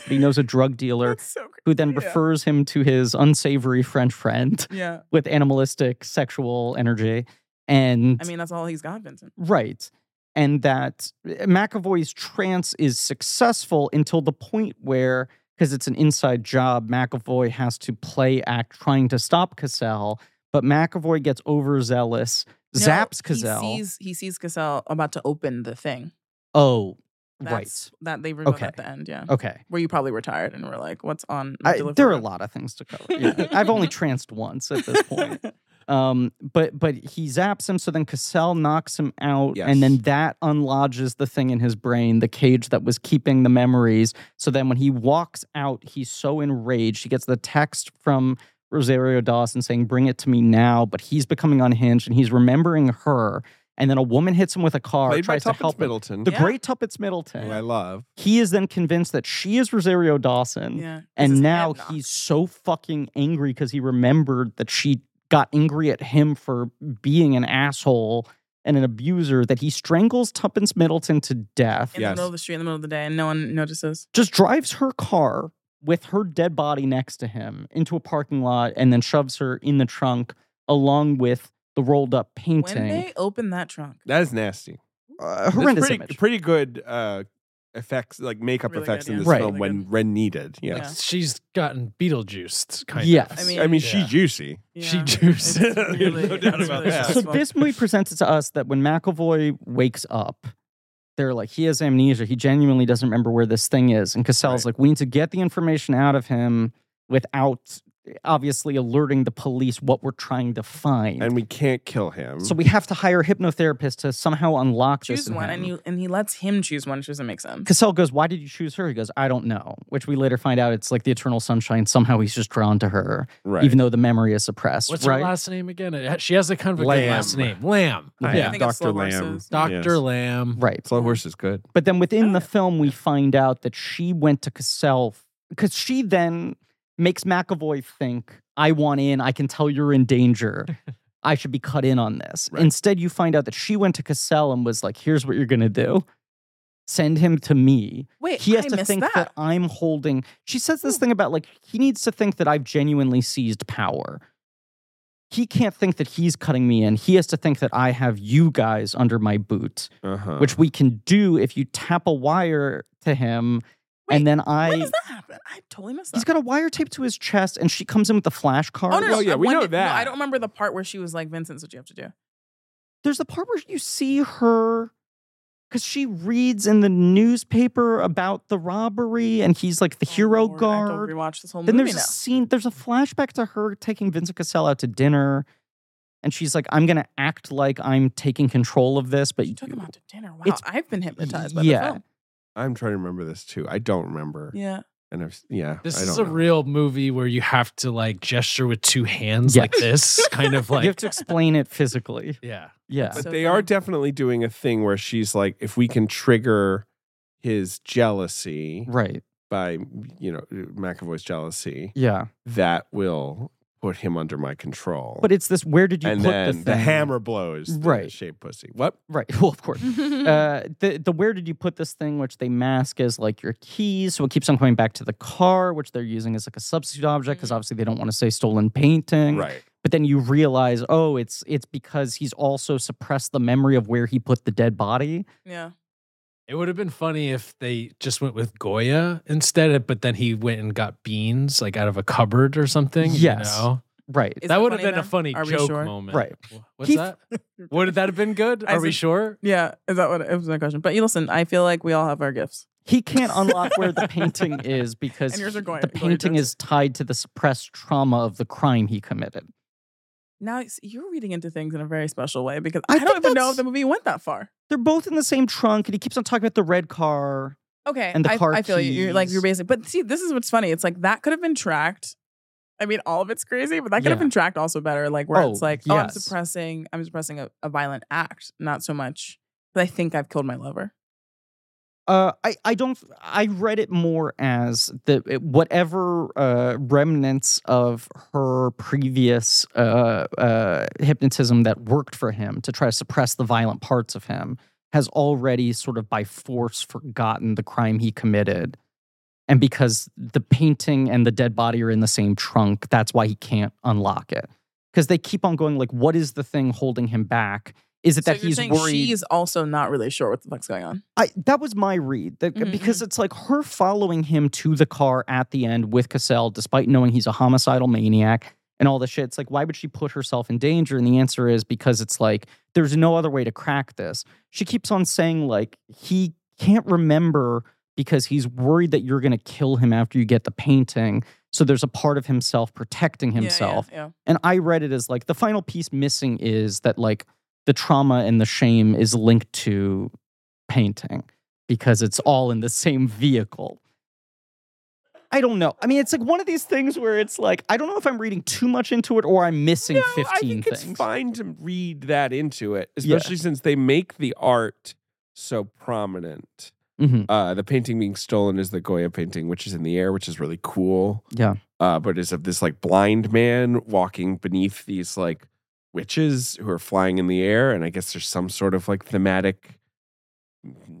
but he knows a drug dealer
That's so crazy.
who then
yeah.
refers him to his unsavory French friend
Yeah.
with animalistic sexual energy. And
I mean, that's all he's got, Vincent.
Right. And that eh, McAvoy's trance is successful until the point where, because it's an inside job, McAvoy has to play act trying to stop Cassell, but McAvoy gets overzealous,
No,
zaps
He
Cassell.
sees, he sees Cassell about to open the thing.
oh,
That's
right.
That they revealed
Okay.
at the end. Yeah.
Okay.
Where you probably were tired and were like, What's on? my
I-
delivery
there are a
route?"
lot of things to cover. Yeah. I've only tranced once at this point. Um, but but he zaps him, so then Cassell knocks him out, and then
Yes.
that unlodges the thing in his brain, the cage that was keeping the memories. So then when he walks out, he's so enraged. He gets the text from Rosario Dawson saying, Bring it to me now, but he's becoming unhinged and he's remembering her. And then a woman hits him with a car,
Played by
tries to
Tuppence
help him.
Middleton,
The
Yeah.
great Tuppence Middleton.
who I love.
He is then convinced that she is Rosario Dawson.
Yeah. This is
And now
Edna.
he's so fucking angry because he remembered that she got angry at him for being an asshole and an abuser that he strangles Tuppence Middleton to death,
in
Yes.
the middle of the street in the middle of the day and no one notices.
just drives her car with her dead body next to him into a parking lot and then shoves her in the trunk along with the rolled up painting.
When they open that trunk.
That is nasty.
Uh,
There's
horrendous
pretty,
image.
pretty good uh, effects, like makeup
Really
effects
good, yeah.
in this
Right.
film
Really
when
good.
when needed. Yes.
Yeah.
She's gotten Beetlejuiced, kind
Yes.
of.
I mean-
I mean,
Yeah.
she's juicy.
she
Yeah.
juiced.
It's
There's
really-
no doubt
it's
about
really
that.
So
stressful.
this movie presents it to us that when McAvoy wakes up, they're like, he has amnesia. He genuinely doesn't remember where this thing is. And Cassell's like, we need to get the information out of him without obviously alerting the police what we're trying to find.
And we Hmm. can't kill him.
so we have to hire a hypnotherapist to somehow unlock this.
choose
in
one and
him.
you and he lets him choose one, which doesn't make sense.
Cassell goes, Why did you choose her? He goes, I don't know. Which we later find out it's like the eternal sunshine. Somehow he's just drawn to her,
right.
even though the memory is suppressed.
What's
right?
her last name again? It ha- She has a kind of a good
Lamb.
last name. Lamb.
Lamb.
I
Yeah.
think it's
Dr.
Slow
Lamb.
Horses.
Dr.
Yes.
Lamb.
right.
Slow horse is good.
But then within
Oh,
the
yeah.
film, we find out that she went to Cassell because she then makes McAvoy think, I want in. I can tell you're in danger. I should be cut in on this.
Right.
Instead, you find out that she went to Cassell and was like, here's what you're going to do send him to me.
Wait,
He has
I
to
missed
think that.
that.
I'm holding. She says this thing about like, he needs to think that I've genuinely seized power. He can't think that he's cutting me in. He has to think that I have you guys under my boot
Uh-huh.
which we can do if you tap a wire to him
Wait,
and then
When
I
does that happen? I totally missed that.
he's got a wire taped to his chest and she comes in with the flashcard.
Oh no, no,
Well, yeah,
I
we know
wondered- No,
that.
I don't remember the part where she was like, "Vincent's what you have to do."
There's the part where you see her cuz she reads in the newspaper about the robbery and he's like the
Oh,
hero
Lord, I have
guard.
to rewatch this whole
Then
movie
there's
now.
a scene there's a flashback to her taking Vincent Cassell out to dinner and she's like I'm going to act like I'm taking control of this but
She took
you-
him out to dinner. Wow,
it's-
I've been hypnotized by
yeah.
the film.
I'm trying to remember this too. I don't remember.
Yeah,
And I've yeah.
This
I
is a
don't know.
real movie where you have to like gesture with two hands like
Yes.
this, kind of
you have
like
to explain it physically.
yeah.
Yeah.
But
So
they
funny.
are definitely doing a thing where she's like, if we can trigger his jealousy
Right.
by you know uh, McAvoy's jealousy,
Yeah.
that will put him under my control.
But it's this where did you
and
put
then
the,
the,
thing?
hammer blows the
Right.
shaped pussy. What?
Right. Well, of course. Uh, the the where did you put this thing, which they mask as like your keys, so it keeps on coming back to the car, which they're using as like a substitute object because
Mhm.
obviously they don't want to say stolen painting.
Right.
But then you realize, oh, it's it's because he's also suppressed the memory of where he put the dead body.
yeah.
It would have been funny if they just went with Goya instead, but then he went and got beans like out of a cupboard or something.
Yes.
You know?
Right.
Is
that
it
would have
funny
been a
then?
funny
Are we
joke
sure?
moment.
Right.
Wh- What's
He-
that? Would that have been good?
I
Are we
said-
sure?
Yeah, is that what it was my question? But you listen, I feel like we all have our gifts.
He can't unlock where the painting is because
And yours are
he-
going-
the
going
painting
down.
is tied to the suppressed trauma of the crime he committed.
Now it's- you're reading into things in a very special way because
I
I, don't
think
even know
that's-
if the movie went that far.
They're both in the same trunk, and he keeps on talking about the red car.
Okay,
And the
I,
car
I feel you. You're like
keys.
you're basic, but see, this is what's funny. It's like that could have been tracked. I mean, all of it's crazy, but that could have
Yeah.
been tracked also better. Like where
Oh,
it's like, oh, I'm
yes.
suppressing, I'm suppressing a, a violent act, not so much. But I think I've killed my lover.
Uh, I, I don't I read it more as the it- whatever uh, remnants of her previous uh, uh, hypnotism that worked for him to try to suppress the violent parts of him has already sort of by force forgotten the crime he committed. And because the painting and the dead body are in the same trunk, that's why he can't unlock it. Because they keep on going like, what is the thing holding him back? Is it
so
that
you're
he's
saying
worried?
she's also not really sure what the fuck's going on.
I that was my read that, uh,
Mhm,
because it's like her following him to the car at the end with Cassell, despite knowing he's a homicidal maniac and all this shit. It's like why would she put herself in danger? And the answer is because it's like there's no other way to crack this. She keeps on saying like he can't remember because he's worried that you're going to kill him after you get the painting. So there's a part of himself protecting
Yeah,
himself.
Yeah, yeah.
And I read it as like the final piece missing is that like the trauma and the shame is linked to painting because it's all in the same vehicle. I don't know. I mean, it's like one of these things where it's like I don't know if I'm reading too much into it or I'm missing
No,
15
I think
things.
it's fine to read that into it,
Yeah.
especially since they make the art so prominent.
Mhm.
Uh, the painting being stolen is the Goya painting, which is in the air, which is really cool.
Yeah.
Uh, but is of this like blind man walking beneath these like witches who are flying in the air, and I guess there's some sort of like thematic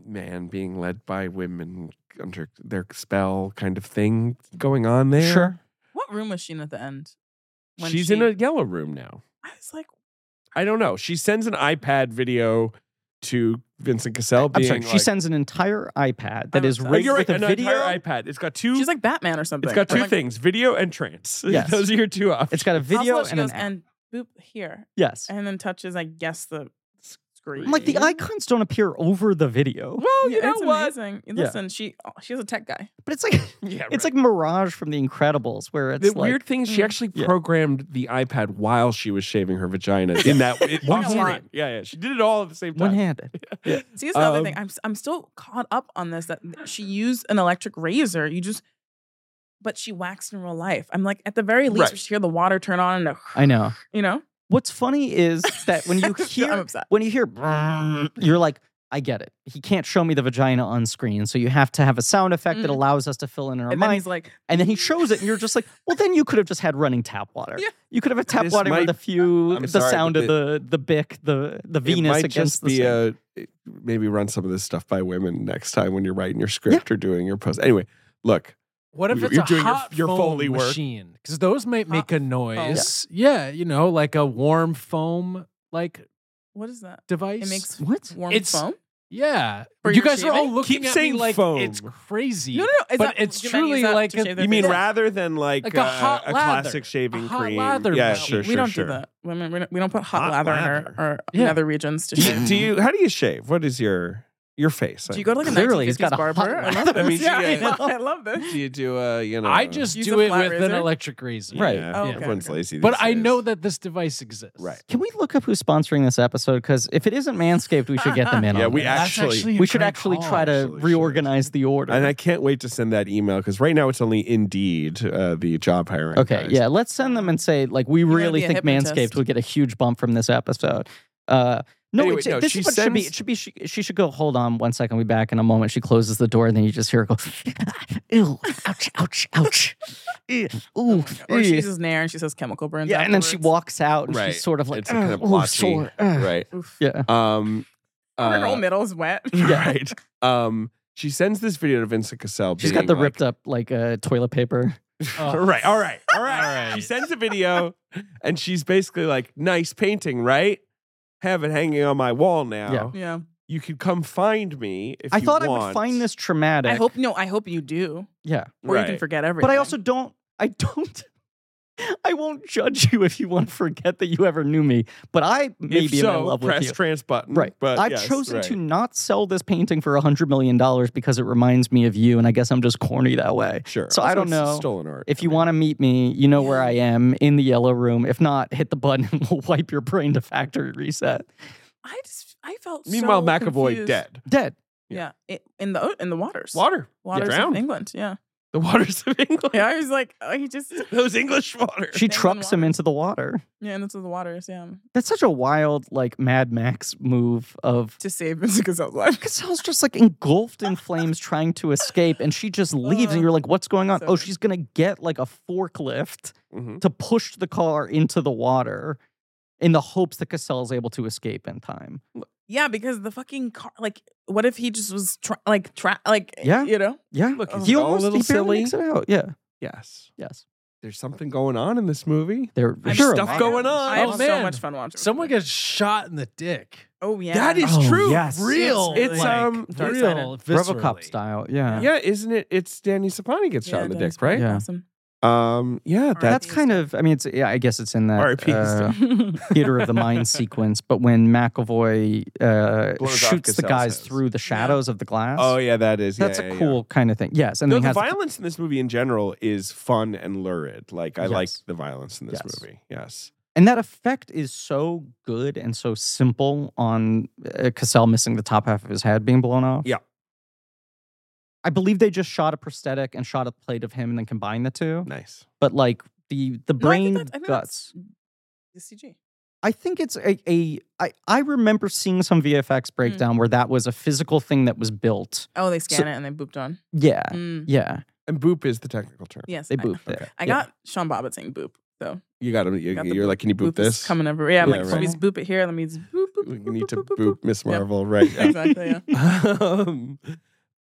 man being led by women under their spell kind of thing going on there.
Sure.
What room was she in at the end? When
She's
she-
in a yellow room now.
I was like,
I don't know. She sends an iPad video to Vincent Cassell.
I'm
Being
sorry. She
like-
sends an entire iPad that
I'm
is
sorry.
Oh,
rigged
you're right,
with a
an
video.
entire iPad. It's got two.
she's like Batman or something.
it's got
I'm
two
like,
things: video and trance.
Yes.
those are your two options.
It's got a video
also, she
and
goes
an app.
and boop here,
yes.
and then touches, I guess, the s- screen.
I'm like the icons don't appear over the video,
well, you
Yeah,
know
it's
what?
amazing. Listen, she oh, she's a tech guy.
but it's like
Yeah,
it's
right.
like Mirage from The Incredibles, where it's
the
like
weird thing. is She
Mm.
actually
Yeah.
programmed the iPad while she was shaving her vagina in that it,
One
on screen.
hand.
Yeah, yeah. She did it all at the same time.
one-handed.
See, that's another thing.
Um,
I'm s- I'm still caught up on this that she used an electric razor. You just, but she waxed in real life. I'm like, at the very least,
Right.
we should hear the water turn on and a,
I know.
you know.
What's funny is that when you
I'm
hear
upset.
when you hear brrrr, you're like I get it. He can't show me the vagina on screen, so you have to have a sound effect that
Mm.
Mhm.
allows us to fill in our
And then
minds.
he's like,
and then he shows it, and you're just like, well, then you could have just had running tap water.
Yeah.
You could have a tap
This
water
might-
with a few,
I'm
the
sorry,
sound
but
of the the bic, the the
It
Venus
might
against
just
the
be
sink.
a, it- maybe run some of this stuff by women next time when you're writing your script or doing your post. Anyway, look,
What if
You're-
it's
you're
a
doing your-
hot
your
foam
Foley work.
machine? Because those might
Hot
make a noise. Yeah. you know, like a warm foam like
what is that?
device.
It makes
what?
warm
It's-
foam.
yeah.
For
you
your
guys are all
shaving?
looking
Keep
at
saying
me like
foam.
it's crazy.
No, no, no. Is
But
that-
it's
do men use
truly
that
like
to
a-
shave their
you mean
face?
rather than like,
Like a
uh,
hot
a
lather.
classic shaving
A hot
cream?
lather
yeah, sure,
machine.
we don't
sure,
do
sure.
that. Women, we don't, we don't put hot,
Hot
lather,
lather.
in our, our
Yeah.
nether regions to
do you,
shave.
do you- how do you shave what is your your face
Do you go to like a
Clearly, he's
1950s
got a hot
barber? I love
lather.
I mean,
this. Yeah,
she,
uh,
I love this.
do you do a you know
I just
Use
do
a
it
flat
with an
razor?
electric razor.
right
Yeah.
Oh, okay.
everyone's lazy
But
these
I
days.
know that this device exists.
right
Can we look up who's sponsoring this episode? Because if it isn't Manscaped, we should get them in.
Yeah,
on
we
this.
act-
That's
Actually-
actually a
we should
great
actually
call.
try to
Actually should.
reorganize the order.
and I can't wait to send that email because right now it's only Indeed, uh, the job hiring.
okay,
guys.
yeah, let's send them and say like we
gotta
really
be a
think
hypnotist.
Manscaped would get a huge bump from this episode. Uh, no,
Anyway,
it's,
no,
this
she
is what should be.
sends-
It should be. She, she should go. Hold on, one second. We'll be back in a moment. She closes the door, and then you just hear her go. Ew! Ouch! Ouch! Ouch! Ew, Ooh!
Or she
ew."
uses Nair and she says chemical burns.
yeah, and then she
afterwards.
walks out, and
Right.
she's sort of like,
It's a kind of
"Ugh, ooh,
blotchy,
sore, ugh."
right.
Oof.
Yeah.
Um,
Her whole
uh,
middle is wet.
right. Um, she sends this video to Vincent Cassell.
She's got
being
the
like,
ripped up like uh, toilet paper.
Oh.
right, all right, all right.
All right.
She sends a video, and she's basically like, "Nice painting, right? Have it hanging on my wall now.
Yeah.
Yeah.
You could come find me if
I
you
thought I would
want."
find this traumatic.
I hope no. I hope you do,
Yeah.
or you can
Right.
forget everything.
But I also don't, I don't, I won't judge you if you want to forget that you ever knew me. But I
If
maybe
so,
am in love
press
with you. Mm,
trans button.
Right.
But
I've
yes,
chosen to
right.
not sell this painting for a $100 million because it reminds me of you. And I guess I'm just corny that way.
Sure.
So I
Also,
don't
it's
know
Stolen art.
If you want to meet me, you know where I am in the yellow room. If not, hit the button and we'll wipe your brain to factory reset.
I just, I felt.
Meanwhile,
so
McAvoy
confused.
dead.
Dead.
Yeah, i- in the o- in the waters,
Water.
waters
drowned.
of England. Yeah,
The waters of England.
yeah. I was like, oh, he just
Those English water.
She
Dead in
trucks him
water.
into the water.
yeah, and it's in the waters. Yeah,
That's such a wild, like Mad Max move of
to save Vincent Gazelle's life.
Gazelle's just like engulfed in flames trying to escape, and she just leaves, and you're like, what's going on?
So
oh,
good.
she's gonna get like a forklift
Mm-hmm.
Mhm.
to push the car into the water in the hopes that Cassell is able to escape in time.
Yeah, because the fucking car. Like, what if he just was tra- like tra- like
Yeah.
you know?
Yeah.
Look, oh. it's
he
all a
Oh. almost
little
he barely
silly.
makes it out. Yeah.
Yes.
Yes.
There's something going on in this movie.
There,
I'm
sure.
stuff
I-
going on.
I had
Oh,
so
man.
much fun watching.
Someone gets shot in the dick.
Oh yeah,
That is
Oh,
true.
yes.
Real.
It's,
like,
um,
real.
RoboCop
viscerally.
style. Yeah.
Yeah, isn't it? It's Danny Sapani gets shot in the
that is
dick, right?
Yeah.
Awesome.
Um, yeah,
Alright.
that's
That's kind of, I mean, it's, yeah, I guess it's in that
R.I.P.
uh, theater of the mind sequence, but when McAvoy uh,
Blows off
shoots the
Gazelle's
guys
head.
through the shadows of the glass.
Oh yeah, that is.
That's
yeah,
a
yeah,
cool kind of thing. Yes, and
Yeah. No,
then he
the
has
violence in this movie in general is fun and lurid. Like I like
Yes.
the violence in this
Yes.
movie. Yes.
and that effect is so good and so simple on uh, Cassell missing the top half of his head being blown off.
Yeah.
I believe they just shot a prosthetic and shot a plate of him and then combined the two.
Nice.
But like the the
No, I think
brain
that's- I think
guts.
that's The CG.
I think it's a, a I, I remember seeing some
Mm.
VFX breakdown where that was a physical thing that was built.
Oh, they scan
So-
it and they booped on.
Yeah.
Mm,
Yeah.
And boop is the technical term.
yes,
They
I-
booped it.
I,
Yeah.
got Sean Bobbitt saying boop though.
You got to, you,
Got the
you're like, can you boop,
is
this?
coming over. Yeah, I'm
Yeah,
like,
right.
so please boop it here. Let me just boop. boop,
We
boop,
need to
boop, boop, boop.
boop Miss
Yep.
Marvel, right? yeah.
Exactly. Yeah.
um,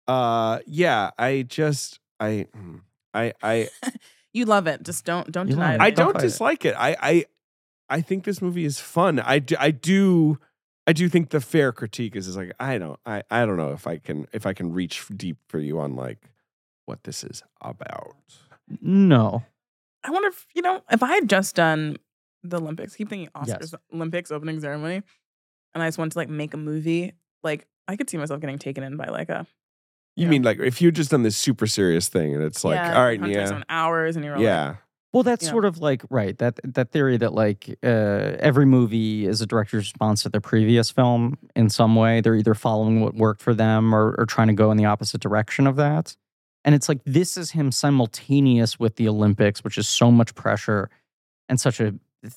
uh, yeah, I just, I, mm, I, I,
You love it. Just don't don't
You
deny
love
it.
it.
I
Yeah.
don't
Fight it.
dislike it. I, I, I think this movie is fun. I do, I do, I do think the fair critique is, is like, I don't, I, I don't know if I can, if I can reach deep for you on like what this is about.
No.
I wonder if you know if I had just done the Olympics. Keep thinking Oscars,
Yes.
Olympics opening ceremony, and I just wanted to like make a movie. Like I could see myself getting taken in by like a
You
Yeah.
mean like if you just done this super serious thing and it's like,
yeah,
all right,
hundreds
Nia,
of hours, and you were like,
yeah,
Well, that's
Yeah.
sort of like right that that theory that like uh, every movie is a director's response to their previous film in some way. They're either following what worked for them or, or trying to go in the opposite direction of that. And it's like this is him simultaneous with the Olympics, which is so much pressure and such a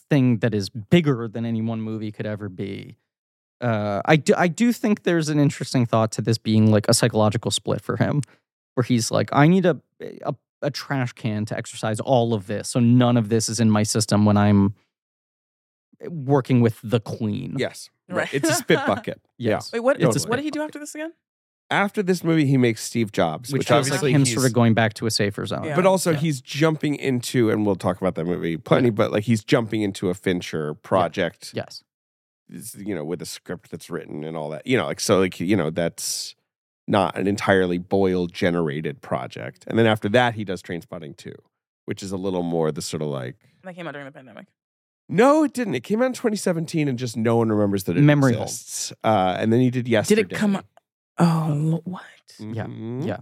thing that is bigger than any one movie could ever be. Uh, I do I do think there's an interesting thought to this being like a psychological split for him, where he's like, I need a a a trash can to exercise all of this. So none of this is in my system when I'm eh, working with the queen.
yes,
Right.
right. It's a spit bucket. Yeah.
Yes.
wait, what?
It's
a
what did he
spit
do after this again?
after this movie, he makes Steve Jobs,
Which
which,
feels like
obviously
him
he's-
sort of going back to a safer zone.
Yeah.
But also,
Yeah.
he's jumping into, and we'll talk about that movie plenty. But like, he's jumping into a Fincher project,
Yes.
s- you know, with a script that's written and all that. You know, like so, like you know, that's not an entirely Boyle generated project. And then after that, he does Train Spotting too, which is a little more the sort of like.
That came out during the pandemic.
No, it didn't. It came out in 2017, and just no one remembers that it
Memory hole.
exists. Uh, and then he did yesterday.
come out- Oh, lo- what?
Yeah,
Mhm.
yeah.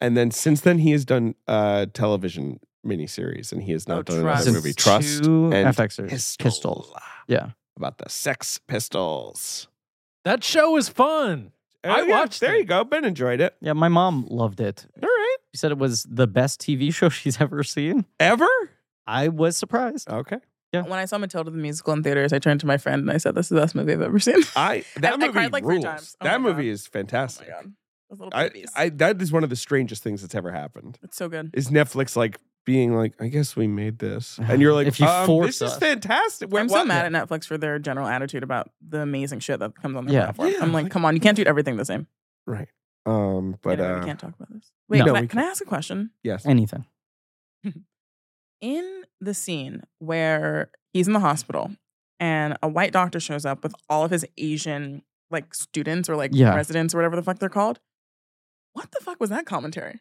And then since then, he has done uh, television miniseries, and he has now
Oh,
done
Trust.
another
Since
movie, Trust
two
and
FX series. Pistol. Yeah.
about the Sex Pistols.
That show was fun. I
Oh, yeah,
watched
There
it.
you go. Ben enjoyed it.
Yeah, my mom loved it.
All right.
She said it was the best TV show she's ever seen.
Ever?
I was surprised.
Okay.
When I saw Matilda the musical in theaters, I turned to my friend and I said, "This is the best movie I've ever seen."
I
I
that movie
cried like three
rules.
times. Oh
that
my
movie
God.
is
oh
fantastic.
my god, those little
I,
babies.
I that is one of the strangest things that's ever happened.
it's so good.
Is Netflix like being like, I guess we made this, and you're like,
If you
um,
force
this is
us.
fantastic. Wait,
I'm so
what?
mad at Netflix for their general attitude about the amazing shit that comes on their
Yeah.
platform.
Yeah,
I'm like,
like-
come on, you can't treat everything the same.
Right. Um. But
Anyway,
uh,
we can't talk about this. Wait,
No,
can, I,
we
can I ask a question?
yes.
Anything.
In the scene where he's in the hospital and a white doctor shows up with all of his Asian like students or like
Yeah.
residents or whatever the fuck they're called, what the fuck was that commentary?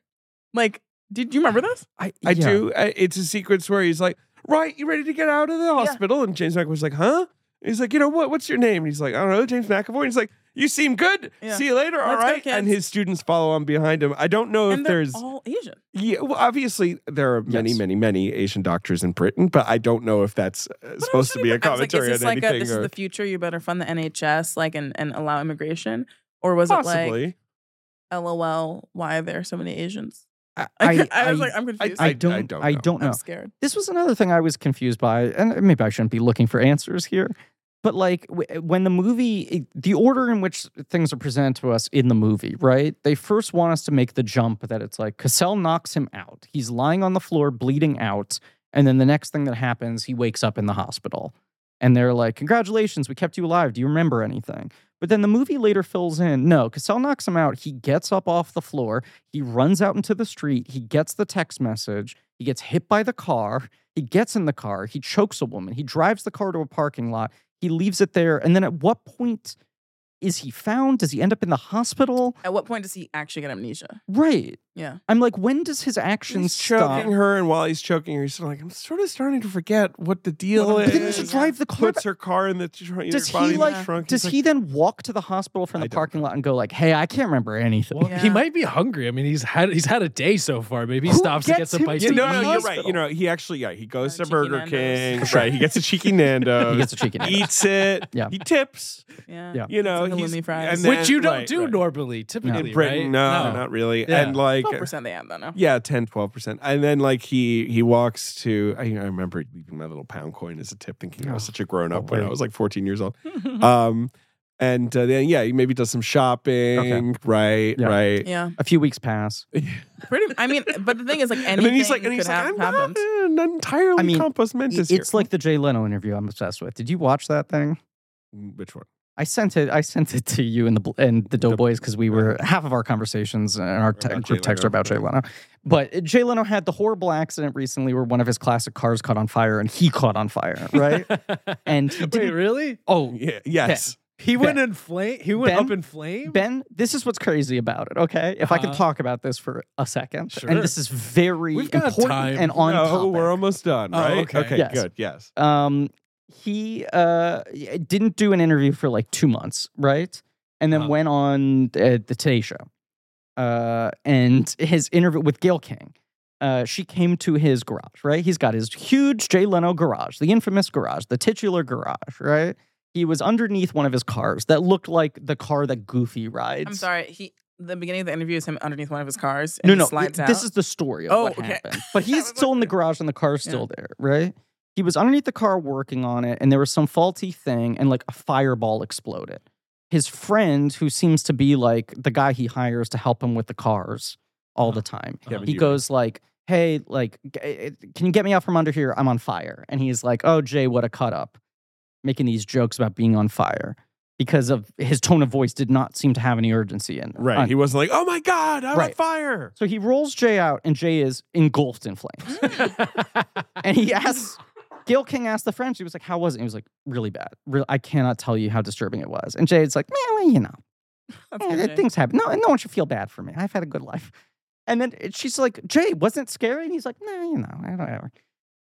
Like, did you remember this?
I, I
Yeah.
do. I, it's a sequence where he's like, "Right, you ready to get out of the hospital?" And James McAvoy's like, "Huh?" And he's like, "You know what? What's your name?" And he's like, "I don't know, James McAvoy." And he's like, "You seem good.
Yeah.
See you later. all
Let's go,
right." and
kids.
his students follow on behind him. I don't know if
and they're
there's.
all Asian.
yeah, well, obviously there are many,
Yes.
many, many Asian doctors in Britain, but I don't know if that's uh,
But I was
supposed to
trying
be a
think- I was
commentary
like, is this
on
like
anything.
A, this
or
is the future. You better fund the NHS, like, and, and allow immigration, or was it like?
possibly.
LOL, why are there so many Asians?
I,
I, was like, I'm confused.
I
I,
I
don't,
don't
I
know.
don't
am
know.
scared.
this was another thing I was confused by, and maybe I shouldn't be looking for answers here. But like w- when the movie, it- the order in which things are presented to us in the movie, right? They first want us to make the jump that it's like Cassell knocks him out. He's lying on the floor, bleeding out, and then the next thing that happens, he wakes up in the hospital, and they're like, "Congratulations, we kept you alive. Do you remember anything?" But then the movie later fills in. No, Cassell knocks him out. He gets up off the floor. He runs out into the street. He gets the text message. He gets hit by the car. He gets in the car. He chokes a woman. He drives the car to a parking lot. He leaves it there. And then at what point is he found? Does he end up in the hospital?
At what point does he actually get amnesia?
Right.
Yeah.
I'm like, when does his action
He's
stop?
choking her, and while he's choking her, he's sort of like, I'm sort of starting to forget what the deal
What
But
is.
the
then he should
Yeah.
drive the car.
Puts her car in the trunk.
Does he,
body in the
like-
trunk.
Does
He's
he then walk to the hospital from
I
the
don't
parking lot and go like, "Hey, I can't remember anything."
Well, he
Yeah.
might be hungry. I mean, he's had he's had a day so far. Maybe he
Who
stops and
gets
gets a
him
bite.
to
Yeah,
to
no,
eat.
no, you're right.
hospital.
You know, he actually, yeah, he goes
Uh,
to
cheeky
Burger
Nando's.
King.
Sure.
Right, he gets a cheeky
he
Nando's,
gets a chicken.
eats it.
Yeah.
he tips.
Yeah.
Yeah.
You know,
Some halloumi
he's-
fries.
and
Which
then-
you don't
right,
do
right.
normally, typically,
in Britain.
right?
No, not really.
Yeah.
And like,
Twelve percent they have though. No.
yeah, 10, 12 percent. And then like he he walks to. I, I remember leaving my little pound coin as a tip, thinking I was
Oh,
such a grown up
boy.
when I was like fourteen years old.
Mm.
Um, and uh, then yeah, he maybe does some shopping. Right,
Yeah.
right.
yeah.
A few weeks pass.
Pretty. I mean, but the thing is, like, anything
and then he's like, and
could
he's like,
have
I'm
happened.
not, uh, not entirely
I mean,
compost mentis
It's
here.
like the Jay Leno interview I'm obsessed with. Did you watch that thing?
which one?
I sent it. I sent it to you and the Bl- and the Doughboys because we were half of our conversations and our te-
About
group
Jay
texts
Leno.
are about Jay Leno. But uh, Jay Leno had the horrible accident recently where one of his classic cars caught on fire and he caught on fire, right? And he
Wait,
didn't-
really?
oh,
Yeah, yes.
He went in flame. He went
Ben?
up in flame.
Ben, this is what's crazy about it. Okay, if I can
Uh-huh.
talk about this for a second,
Sure.
and this is very
We've got
important
time.
and on
no,
topic.
we're almost done.
Oh,
Right?
okay.
okay
Yes.
good. Yes.
um he uh didn't do an interview for like two months right and then
Uh-huh.
went on uh, the today show uh and his interview with gail king uh, she came to his garage, right? He's got his huge Jay Leno garage, the infamous garage, the titular garage, right? He was underneath one of his cars that looked like the car that Goofy rides.
I'm sorry. He the beginning of the interview is him underneath one of his cars. And
No,
he
no,
slides
th-
out.
this is the story of
Oh,
what
okay.
happened. But
I
he's
was
still in the
wondering.
garage and the car's still there, right? He was underneath the car working on it, and there was some faulty thing, and like a fireball exploded. His friend, who seems to be like the guy he hires to help him with the cars all the time,
Kevin
he
Durant.
goes like, "Hey, like, g- eh, can you get me out from under here? I'm on fire." And he's like, "Oh, Jay, what a cut up!" Making these jokes about being on fire because of his tone of voice did not seem to have any urgency in
Right.
on-
he wasn't like, oh my God, I'm on
Right.
fire.
so he rolls Jay out, and Jay is engulfed in flames. and he asks, Gail King asked the friend, she was like, How was it? He was like, Really bad. Real, I cannot tell you how disturbing it was. And Jay's like, Man, well, you know,
That's
eh,
good, Jay.
things happen. No, no one should feel bad for me. I've had a good life. And then it- she's like, Jay, wasn't it scary? And he's like, No, you know, I don't ever.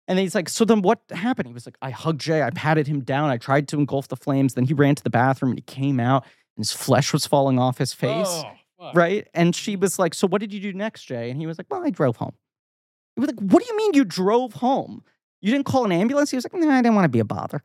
And then he's like, So then what happened? He was like, I hugged Jay. I patted him down. I tried to engulf the flames. Then he ran to the bathroom and he came out and his flesh was falling off his face
Oh, fuck.
right? And she was like, "So what did you do next, Jay?" And he was like, "Well, I drove home." He was like, "What do you mean you drove home? You didn't call an ambulance?" He was like, "No, I didn't want to be a bother."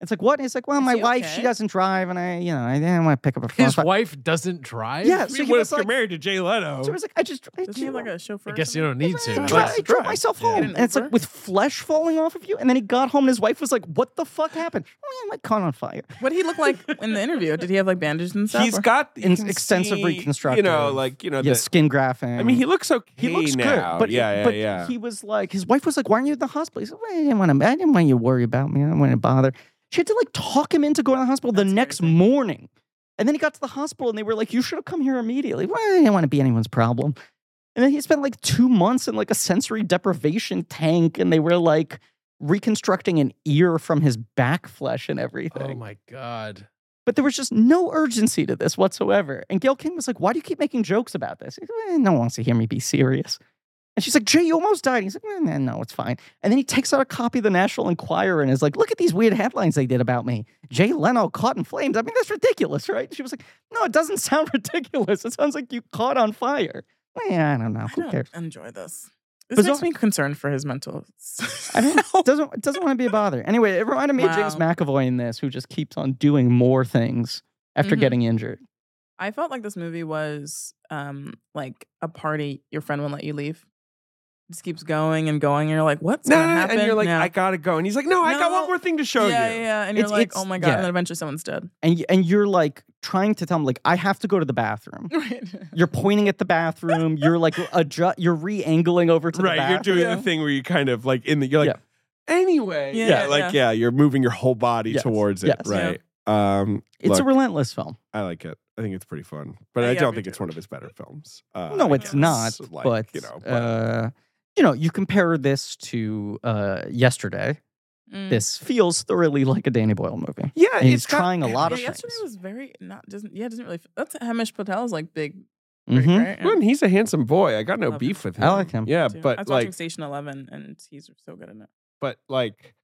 It's like what? He's like, "Well,
Is
my
he
wife, she
okay?
doesn't drive, and I, you know, I didn't want to pick up a phone."
His
call."
wife doesn't drive.
Yeah,
I
so
mean,
he
what
was
if you're
like-
married to Jay Leno?
so he was like, "I just, I
Doesn't he have like a chauffeur?
I
or
guess you
something?
don't need to.
I,
Yeah.
dri-
Likes
I
to
drove
drive.
myself
Yeah.
home,
Get an
and it's like
Uber.
with flesh falling off of you. And then he got home, and his wife was like, "What the fuck happened? "Oh, Man, I caught on fire."
What did he look like in the interview? Did he have like bandages and stuff?
He's
or-
got you
In-
can
extensive
see,
reconstructive.
You know, like you know,
yeah,
the-
skin grafting.
I mean, he looks okay.
He looks
now.
good, but
yeah, yeah,
but
yeah.
he was like, his wife was like, "Why aren't you at the hospital?" He said, well, "I didn't want to. I didn't want you to worry about me. I didn't want to bother." She had to like talk him into going to the hospital the
That's
next
crazy.
morning, and then he got to the hospital, and they were like, "You should have come here immediately." Well, I didn't want to be anyone's problem. And then he spent like two months in like a sensory deprivation tank, and they were like reconstructing an ear from his back flesh and everything.
Oh my god.
But there was just no urgency to this whatsoever. And Gail King was like, Why do you keep making jokes about this? He's like, "Eh, no one wants to hear me be serious. And she's like, Jay, you almost died. He's like, "Eh, nah, no, it's fine. And then he takes out a copy of the National Enquirer and is like, Look at these weird headlines they did about me. Jay Leno caught in flames. I mean, that's ridiculous, right? She was like, No, it doesn't sound ridiculous. It sounds like you caught on fire. Well, yeah, I don't know.
I
Who
don't
cares?
enjoy this. This
Bizarre.
makes me concerned for his mental.
I don't-
health.
doesn't doesn't want to be a bother. Anyway, it reminded me of James
Wow.
McAvoy in this, who just keeps on doing more things after
Mhm.
getting injured.
I felt like this movie was um like a party your friend won't let you leave. Just keeps going and going. And you're like, what's
no,
gonna
no, no,
happen?
and you're like,
now?
I gotta go, and he's like, no, I got one
No.
more thing to show
yeah,
you.
yeah. And you're
It's-
like,
it's-
oh my god.
yeah.
And then eventually someone's dead.
and y- and you're like trying to tell him like I have to go to the bathroom.
Right.
You're pointing at the bathroom. You're like adju- You're re-angling over to the
Right, you're
bathroom.
doing
Yeah.
the thing where you kind of like in the you're like, anyway,
Yeah, yeah,
like yeah, you're moving your whole body
Yes,
towards it,
yes.
right? Um,
it's a
look,
relentless film.
I like it. I think it's pretty fun, but
I
I
got
don't
Uh, me
think
too.
it's one of his better films. Uh,
no,
I
it's
guess,
not.
like,
but
you know, but-
uh, you know, you compare this to uh, yesterday.
Mm.
This feels thoroughly like a Danny Boyle movie.
yeah,
and he's
it's got-
trying a lot
yeah,
of
yesterday
things.
was very not doesn't yeah doesn't really that's Hamish Patel's like big Pretty
Mhm.
great, yeah.
Well, and he's a handsome boy. I got no
Love
beef with him.
I like him.
Yeah,
too. I
but
was watching
like,
Station Eleven, and he's so good in it.
but like,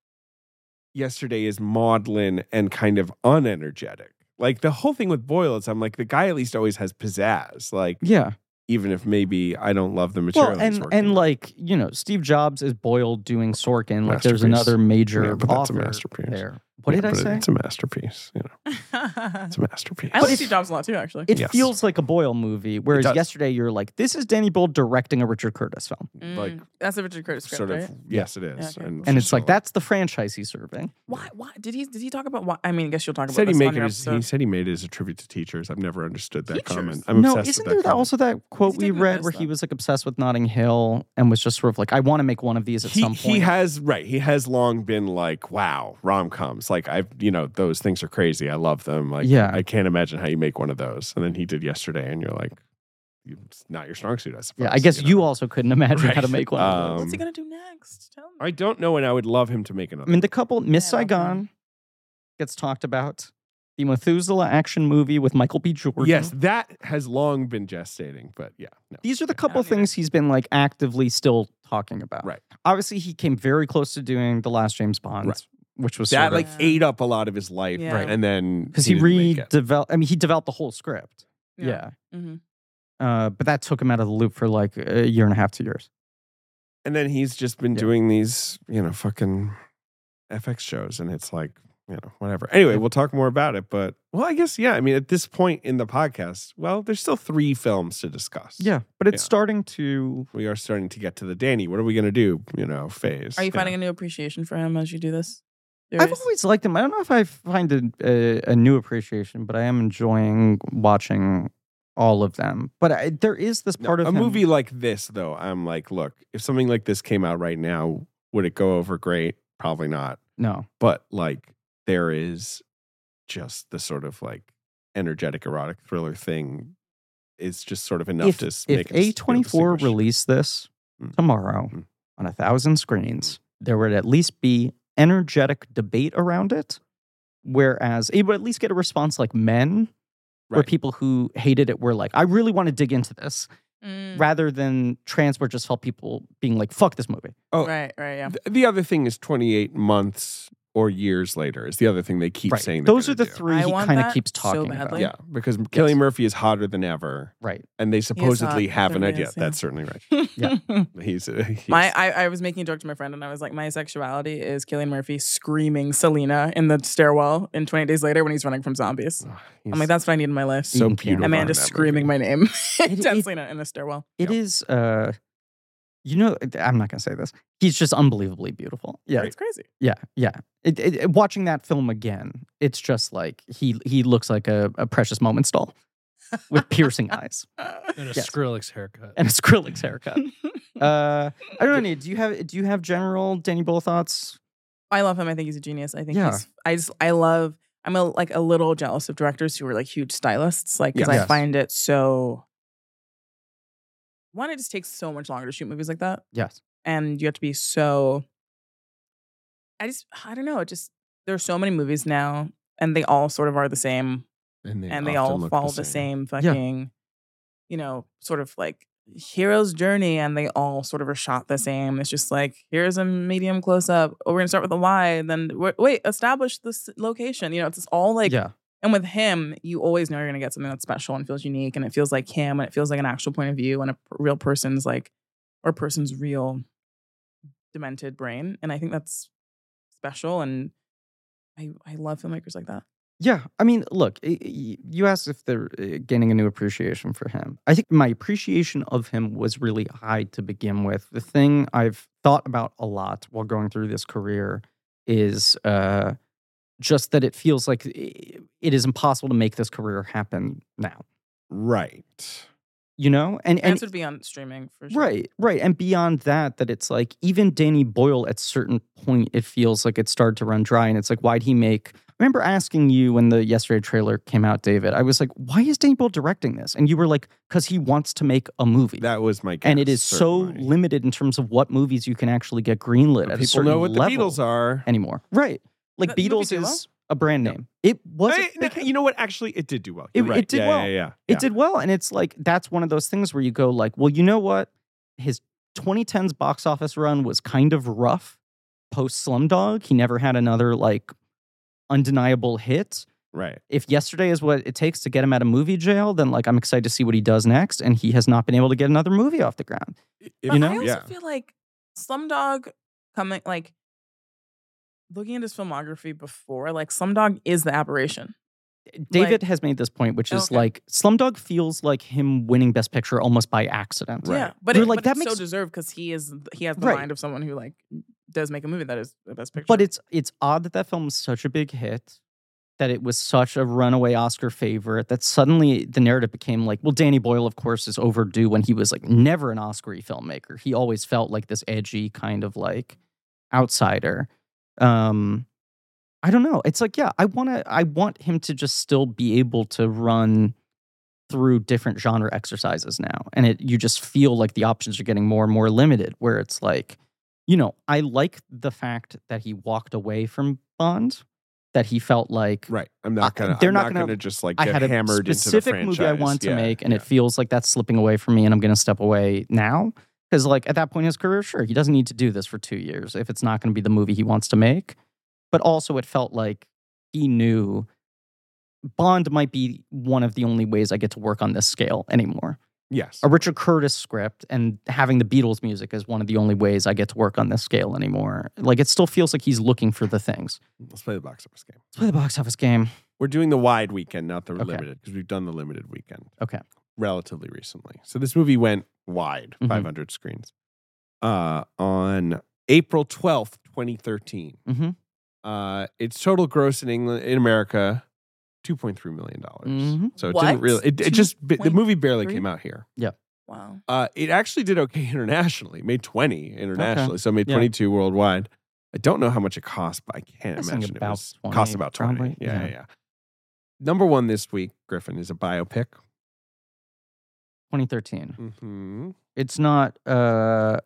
yesterday is maudlin and kind of unenergetic. Like the whole thing with Boyle is, I'm like, the guy at least always has pizzazz. Like,
Yeah.
even if maybe I don't love the material.
Well,
he's
and
working
and
with.
like you know, Steve Jobs is Boyle doing Sorkin. Like there's
Masterpiece.
another major
Yeah, but that's
author
a masterpiece.
there. What
Yeah,
did I
but
say?
It's a masterpiece. You know,
I
it's a masterpiece.
like Steve Jobs a lot too, actually.
It
Yes.
feels like a Boyle movie, whereas
does.
yesterday you're like, this is Danny Boyle directing a Richard Curtis film,
Mm,
like
that's a Richard Curtis script,
sort of
right?
yes, it is.
okay.
and it's like that's the franchise he's serving.
Why? Why did he? Did he talk about? Why, I mean, I guess you'll talk
He
about.
said he
this
made
on
it.
your
As, he
episode.
said he made it as a tribute to teachers. I've never understood that
Teachers?
comment. I'm
no,
obsessed
isn't
with
there
that. comment.
also that quote
he
we
did
read
this,
where he
though.
was like obsessed with Notting Hill and was just sort of like, I want to make one of these at
he,
some point.
he has right. He has long been like, wow, rom coms. Like I've you know those things are crazy. I love them. Like
Yeah.
I can't imagine how you make one of those. And then he did yesterday, and you're like, it's not your strong suit. I suppose.
yeah, I guess
know?
you also couldn't imagine how to
Right.
make one. of those.
Um,
What's he gonna do next? Tell me.
I don't know, and I would love him to make
I
another.
mean, the couple Miss
Yeah, I love that.
Saigon gets talked about. The Methuselah action movie with Michael B. Jordan.
yes, that has long been gestating, but yeah, no.
These are the couple
don't either.
things he's been like actively still talking about.
Right.
Obviously, he came very close to doing the last James Bond,
Right.
which was
that
sort
like
of
Yeah.
ate up a lot of his life,
Yeah. Right.
and then
because he,
didn't make it. Mm-hmm.
redeveloped. I mean, he developed the whole script. Yeah.
Mhm.
Uh, but that took him out of the loop for like a year and a half, two years.
And then he's just been
Yeah.
doing these, you know, fucking FX shows, and it's like, you know, whatever. Anyway, we'll talk more about it, but well, I guess yeah. I mean, at this point in the podcast, well, there's still three films to discuss.
Yeah, but it's
Yeah.
starting to.
we are starting to get to the Danny. What are we gonna do? You know, phase.
Are you
Yeah.
finding a new appreciation for him as you do this?
I've
Serious?
always liked him. I don't know if I find a, a, a new appreciation, but I am enjoying watching all of them. But I, there is this
No,
part of
a
him-
movie like this though? I'm like, look, if something like this came out right now, would it go over great? Probably not.
No,
but like there is just the sort of like energetic erotic thriller thing is just sort of enough
if
to s-
if
make us feel
A twenty four
distinguished.
released this
Mm.
tomorrow
Mm.
on a thousand screens,
Hmm.
there would at least be energetic debate around it. Whereas it would at least get a response like men, where
Right.
people who hated it were like, "I really want to dig into this,"
Mm,
rather than transport just felt people being like, "Fuck this movie."
oh.
right, right, yeah.
Th- the other thing is 28 months or years later is the other thing they keep
right?
saying they're
Those are
gonna
the
do.
three
I
he
want
kind of
that
keeps
so
talking about.
badly.
yeah because Kelly Murphy is hotter than ever
Right.
and they supposedly
hot.
have an
There
idea
he is, yeah.
that's certainly right
Yeah.
he's, uh, he's
My, I, I was making a joke to my friend, and I was like, "My sexuality is Killian Murphy screaming Selena in the stairwell in 28 Days Later when he's running from zombies."
oh,
I'm like, "That's what I need in my life."
he's so
Eating candy.
beautiful
A man
in
just
that
screaming
movie.
my name,
It-
Dan
it-
Selena in the stairwell.
It
Yeah.
is, uh, you know, I'm not going to say this. He's just unbelievably beautiful. Yeah.
It's crazy.
Yeah. Yeah. It, it, it- watching that film again, it's just like he he looks like a, a precious moments doll with piercing eyes
Uh,
And a
Yes.
Skrillex haircut.
and a Skrillex haircut. Uh, I don't know. Do you have do you have general Danny Bull thoughts?
I love him. I think he's a genius. I think
Yeah.
he's. I just. I love. I'm a, like a little jealous of directors who are like huge stylists, like because
Yes.
I find it so. One, it just takes so much longer to shoot movies like that,
Yes.
and you have to be so. I just. I don't know. It just. There's so many movies now, and they all sort of are the same,
and they,
and they
often
all
look
follow the same, fucking, you know, sort of like hero's journey, and they all sort of are shot the same. It's just like here's a medium close up. Oh, we're gonna start with a wide, then w- wait, establish this location. You know, it's just all like,
yeah.
and with him, you always know you're gonna get something that's special and feels unique, and it feels like him, and it feels like an actual point of view, and a p- real person's like, or a person's real demented brain, and I think that's special and. I, I love filmmakers like that.
Yeah, I mean, look, i- i- you asked if they're uh, gaining a new appreciation for him. I think my appreciation of him was really high to begin with. The thing I've thought about a lot while going through this career is uh, just that it feels like i- it is impossible to make this career happen now.
right
You know, and
And
and
this would be on streaming for sure.
Right, right. And beyond that, that it's like even Danny Boyle at certain point, it feels like it started to run dry. And it's like, why'd he make I remember asking you when the yesterday trailer came out, David, I was like, why is Danny Boyle directing this? And you were like, because he wants to make a movie.
that was my guess,
and it is so
certainly.
limited in terms of what movies you can actually get greenlit at a
people
certain
know what the
level
Beatles are.
anymore. Right. Like
That movie
Beatles
did
is
well.
a brand
Yep.
name. It was.
Hey, no, you know what? Actually, it did do well.
It-
You're right.
it did
yeah,
well.
Yeah, yeah,
it
yeah.
did well and it's like that's one of those things where you go like well you know what his 2010s box office run was kind of rough post slumdog he never had another like undeniable hit
Right.
if yesterday is what it takes to get him out of movie jail then like i'm excited to see what he does next and he has not been able to get another movie off the ground
If-
But
know?
I also
Yeah.
feel like Slumdog coming like looking at his filmography before, like Slumdog is the aberration. Like-
david has made this point which is
Okay.
like slumdog feels like him winning best picture almost by accident
Right.
Yeah, but,
You're
it,
like,
but
that
it's
makes-
so deserved because he is he has the
Right.
mind of someone who like does make a movie that is the best picture.
But it's it's odd that that film was such a big hit, that it was such a runaway Oscar favorite. That suddenly the narrative became like, well, Danny Boyle, of course, is overdue when he was like never an Oscary filmmaker. He always felt like this edgy kind of like outsider. Um, I don't know. It's like, yeah, I want to. I want him to just still be able to run through different genre exercises now, and it you just feel like the options are getting more and more limited. Where it's like, you know, I like the fact that he walked away from Bond, that he felt like
Right. I'm
I-
not gonna.
they're
I'm
not
not,
gonna-
gonna, just like
I
get
had a
hammered
specific
into the
movie I
franchise.
want to
Yeah,
make, and it
yeah.
feels like that's slipping away from me, and I'm going to step away now. Because, like, at that point in his career, sure, he doesn't need to do this for two years if it's not going to be the movie he wants to make. But also, it felt like he knew Bond might be one of the only ways I get to work on this scale anymore.
yes.
A Richard Curtis script and having the Beatles music is one of the only ways I get to work on this scale anymore. Like, it still feels like he's looking for the things.
Let's play the box office game.
Let's play the box office game.
We're doing the wide weekend, not the
Okay.
limited, because we've done the limited weekend.
Okay.
Relatively recently. So this movie went wide,
Mhm.
500 screens. Uh, on April 12th, 2013.
Mm-hmm.
Uh, its total gross in England in America, 2.3 million dollars.
Mhm.
So it
What?
didn't really it, it just the
2.3?
movie barely came out here.
wow.
Uh, it actually did okay internationally. It made 20 internationally. So it made
Yeah.
22 worldwide. I don't know how much it cost, but I can't
I think
imagine
about
it was
20,
cost about 20.
probably.
Yeah,
Yeah.
yeah, yeah. Number one this week, Griffin, is a biopic.
2013.
Mm-hmm.
It's not. uh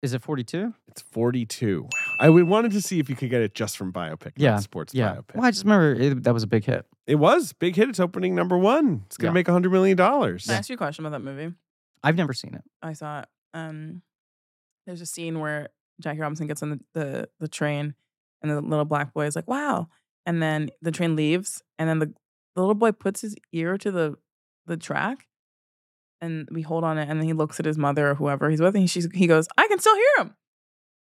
Is it 42?
It's 42. I would- wanted to see if you could get it just from biopic,
Yeah,
yeah. sports biopic.
Well, I just remember it, that was a big hit.
It was big hit. It's opening number one. It's going
Yeah.
to make $100 million.
Can I ask you a question about that movie?
I've never seen it.
I saw it. Um, there's a scene where Jackie Robinson gets on the, the, the train and the little black boy is like, wow. And then the train leaves and then the, the little boy puts his ear to the, the track and we hold on it. And then he looks at his mother or whoever he's with and she's, he goes, I can still hear him.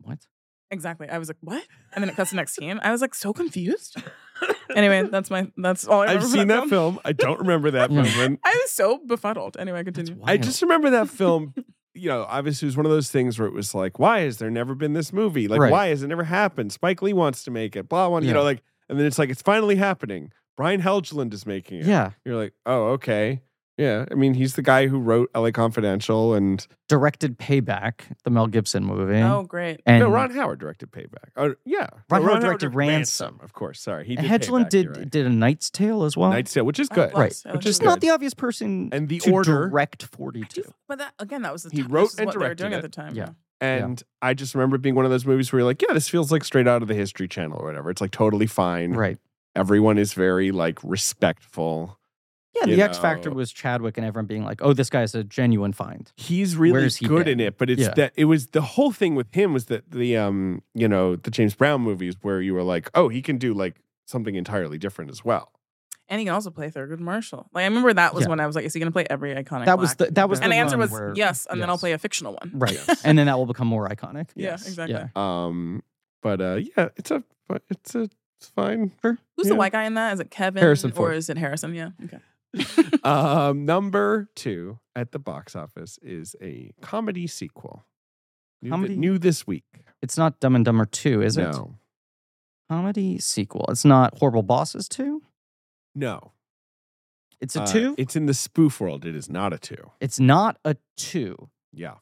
What?
Exactly. I was like, what? And then it cuts the next scene. I was like, so confused. Anyway, that's my, that's all I
I've
remember from
seen that film. I don't remember that
Yeah.
movement.
I was so befuddled. Anyway, continue.
I just remember that film. You know, obviously, it was one of those things where it was like, why has there never been this movie? Like,
Right.
why has it never happened? Spike Lee wants to make it. Blah, one.
Yeah.
You know, like, and then it's like it's finally happening. Brian Helgeland is making it.
Yeah.
you're like, oh, okay, yeah. I mean, he's the guy who wrote L.A. Confidential, and
Directed Payback, the Mel Gibson movie.
Oh, great.
and
no, Ron Howard directed Payback. Oh, yeah,
Ron
No,
Howard directed Ransom.
of course. Sorry, he did.
Hedgeland
Payback,
did
you're right.
did a Knight's Tale as well.
Night's Tale, which is
Oh,
good.
wow.
Right.
I
Which
like
is
He's
that.
good.
not the obvious person
And the
to
order,
direct
I do
42.
but that again, that was the
He
time-
wrote
this is
and
what
directed
they were doing
it.
at the time.
Yeah.
And I just remember it being one of those movies where you're like, yeah, this feels like straight out of the History Channel or whatever. It's like totally fine.
Right.
Everyone is very like respectful.
Yeah,
You
the X Factor
know.
was Chadwick and everyone being like, oh, this guy's a genuine find.
He's really
Where's he
good
been?
in it, but it's
Yeah.
that it was the whole thing with him was that the um, you know, the James Brown movies where you were like, oh, he can do like something entirely different as well.
And he can also play Thurgood Marshall. Like I remember that was
Yeah.
when I was like, is he gonna play every iconic?
That was
black?
the that was
And
the
and the answer
run
was
where-
yes, and then I'll
yes.
play a fictional one.
Right.
Yes.
and then that will become more iconic.
Yeah,
Yes.
exactly.
Yeah.
Um, but uh, yeah, it's a, it's a, it's fine.
Who's the
Yeah.
white guy in that? Is it Kevin
Harrison
or
Ford.
is it Harrison? Yeah. Okay.
um, number two at the box office is a comedy sequel. New,
Comedy?
new this week.
It's not Dumb and Dumber 2, is it?
no,
comedy sequel. It's not Horrible Bosses 2.
no.
It's a
Uh,
2.
It's in the spoof world. It is not a two.
It's not a 2.
Yeah,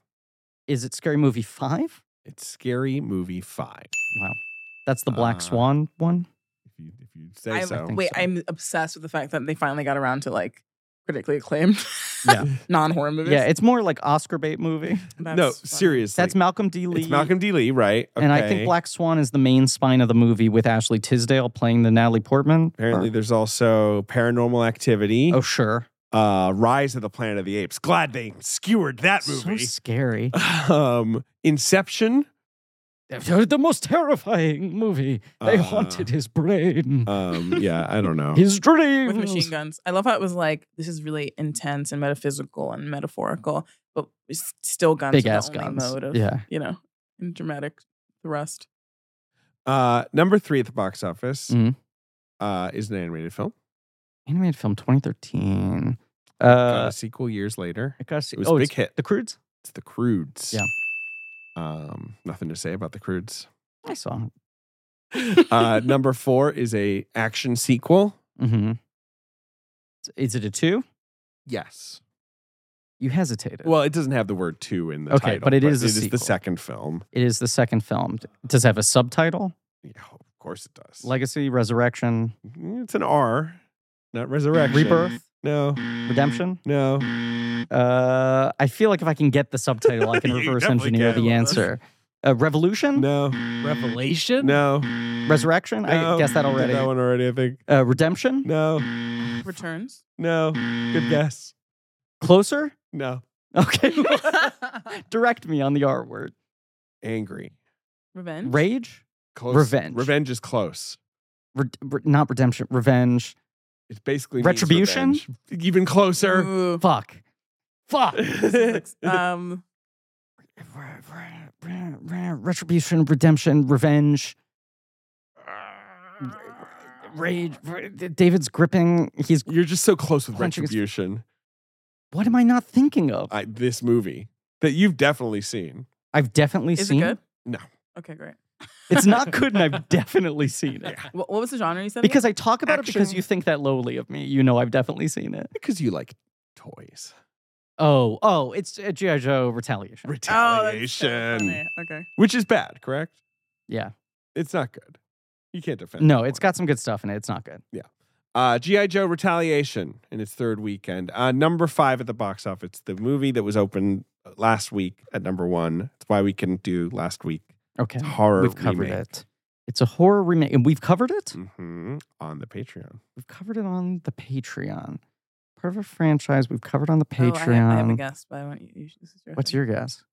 Is it Scary Movie 5?
it's Scary Movie Five.
Wow. That's the Black
Uh,
Swan one.
If you if you say
I,
so.
think
wait,
so.
I'm obsessed with the fact that they finally got around to like critically acclaimed
Yeah.
non horror movies.
Yeah, it's more like Oscar bait movie.
That's
no,
funny.
seriously.
That's Malcolm D. Lee.
It's Malcolm D. Lee, right?
And I
Okay.
think Black Swan is the main spine of the movie with Ashley Tisdale playing the Natalie Portman.
Apparently,
Or-
there's also Paranormal Activity,
oh sure,
uh, Rise of the Planet of the Apes. Glad they skewered that
so
movie.
scary.
um, Inception.
the most terrifying movie. They
Uh,
haunted his brain,
Um, yeah, I don't know.
his dreams.
with machine guns. I love how it was like this is really intense and metaphysical and metaphorical, but it's still guns
Big
are the
ass
only
guns.
mode of
yeah,
you know and dramatic thrust.
Uh, number three at the box office
Mhm.
uh, is an animated film.
animated film 2013.
Got
Uh,
a sequel years later.
I gotta see-
It was
oh,
a big
it's
hit.
The Crudes.
It's The Crudes.
Yeah.
Um, nothing to say about The Crudes.
I saw. It.
Uh, number four is a action sequel.
Mm-hmm. Is it a two?
Yes.
You hesitated.
Well, it doesn't have the word two in the
Okay,
title.
but it is a
the
sequel.
second film.
it is the second film. Does it have a subtitle?
Yeah, of course it does. Mm,
Legacy, Resurrection,
it's an R, not resurrection.
Rebirth,
No,
Redemption.
no.
Uh, I feel like if I can get the subtitle, I can
You
reverse
definitely
engineer
can.
the answer. Uh, Revolution,
No,
Revelation?
no.
Resurrection.
no.
I guessed that
You did
already.
That one already, I think.
Uh, Redemption,
No,
Returns.
no. Good guess.
Closer.
No.
Okay, direct me on the R word.
Angry.
Revenge.
Rage,
Close.
Revenge.
Revenge is close.
Re- re- not redemption. Revenge.
It's basically means
Retribution?
revenge. Even closer.
Ooh.
Fuck. Fuck. uh,
um,
Retribution, redemption, revenge. Rage. David's gripping. He's.
You're just so close with
Punching his-
retribution.
What am I not thinking of?
I, this movie that you've definitely seen.
I've definitely
is it
seen.
good?
No.
Okay, great.
It's not good, and I've definitely seen it.
What, what was the genre you said?
Because I talk about it because
Action.
you think that lowly of me. You know, I've definitely seen it.
Because you like toys.
Oh, oh, it's uh, G.I. Joe Retaliation.
again? Oh, that's so
Retaliation.
funny. okay.
Which is bad, correct?
yeah.
It's not good. You can't defend.
No,
that
it's
one.
got some good stuff in it. It's not good.
uh, GI Joe Retaliation in its third weekend, uh, number five at the box office. It's the movie that was opened last week at number one. That's why we couldn't do last week.
Okay.
It's a horror.
We've covered it. It's a horror remake, and we've covered it.
hmm on the Patreon.
We've covered it on the Patreon. Part of a franchise we've covered on the
Oh,
Patreon.
I, have, I have a guess, but I want you. you this is your
What's
thing.
your guess?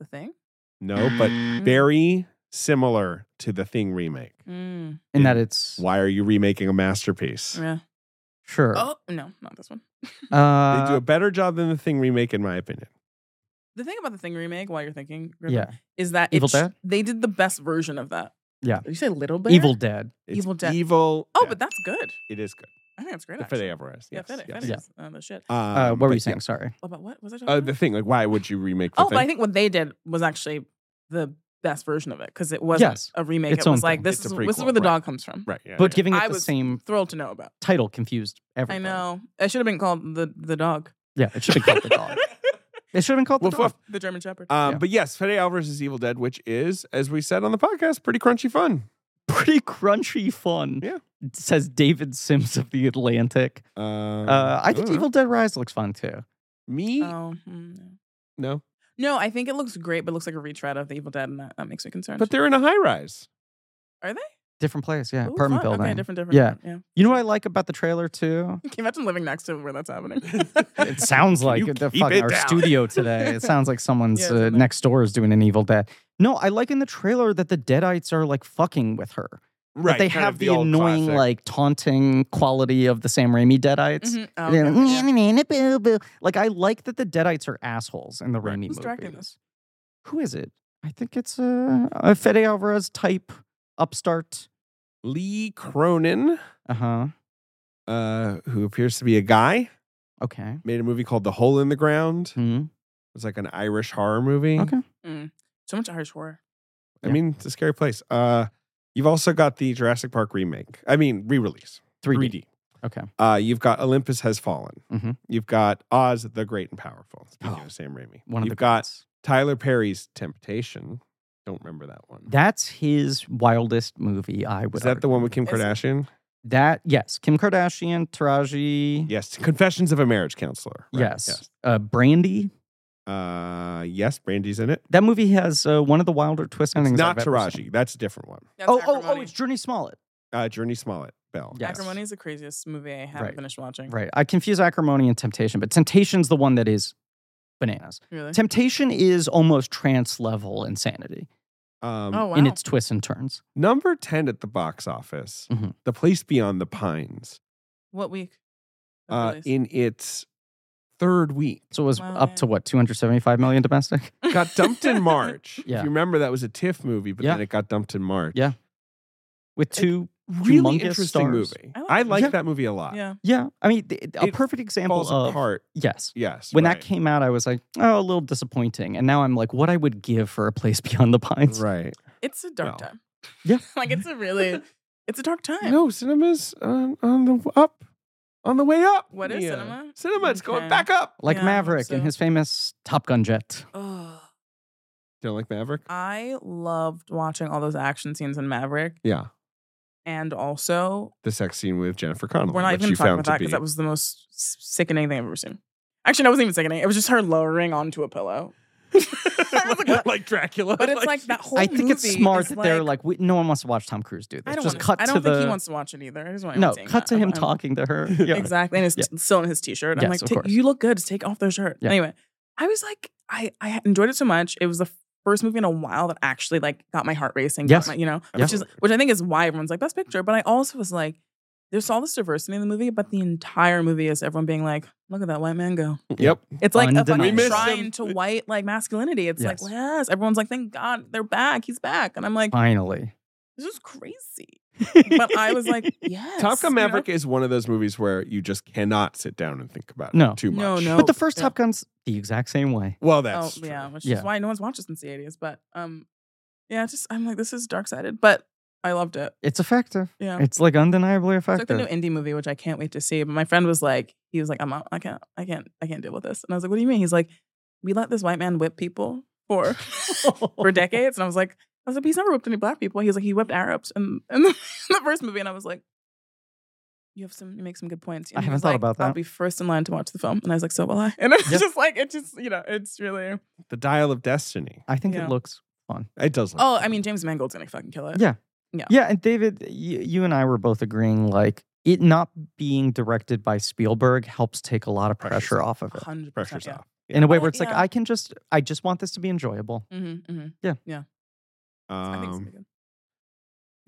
the thing?
No, but very similar to the Thing remake.
Mm,
In that
Yeah.
it's
Why are you remaking a masterpiece?
yeah.
sure.
Oh no, not this one.
Uh,
They do a better job than the Thing remake, in my opinion.
The thing about the thing remake, while you're thinking, Griffin,
yeah.
is that
Evil
it's,
Dead?
they did the best version of that.
Yeah.
Did you say Little Bear?
Evil Dead.
It's
Evil Dead.
Evil.
Oh,
Dead.
but that's good.
it is good.
I think that's great.
The
actually.
Fede Alvarez.
Yeah,
Yes,
Fede,
yes.
Fede is, uh, the shit.
Uh,
Um,
what were
but
you saying?
yeah.
Sorry.
What about what was I talking
Uh,
about?
the thing, like, why would you remake? The
oh,
thing?
but I think what they did was actually the best version of it because it wasn't
Yes.
a remake.
Its
it was
own
like
thing.
this
It's a
is this is
prequel,
where the
right.
dog comes from.
Right. Yeah.
But
yeah.
giving it
I
the
was-
same
Thrilled to know about.
title confused
I
everything.
know. It should have been called the the dog.
Yeah, it should have been called the dog. It should have been called
Woof,
the dog.
woof.
The German Shepherd.
Um,
Yeah.
But yes, Fede Alvarez is Evil Dead, which is, as we said on the podcast, pretty crunchy fun.
Pretty crunchy fun.
Yeah.
Says David Sims of the Atlantic.
Uh,
Uh, I
don't
think
know.
Evil Dead Rise looks fun too.
Me?
oh, mm, no.
no.
no, I think it looks great, but it looks like a retread of the Evil Dead, and that, that makes me concerned.
But they're in a high rise.
are they?
Different place, yeah.
Ooh,
apartment
fun.
building.
Okay, different, different.
Yeah.
different, yeah.
You know what I like about the trailer too?
Can you imagine living next to where that's happening?
It sounds
Can
like
you
the
keep
fucking
it
our
down?
studio today. It sounds like someone's
Yeah,
uh,
something.
next door is doing an Evil Dead. No, I like in the trailer that the Deadites are like fucking with her.
Right.
That they
kind
have
of
the,
old
annoying,
classic.
like taunting quality of the Sam Raimi Deadites.
Mhm. Oh,
And they're
okay,
like,
yeah.
"Nah, nah, nah, boo, boo." Like, I like that the Deadites are assholes in the
Right.
Raimi
Who's directing
movies. Who is it? I think it's a, a Fede Alvarez type upstart.
Lee Cronin,
Uh huh.
uh, who appears to be a guy,
Okay.
made a movie called The Hole in the Ground.
Hmm.
It's like an Irish horror movie.
Okay.
Mm. So much Irish horror.
I
Yeah.
mean, it's a scary place. Uh, you've also got the Jurassic Park remake. I mean, re-release.
3D. Okay.
Uh, you've got Olympus Has Fallen.
Mhm.
You've got Oz the Great and Powerful. Speaking
Oh,
of Sam Raimi.
One of
You've
the
got
greats.
Tyler Perry's Temptation. Don't remember that one.
That's his wildest movie. I would.
Is that
argue.
the one with Kim
Is it-
Kardashian?
That yes, Kim Kardashian, Taraji,
Yes, Confessions of a Marriage Counselor. right,
yes, Uh, Brandy.
yes. Uh, yes, Brandy's in it.
That movie has uh, one of the wilder twist
It's
endings.
not
I've ever seen.
Taraji. That's a different one.
That's
Oh, oh, oh!
Acrimony.
It's Journey Smollett.
Uh, Journey Smollett. Bell.
Yes.
Acrimony is the craziest movie I haven't
Right.
finished watching.
Right. I confuse Acrimony and Temptation, but Temptation's the one that is bananas.
Really?
Temptation is almost trance level insanity
Um,
oh wow.
in its twists and turns.
Number 10 at the box office,
Mhm.
The Place Beyond the Pines,
what week? of
uh,
release?
in its third week.
So it was
Wow,
up
yeah.
to what, 275 million domestic?
Got dumped in March. If
Yeah.
you remember, that was a TIFF movie, but
Yeah.
then it got dumped in March.
Yeah. With
It-
two,
Really
Humongous
interesting
stars.
movie.
I like
I
it.
like
Yeah.
that movie a lot.
Yeah.
yeah. I mean, th- a
It
perfect example
Falls
of.
apart.
Yes.
Yes.
When
right.
that came out, I was like, oh, a little disappointing. And now I'm like, what I would give for a place beyond the pines.
Right.
It's a dark
Well.
time.
Yeah.
like it's a really, it's a dark time.
No, cinema's on, on the up. On the way up.
What is
Mia.
cinema?
Cinema, it's
Okay.
going back up.
Like
Yeah,
Maverick and
so-
his famous Top Gun jet.
Ugh.
Don't like Maverick?
I loved watching all those action scenes in Maverick,
Yeah.
and also
The sex scene with Jennifer Connelly.
we're not
which
even
you
talking
found
about that
to
because
be-
that was the most s- sickening thing I've ever seen. Actually, no, it wasn't even sickening. It was just her lowering onto a pillow. I was like,
like Dracula.
But it's like that whole.
I think it's
movie
smart
is
that they're like, we, no one wants to watch Tom Cruise do this.
I don't,
Just
wanna-
cut
I
to
don't
the.
think he wants to watch it either. I just want
no,
him
cut to
that.
him
I'm-
talking to her.
Yeah.
Yeah.
Exactly. And it's
Yeah.
still in his t-shirt. I'm
Yes,
like,
of
"Ta-
course.
you look good. Just take off their shirt.
Yeah.
Anyway, I was like, I, I enjoyed it so much. It was the first movie in a while that actually like got my heart racing. got
Yes.
my- you know,
Yeah.
which is which I think is why everyone's like best picture. But I also was like, there's all this diversity in the movie, but the entire movie is everyone being like, look at that white man go.
Yep.
It's like a
Undeniable.
We
fucking
missed
shrine
him.
to white like masculinity. It's
Yes.
like, yes, everyone's like, thank God they're back. He's back. And I'm like,
Finally.
this is crazy. But I was like, yes.
Top Gun
you know?
Maverick is one of those movies where you just cannot sit down and think about
No.
it too much.
No, no.
But the
oh,
first
Yeah.
Top Gun's the exact same way.
Well, that's
oh yeah, which
Yeah.
is why no one's watched it since the eighties. But um, yeah, it's just I'm like this is dark sided, but I loved it.
It's effective.
Yeah,
It's like undeniably
it's like the
effective.
new indie movie, which I can't wait to see. But my friend was like, he was like, I'm out. I can't, I can't, I can't deal with this. And I was like, what do you mean? He's like, we let this white man whip people for for decades. And I was like, I was like, but he's never whipped any black people. He was like, he whipped Arabs in, in, the, the first movie, and I was like. You have some, you make some good points. And
I
he
haven't
was
thought
like,
about
I'll
that."
be first in line to watch the film, and I was like, so will I. And it's
Yep.
just like it just, you know, it's really.
the Dial of Destiny.
I think
Yeah.
it looks.
It does. Look
Oh, I mean, James Mangold's gonna fucking kill it.
Yeah.
Yeah.
Yeah. And David, you, you and I were both agreeing like it not being directed by Spielberg helps take a lot of pressure,
Pressure's
off of it
hundred
pressure's off.
in a way
Oh,
where it's like,
yeah.
I can just, I just want this to be enjoyable.
Mm-hmm, mm-hmm. I think it's
Um,
gonna be good.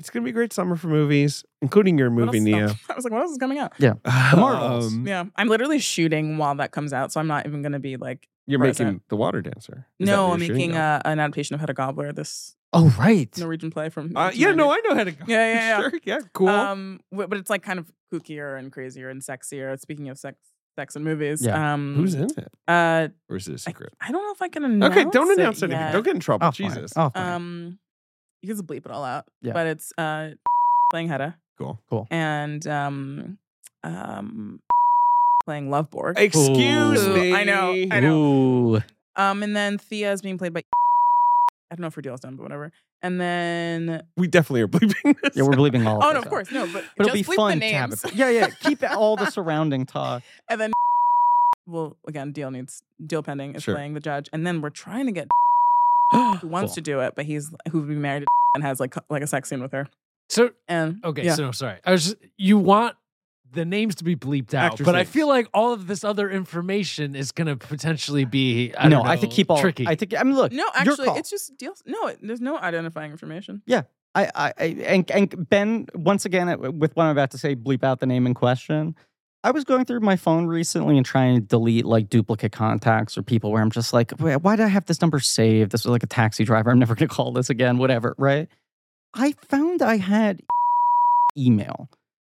it's gonna be a great summer for movies, including your
What
movie, Mm-hmm.
else-
Nia.
oh, I was like, what else is coming out?
The Marvels.
Um,
Yeah, I'm literally shooting while that comes out, so I'm not even gonna be like.
You're
Present.
making The Water Dancer. Is that
no,
what
I'm
you're shooting
making
on?
uh, an adaptation of Hedda Gobbler, this
Oh, right.
Norwegian play from.
Uh, yeah, no,
1890.
I know how to go.
Yeah, yeah, yeah.
sure, yeah, cool.
Um, w- but it's like kind of kookier and crazier and sexier. Speaking of sex, sex and movies.
Yeah.
Um,
Who's in it?
Uh,
Or is it a secret?
I don't know if I can announce.
okay, don't announce
it.
anything.
yet.
Don't get in trouble.
Oh, fine.
Jesus.
Oh, fine.
Um, you can just bleep it all out.
Yeah.
But it's uh playing Hedda.
Cool.
and um, um, playing Loveborg.
Excuse
Ooh,
me.
I know, I know.
Ooh.
Um, and then Thea is being played by. I don't know if her deal's done, but whatever. And then
We definitely are bleeping this.
Yeah, we're believing all of
oh
this
no, of
out.
course no, but,
But
just
it'll be
bleep
fun
the
to have it.
names.
Yeah, yeah. Keep it- all the surrounding talk.
and then well, again, deal needs deal pending is
Sure.
playing the judge, and then we're trying to get who wants
Ah, Cool.
to do it, but he's who would be married to and has like like a sex scene with her.
So
And
okay,
yeah.
so sorry. I was just, you want the names to be bleeped out,
Actors'
but I
names.
feel like all of this other information is going to potentially be I
no,
don't
I think
know,
keep all.
tricky.
I think I mean, look.
no,
uh, your
actually,
call.
it's just deal. No, it, there's no identifying information.
I, I, I and, and Ben, once again, uh, with what I'm about to say, bleep out the name in question. I was going through my phone recently and trying to delete like duplicate contacts or people where I'm just like, Wait, why did I have this number saved? This was like a taxi driver. I'm never going to call this again, whatever, right? I found I had email.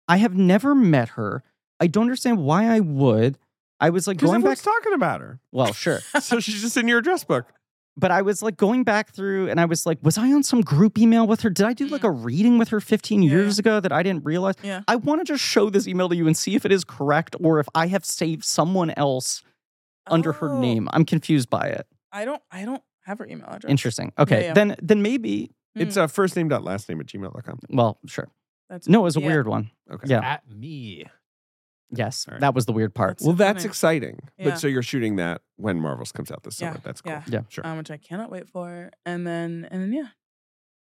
I have never met her. I don't understand why I would. I was like
Because
going back.
everyone's talking about her.
well, sure.
So she's just in your address book.
but I was like going back through and I was like, was I on some group email with her? Did I do like a reading with her 15
Mm. Yeah,
years ago that I didn't realize?
Yeah.
I want to just show this email to you and see if it is correct or if I have saved someone else under her
Oh,
name. I'm confused by it.
I don't. I don't have her email address.
Interesting. Okay.
yeah.
Then then maybe,
Hmm.
It's uh, first name dot last name at gmail.com.
well, sure.
That's
No, it was a
Yeah.
weird one.
Okay.
Yeah.
At me.
Yes,
All right.
that was the weird part.
That's
Well, that's
funny.
exciting.
Yeah.
But so you're shooting that when Marvels comes out this summer. That's cool.
yeah.
Yeah.
Sure.
um, which I cannot wait for. And then and then yeah,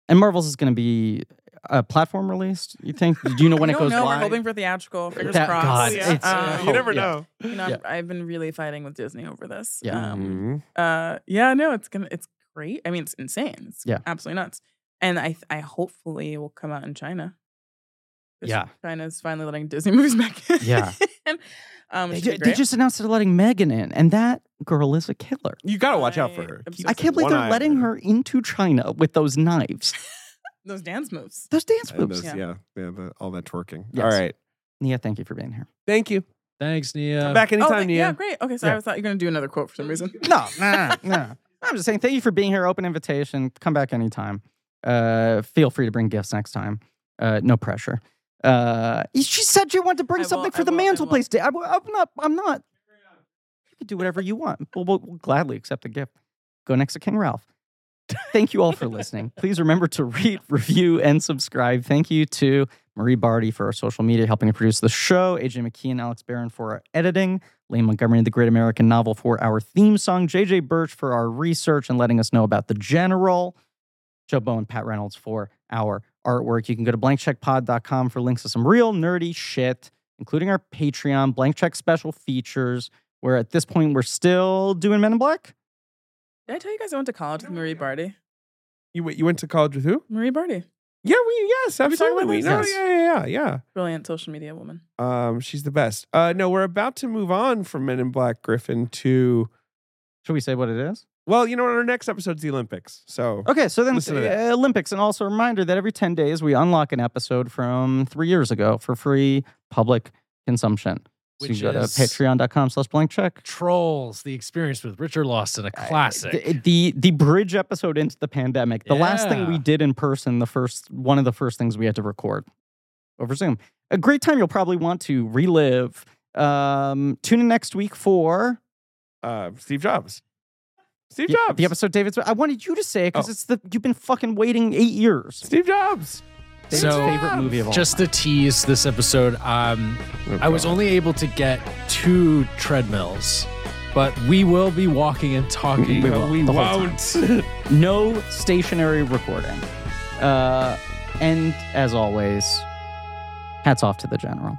and Marvel's is going to be a platform released. You think? Do you know when
I
it
don't
goes
know. We're
live?
hoping for theatrical. Fingers
That-
crossed.
God,
yeah.
it's- Oh.
Um,
you never
know.
you know, I've, I've been really fighting with Disney over this.
Yeah.
Um,
Mm-hmm.
uh, yeah. No, it's gonna. It's great. I mean, it's insane. It's
Yeah.
absolutely nuts. And I, I hopefully will come out in China. 'Cause
Yeah.
China's finally letting Disney movies back in.
Yeah.
um,
They,
which
ju-
is
they
great.
just announced they're letting Megan in, and that girl is a killer.
You got to watch out for
I-
her.
I'm
Keep
so
I can't believe
one
they're
eye on
letting her into China with those knives,
those dance moves.
those dance
And
moves.
those- yeah.
Yeah.
Yeah. the, all that twerking.
Yes.
All right.
Nia, thank you for being here.
Thank you.
Thanks, Nia.
Come back
oh,
anytime,
like-
Nia.
yeah, great. Okay, so
Yeah.
I thought you were gonna do another quote for some reason.
No, nah, nah. I'm just saying, thank you for being here. Open invitation. Come back anytime. Uh, feel free to bring gifts next time. Uh, no pressure. Uh, y- she said you want to bring
I will,
something for
I
the
will, I
mantel
will.
place day. I, am not. I'm not. You can do whatever you want. We'll, we'll, we'll gladly accept the gift. Go next to King Ralph. Thank you all for listening. Please remember to read, review, and subscribe. Thank you to Marie Barty for our social media, helping to produce the show. AJ McKee and Alex Barron for our editing. Lane Montgomery, the great American novel, for our theme song. JJ Birch for our research and letting us know about the general. Joe Bowen, Pat Reynolds for our artwork. You can go to blankcheckpod.com for links to some real nerdy shit, including our Patreon, blank check special features, where at this point we're still doing Men in Black.
Did I tell you guys I went to college with Marie Barty?
You, went- you went to college with who?
Marie Barty,
Yeah, we yes, absolutely.
this?
No,
Yes.
yeah, yeah, yeah,
brilliant social media woman.
yeah. Um, she's the best. Uh, no, we're about to move on from Men in Black Griffin to
Should we say what it is?
well, you know what? Our next episode's the Olympics, so
Okay, so then
Listen to
uh, Olympics, and also a reminder that every 10 days we unlock an episode from three years ago for free public consumption. So
Which
you go
is-
to patreon.com slash blank check.
Trolls, the experience with Richard Lawson, a
I-
classic.
th- The, the bridge episode into the pandemic. The last thing we
Yeah.
did in person, the first one of the first things we had to record over Zoom. A great time you'll probably want to relive. Um, tune in next week for
uh, Steve Jobs. Steve
the,
Jobs.
the episode David's. I wanted you to say it because
Oh.
it's the you've been fucking waiting eight years.
Steve Jobs.
David's
So,
favorite movie of all
Just
time.
to tease this episode, um, I was only able to get two treadmills, but we will be walking and talking.
We will,
we
the whole
won't.
no stationary recording. Uh, and as always, hats off to the general.